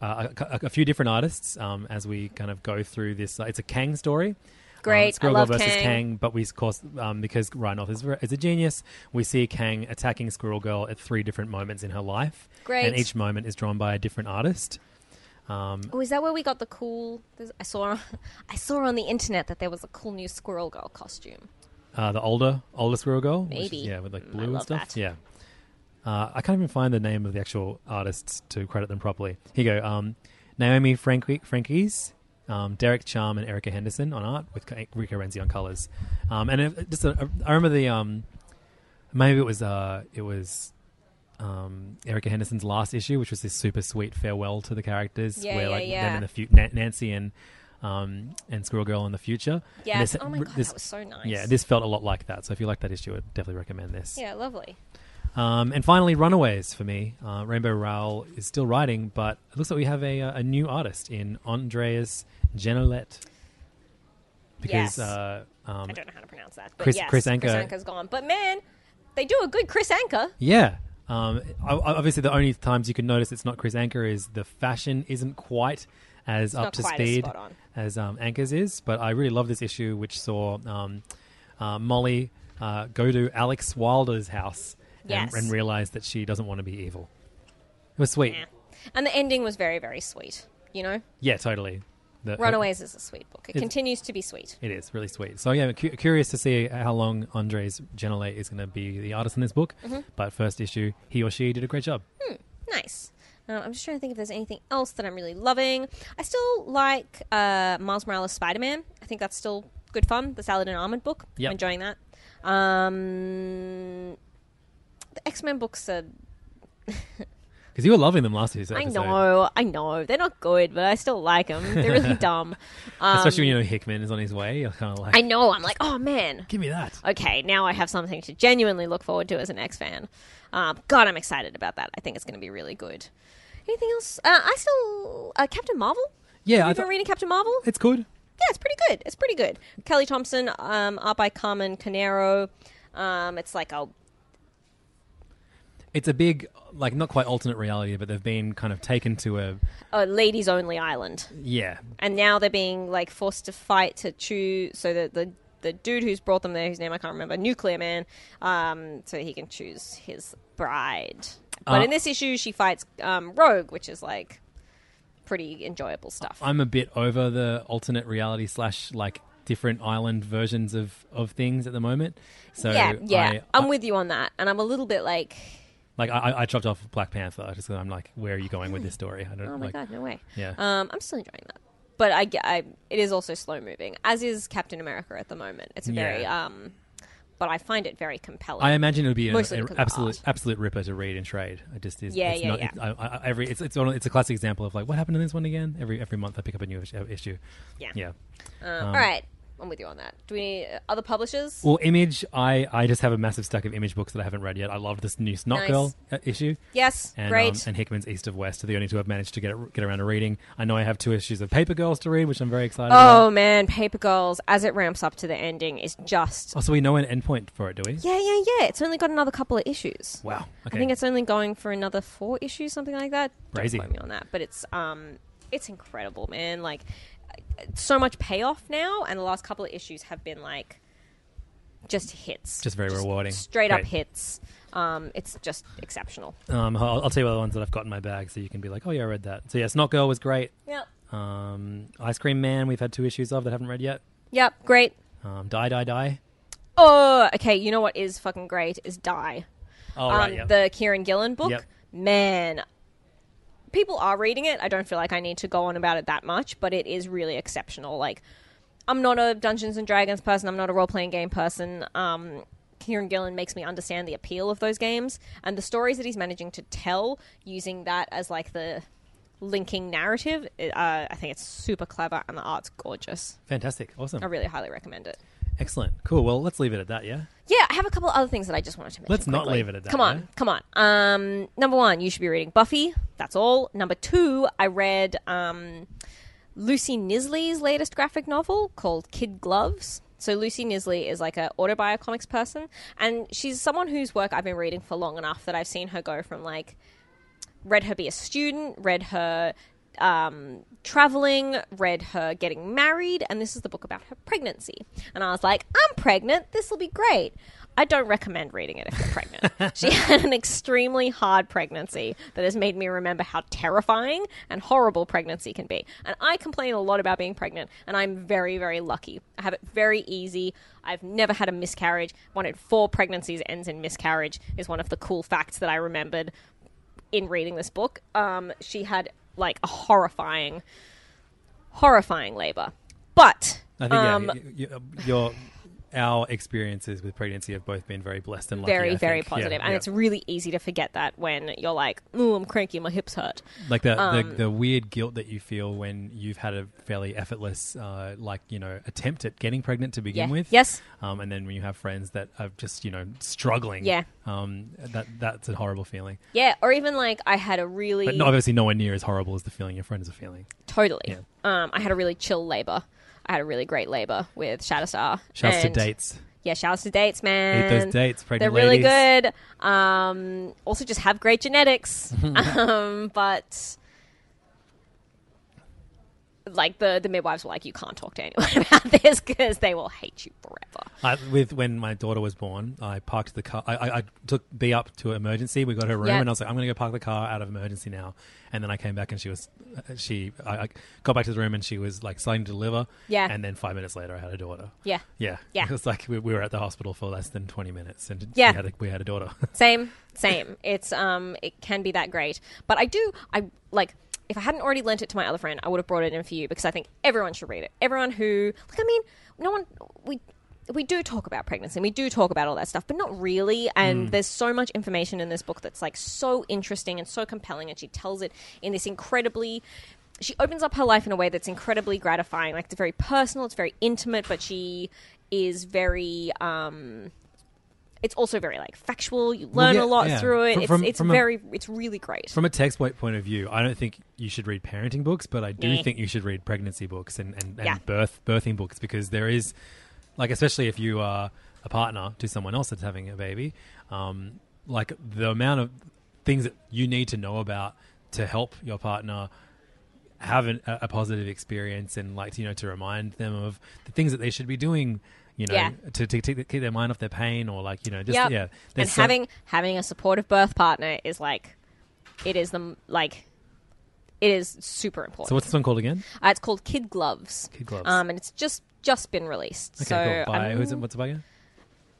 Speaker 4: uh, a, a- a few different artists um, as we kind of go through this. Uh, it's a Kang story.
Speaker 5: Great.
Speaker 4: um, Squirrel
Speaker 5: I love
Speaker 4: Girl versus
Speaker 5: Kang.
Speaker 4: Kang. but we of course um, because Rhinoth is, ver- is a genius, we see Kang attacking Squirrel Girl at three different moments in her life.
Speaker 5: Great.
Speaker 4: and each moment is drawn by a different artist. Um,
Speaker 5: Oh, is that where we got the cool? there's- I saw, I saw on the internet that there was a cool new Squirrel Girl costume.
Speaker 4: uh, the older older Squirrel Girl, which is-
Speaker 5: Maybe.
Speaker 4: yeah, with like
Speaker 5: Mm, I
Speaker 4: blue and
Speaker 5: love
Speaker 4: stuff.
Speaker 5: that.
Speaker 4: Yeah, Uh, I can't even find the name of the actual artists to credit them properly. Here you go. Um, Naomi Franqui- Frankies, um, Derek Charm, and Erica Henderson on art with Ka- Rico Renzi on colors. Um, and if, just a, I remember the um, maybe it was uh, it was um, Erica Henderson's last issue, which was this super sweet farewell to the characters,
Speaker 5: Yeah,
Speaker 4: where
Speaker 5: yeah,
Speaker 4: like
Speaker 5: yeah.
Speaker 4: them in the fu- Na- Nancy and um, and Squirrel Girl in the future. And
Speaker 5: Yes.
Speaker 4: this-
Speaker 5: Oh my god,
Speaker 4: this-
Speaker 5: that was so nice.
Speaker 4: Yeah, this felt a lot like that. So if you like that issue, I'd definitely recommend this.
Speaker 5: Yeah, lovely.
Speaker 4: Um, and finally, Runaways for me. Uh, Rainbow Rowell is still writing, but it looks like we have a, uh, a new artist in Andreas Genolet.
Speaker 5: Yes.
Speaker 4: Because uh, um,
Speaker 5: I don't know how to pronounce that. But
Speaker 4: Chris-
Speaker 5: yes,
Speaker 4: Chris Anka-
Speaker 5: has gone. But man, they do a good Chris Anka.
Speaker 4: yeah, um, o- o- obviously the only times you can notice it's not Chris Anker is the fashion isn't quite as up
Speaker 5: not
Speaker 4: to
Speaker 5: quite as
Speaker 4: speed
Speaker 5: spot on.
Speaker 4: as um, Anker's is. But I really love this issue, which saw um, uh, Molly uh, go to Alex Wilder's house and,
Speaker 5: Yes.
Speaker 4: and realize that she doesn't want to be evil. It was sweet.
Speaker 5: Yeah. And the ending was very, very sweet. You know,
Speaker 4: Yeah, totally. The,
Speaker 5: Runaways is a sweet book. It
Speaker 4: Uh, It's-
Speaker 5: continues to be sweet.
Speaker 4: It is really sweet. So yeah, I'm cu- curious to see how long Andres Genole is going to be the artist in this book.
Speaker 5: Mm-hmm.
Speaker 4: But first issue, he or she did a great job.
Speaker 5: Nice. Uh, I'm just trying to think if there's anything else that I'm really loving. I still like uh, Miles Morales Spider Man. I think that's still good fun. The Salad and Almond book.
Speaker 4: Yep.
Speaker 5: I'm enjoying that. Um, the X Men books are.
Speaker 4: Because you were loving them last season.
Speaker 5: I
Speaker 4: episode.
Speaker 5: know, I know. They're not good, but I still like them. They're really dumb. Um,
Speaker 4: especially when you know Hickman is on his way. You're kind of like,
Speaker 5: I know. I'm like, oh man.
Speaker 4: give me that.
Speaker 5: Okay, now I have something to genuinely look forward to as an X fan. Um, God, I'm excited about that. I think it's going to be really good. Anything else? Uh, I still uh, Captain Marvel.
Speaker 4: Yeah, I
Speaker 5: Have you
Speaker 4: thought-
Speaker 5: been reading Captain Marvel?
Speaker 4: it's good.
Speaker 5: Yeah, it's pretty good. It's pretty good. Kelly Thompson, um, art by Carmen Canero. Um, it's like a
Speaker 4: It's a big, like not quite alternate reality, but they've been kind of taken to a
Speaker 5: a ladies only island,
Speaker 4: yeah.
Speaker 5: and now they're being like forced to fight to choose. So the the the dude who's brought them there, whose name I can't remember, Nuclear Man, um, so he can choose his bride. But
Speaker 4: Uh,
Speaker 5: in this issue, she fights um, Rogue, which is like pretty enjoyable stuff.
Speaker 4: I'm a bit over the alternate reality slash like different island versions of of things at the moment. So
Speaker 5: yeah, yeah, Um,
Speaker 4: I-
Speaker 5: I'm with you on that, and I'm a little bit like,
Speaker 4: Like I, I- I chopped off Black Panther just 'cause I'm like, where are you going with this story? I don't.
Speaker 5: oh my
Speaker 4: like,
Speaker 5: god, no way.
Speaker 4: Yeah.
Speaker 5: Um, I'm still enjoying that, but I, ge- I- it is also slow moving, as is Captain America at the moment. It's a very
Speaker 4: Yeah.
Speaker 5: um, but I find it very compelling.
Speaker 4: I imagine it'll be an,
Speaker 5: Mostly
Speaker 4: an
Speaker 5: because of
Speaker 4: absolute
Speaker 5: art.
Speaker 4: absolute ripper to read and trade. I just is
Speaker 5: Yeah,
Speaker 4: it's
Speaker 5: yeah,
Speaker 4: not,
Speaker 5: yeah.
Speaker 4: It's, I, I, every it's it's, one, of- it's a classic example of like what happened in this one again. Every every month I pick up a new is- uh, issue.
Speaker 5: Yeah.
Speaker 4: yeah.
Speaker 5: Um, all right, I'm with you on that. Do we need uh, other publishers?
Speaker 4: Well, Image, I I just have a massive stack of Image books that I haven't read yet. I love this new Snot
Speaker 5: Nice.
Speaker 4: Girl uh, issue.
Speaker 5: yes,
Speaker 4: And,
Speaker 5: great.
Speaker 4: um, and Hickman's East of West are the only two I've managed to get get around to reading. I know I have two issues of Paper Girls to read, which I'm very excited about.
Speaker 5: oh man, Paper Girls, as it ramps up to the ending, is just
Speaker 4: Oh, so we know an endpoint for it, do we?
Speaker 5: yeah, yeah, yeah. It's only got another couple of issues.
Speaker 4: Wow.
Speaker 5: I
Speaker 4: Okay.
Speaker 5: think it's only going for another four issues, something like that.
Speaker 4: Crazy.
Speaker 5: Don't quote me on that, but it's um, it's incredible, man. Like, uh, so much payoff now, and the last couple of issues have been like just hits,
Speaker 4: Just very rewarding.
Speaker 5: straight up
Speaker 4: Great.
Speaker 5: hits. Um, it's just exceptional.
Speaker 4: Um, I'll, I'll tell you the ones that I've got in my bag, so you can be like, oh yeah, I read that. So yeah, Snot Girl was great.
Speaker 5: Yep,
Speaker 4: Um, Ice Cream Man, we've had two issues of that I haven't read yet.
Speaker 5: yep, great.
Speaker 4: Um, Die, Die, Die.
Speaker 5: Oh, okay. You know what is fucking great is Die.
Speaker 4: Oh,
Speaker 5: um,
Speaker 4: right, yeah.
Speaker 5: the Kieran Gillen book.
Speaker 4: Yep.
Speaker 5: Man, people are reading it. I don't feel like I need to go on about it that much, but it is really exceptional. Like, I'm not a Dungeons and Dragons person. I'm not a role playing game person. Um, Kieran Gillen makes me understand the appeal of those games and the stories that he's managing to tell using that as like the linking narrative. It, uh, I think it's super clever and the art's gorgeous.
Speaker 4: Fantastic. Awesome.
Speaker 5: I really highly recommend it.
Speaker 4: Excellent. Cool. Well, let's leave it at that, yeah?
Speaker 5: Yeah, I have a couple other things that I just wanted to mention.
Speaker 4: Let's not
Speaker 5: quickly.
Speaker 4: leave it at that,
Speaker 5: Come on,
Speaker 4: yeah?
Speaker 5: come on. Um, number one, you should be reading Buffy. That's all. Number two, I read um, Lucy Nisley's latest graphic novel called Kid Gloves. So Lucy Nisley is like an autobiocomics person, and she's someone whose work I've been reading for long enough that I've seen her go from like read her be a student, read her um, traveling, read her getting married, and this is the book about her pregnancy. And I was like, I'm pregnant. This will be great. I don't recommend reading it if you're pregnant. she had an extremely hard pregnancy that has made me remember how terrifying and horrible pregnancy can be. And I complain a lot about being pregnant, and I'm very, very lucky. I have it very easy. I've never had a miscarriage. One in four pregnancies ends in miscarriage is one of the cool facts that I remembered in reading this book. Um, she had like a horrifying, horrifying labor. But
Speaker 4: I think
Speaker 5: Um,
Speaker 4: yeah, y- y- y- your our experiences with pregnancy have both been very blessed and lucky.
Speaker 5: very,
Speaker 4: I
Speaker 5: very
Speaker 4: think. Yeah,
Speaker 5: positive. and
Speaker 4: yeah.
Speaker 5: it's really easy to forget that when you're like, ooh, I'm cranky, my hips hurt.
Speaker 4: like the,
Speaker 5: um,
Speaker 4: the the weird guilt that you feel when you've had a fairly effortless, uh, like you know, attempt at getting pregnant to begin
Speaker 5: Yeah.
Speaker 4: with.
Speaker 5: Yes.
Speaker 4: Um, and then when you have friends that are just you know struggling.
Speaker 5: Yeah.
Speaker 4: Um, that that's a horrible feeling.
Speaker 5: Yeah, or even like I had a really
Speaker 4: But no, obviously, nowhere near as horrible as the feeling your friends are feeling.
Speaker 5: totally. Um, I had a really chill labor. I had a really great labor with Shatterstar.
Speaker 4: Shouts to
Speaker 5: And-
Speaker 4: dates.
Speaker 5: Yeah, shouts to dates, man.
Speaker 4: Eat those dates, pregnant
Speaker 5: They're really
Speaker 4: ladies.
Speaker 5: good. Um, also, just have great genetics. um, but like the the midwives were like, you can't talk to anyone about this because they will hate you forever.
Speaker 4: I, with when my daughter was born, I parked the car. I, I, I took B up to emergency. We got her room,
Speaker 5: Yeah.
Speaker 4: and I was like, "I'm going to go park the car out of emergency now." And then I came back, and she was, uh, she, I, I got back to the room, and she was like starting to deliver.
Speaker 5: Yeah.
Speaker 4: And then five minutes later, I had a daughter.
Speaker 5: Yeah.
Speaker 4: Yeah.
Speaker 5: Yeah.
Speaker 4: It was like we, we were at the hospital for less than 20 minutes, and
Speaker 5: Yeah.
Speaker 4: we had a, we had a daughter.
Speaker 5: Same, same. It's um, it can be that great, but I do, I like. If I hadn't already lent it to my other friend, I would have brought it in for you because I think everyone should read it. Everyone who, like, I mean, no one we. We do talk about pregnancy, and we do talk about all that stuff, but not really. And there's so much information in this book that's like so interesting and so compelling, and she tells it in this incredibly. She opens up her life in a way that's incredibly gratifying. Like it's very personal, it's very intimate, but she is very um, it's also very like factual. You
Speaker 4: Well,
Speaker 5: learn
Speaker 4: yeah,
Speaker 5: a lot
Speaker 4: yeah.
Speaker 5: through it.
Speaker 4: From-
Speaker 5: it's
Speaker 4: from-
Speaker 5: it's
Speaker 4: from a-
Speaker 5: very it's really great.
Speaker 4: From a textbook point of view, I don't think you should read parenting books, but I do
Speaker 5: Nah.
Speaker 4: think you should read pregnancy books and, and, and
Speaker 5: Yeah.
Speaker 4: birth birthing books because there is, like, especially if you are a partner to someone else that's having a baby, um, like the amount of things that you need to know about to help your partner have an, a, a positive experience and like you know to remind them of the things that they should be doing. You know,
Speaker 5: Yeah.
Speaker 4: to, to, to keep their mind off their pain, or like you know, just
Speaker 5: Yep.
Speaker 4: yeah.
Speaker 5: and
Speaker 4: There's so-
Speaker 5: having having a supportive birth partner is like it is the m- like it is super important.
Speaker 4: so what's this one called again?
Speaker 5: uh, it's called Kid Gloves.
Speaker 4: Kid Gloves.
Speaker 5: Um, and it's just just been released.
Speaker 4: Okay,
Speaker 5: so um,
Speaker 4: cool. By,
Speaker 5: I'm-
Speaker 4: who's it, what's it by again?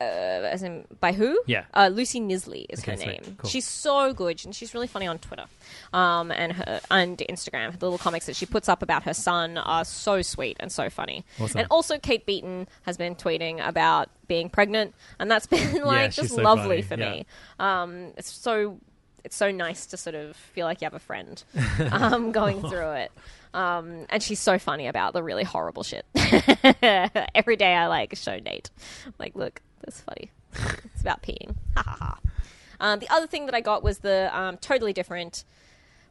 Speaker 5: as in by who?
Speaker 4: Yeah.
Speaker 5: uh, Lucy Nisley is
Speaker 4: Okay,
Speaker 5: her
Speaker 4: sweet.
Speaker 5: name.
Speaker 4: Cool.
Speaker 5: She's so good, and she's really funny on Twitter, um, and her and Instagram. The little comics that she puts up about her son are so sweet and so funny.
Speaker 4: Awesome.
Speaker 5: And also, Kate Beaton has been tweeting about being pregnant, and that's been like
Speaker 4: she's
Speaker 5: just
Speaker 4: so funny,
Speaker 5: lovely for
Speaker 4: yeah.
Speaker 5: me. Um, it's so it's so nice to sort of feel like you have a friend um, going
Speaker 4: Oh.
Speaker 5: through it. Um, and she's so funny about the really horrible shit. Every day I like show Nate, I'm like, look, that's funny. It's about peeing. Ha ha ha. Um, the other thing that I got was the um, totally different.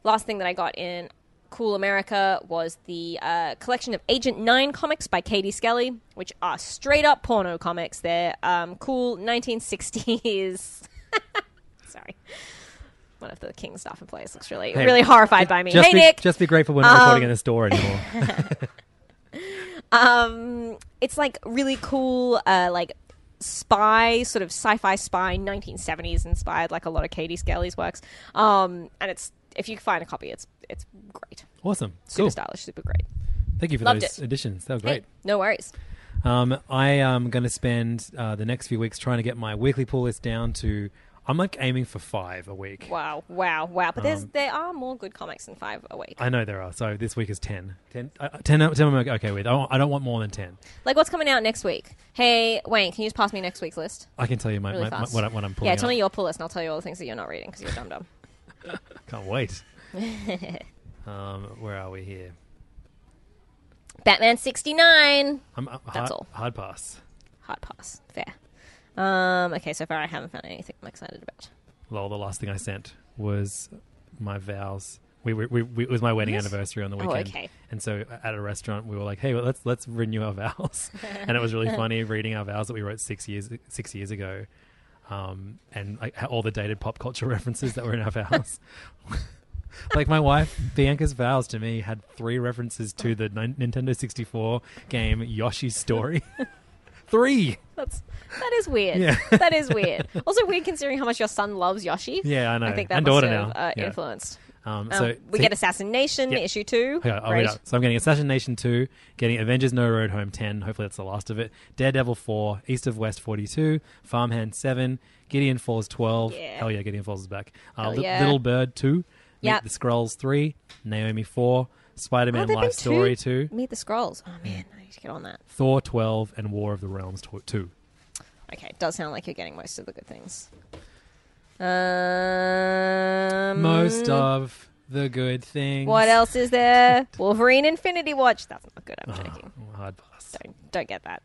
Speaker 5: Last thing that I got in Cool America was the uh, collection of Agent Nine comics by Katie Skelly, which are straight up porno comics. They're um, cool 1960s. Sorry. One of the King staff employees looks really,
Speaker 4: Hey,
Speaker 5: really horrified by me.
Speaker 4: Just
Speaker 5: hey,
Speaker 4: be,
Speaker 5: Nick. Um,
Speaker 4: Just be grateful we're not recording in the store anymore.
Speaker 5: Um, it's like really cool, uh, like spy sort of sci-fi spy 1970s inspired like a lot of katie skelly's works um and it's if you find a copy it's it's great
Speaker 4: awesome.
Speaker 5: super
Speaker 4: Cool.
Speaker 5: stylish super great
Speaker 4: Thank you for
Speaker 5: Loved
Speaker 4: those
Speaker 5: it.
Speaker 4: additions. That was
Speaker 5: Hey,
Speaker 4: great.
Speaker 5: no worries
Speaker 4: Um, I am going to spend uh, the next few weeks trying to get my weekly pull list down to. I'm like aiming for five a week.
Speaker 5: wow wow wow but
Speaker 4: Um,
Speaker 5: there's there are more good comics than five a week
Speaker 4: I know there are. So this week is 10. 10, uh, 10, uh, 10 I'm okay with. I don't, I don't want more than 10.
Speaker 5: like what's coming out next week hey wayne can you just pass me next week's list
Speaker 4: I can tell you my,
Speaker 5: really
Speaker 4: my, my,
Speaker 5: fast
Speaker 4: what, I- what I'm pulling
Speaker 5: yeah tell
Speaker 4: out.
Speaker 5: me your pull list and i'll tell you all the things that you're not reading because you're dumb dumb
Speaker 4: Can't wait. um, where are we here?
Speaker 5: batman 69
Speaker 4: I'm, uh, hard,
Speaker 5: That's all.
Speaker 4: Hard pass.
Speaker 5: hard pass fair um okay so far i haven't found anything i'm excited about
Speaker 4: Lol, the last thing I sent was my vows. We, we, we, we- it was my wedding anniversary on the weekend.
Speaker 5: Oh, okay.
Speaker 4: And so at a restaurant, we were like, "Hey, well, let's let's renew our vows," and it was really funny reading our vows that we wrote six years six years ago, um, and like, all the dated pop culture references that were in our vows. like my wife Bianca's vows to me had three references to the Nin- Nintendo sixty four game Yoshi's Story. Three.
Speaker 5: That's that is weird.
Speaker 4: Yeah.
Speaker 5: that is weird. Also weird considering how much your son loves Yoshi.
Speaker 4: Yeah, I know.
Speaker 5: I think that
Speaker 4: And
Speaker 5: must
Speaker 4: daughter
Speaker 5: have
Speaker 4: now.
Speaker 5: Uh,
Speaker 4: Yeah.
Speaker 5: influenced.
Speaker 4: Um,
Speaker 5: Um,
Speaker 4: so
Speaker 5: we
Speaker 4: see-
Speaker 5: get Assassination
Speaker 4: Yeah.
Speaker 5: issue two.
Speaker 4: Okay, I'll read
Speaker 5: Great.
Speaker 4: out. So I'm getting Assassin Nation 2, getting Avengers No Road Home 10, hopefully that's the last of it, Daredevil 4, East of West 42, Farmhand 7, Gideon Falls 12,
Speaker 5: Yeah.
Speaker 4: hell yeah, Gideon Falls is back, uh,
Speaker 5: Hell
Speaker 4: Li-
Speaker 5: yeah.
Speaker 4: Little Bird 2, Meet
Speaker 5: Yep.
Speaker 4: the Scrolls 3, Naomi 4,
Speaker 5: Oh,
Speaker 4: Spider-Man
Speaker 5: there've been
Speaker 4: Life Story 2,
Speaker 5: Meet the Scrolls. Oh man, I need to get on that.
Speaker 4: Thor 12, and War of the Realms tw- 2.
Speaker 5: Okay, it does sound like you're getting most of the good things. Um,
Speaker 4: Most of the good things.
Speaker 5: What else is there? Wolverine Infinity Watch. That's not good.
Speaker 4: Ah.
Speaker 5: I'm joking.
Speaker 4: Oh, Hard pass.
Speaker 5: Don't, don't get that.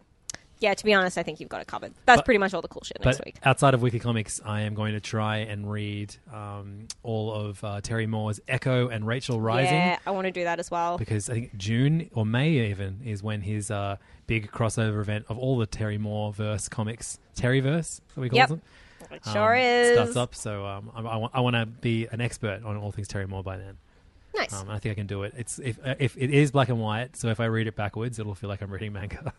Speaker 5: Yeah, to be honest, I think you've got it covered. That's
Speaker 4: But-
Speaker 5: pretty much all the cool shit next
Speaker 4: But
Speaker 5: week.
Speaker 4: outside of Weekly Comics, I am going to try and read um, all of uh, Terry Moore's Echo and Rachel Rising.
Speaker 5: Yeah, I want to do that as well.
Speaker 4: because I think June or May even is when his uh, big crossover event of all the Terry Moore verse comics, Terryverse, that we call
Speaker 5: Yep.
Speaker 4: them,
Speaker 5: It
Speaker 4: um,
Speaker 5: sure is.
Speaker 4: starts up. So um, I, I, want, I want to be an expert on all things Terry Moore by then.
Speaker 5: Nice.
Speaker 4: Um, and I think I can do it. It's if uh, if it is black and white, so if I read it backwards, it'll feel like I'm reading manga.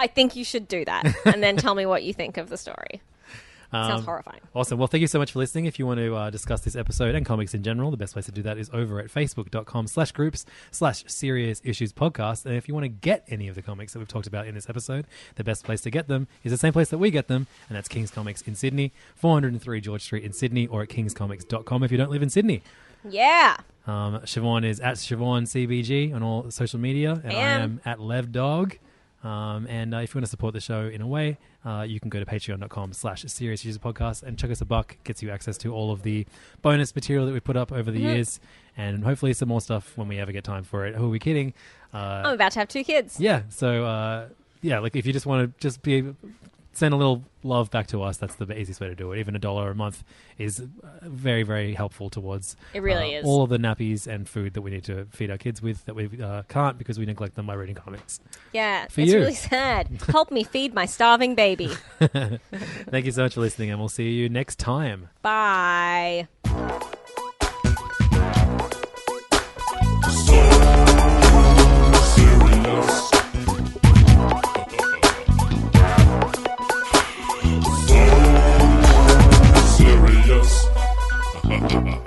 Speaker 5: I think you should do that, and then tell me what you think of the story. Sounds
Speaker 4: Um,
Speaker 5: horrifying.
Speaker 4: Awesome. Well, thank you so much for listening. If you want to uh, discuss this episode and comics in general, the best place to do that is over at facebook.com slash groups slash serious issues podcast. And if you want to get any of the comics that we've talked about in this episode, the best place to get them is the same place that we get them, and that's King's Comics in Sydney, 403 George Street in Sydney, or at kingscomics.com if you don't live in Sydney.
Speaker 5: Yeah.
Speaker 4: Um, Siobhan is at Siobhan CBG on all social media, and I
Speaker 5: Bam.
Speaker 4: am at LevDog. Um, and uh, if you want to support the show in a way, uh, you can go to patreon.com slash serious user podcast and chuck us a buck. Gets you access to all of the bonus material that we put up over the years and hopefully some more stuff when we ever get time for it. Who are we kidding? Uh,
Speaker 5: I'm about to have two kids.
Speaker 4: yeah. So, uh, yeah, like if you just want to just be send a little love back to us, that's the easiest way to do it. Even a dollar a month is uh, very, very helpful towards
Speaker 5: It really
Speaker 4: uh,
Speaker 5: is.
Speaker 4: all of the nappies and food that we need to feed our kids with that we uh, can't because we neglect them by reading comics.
Speaker 5: Yeah,
Speaker 4: For
Speaker 5: it's
Speaker 4: you.
Speaker 5: really sad. Help me feed my starving baby.
Speaker 4: Thank you so much for listening, and we'll see you next time.
Speaker 5: Bye.
Speaker 7: Serious.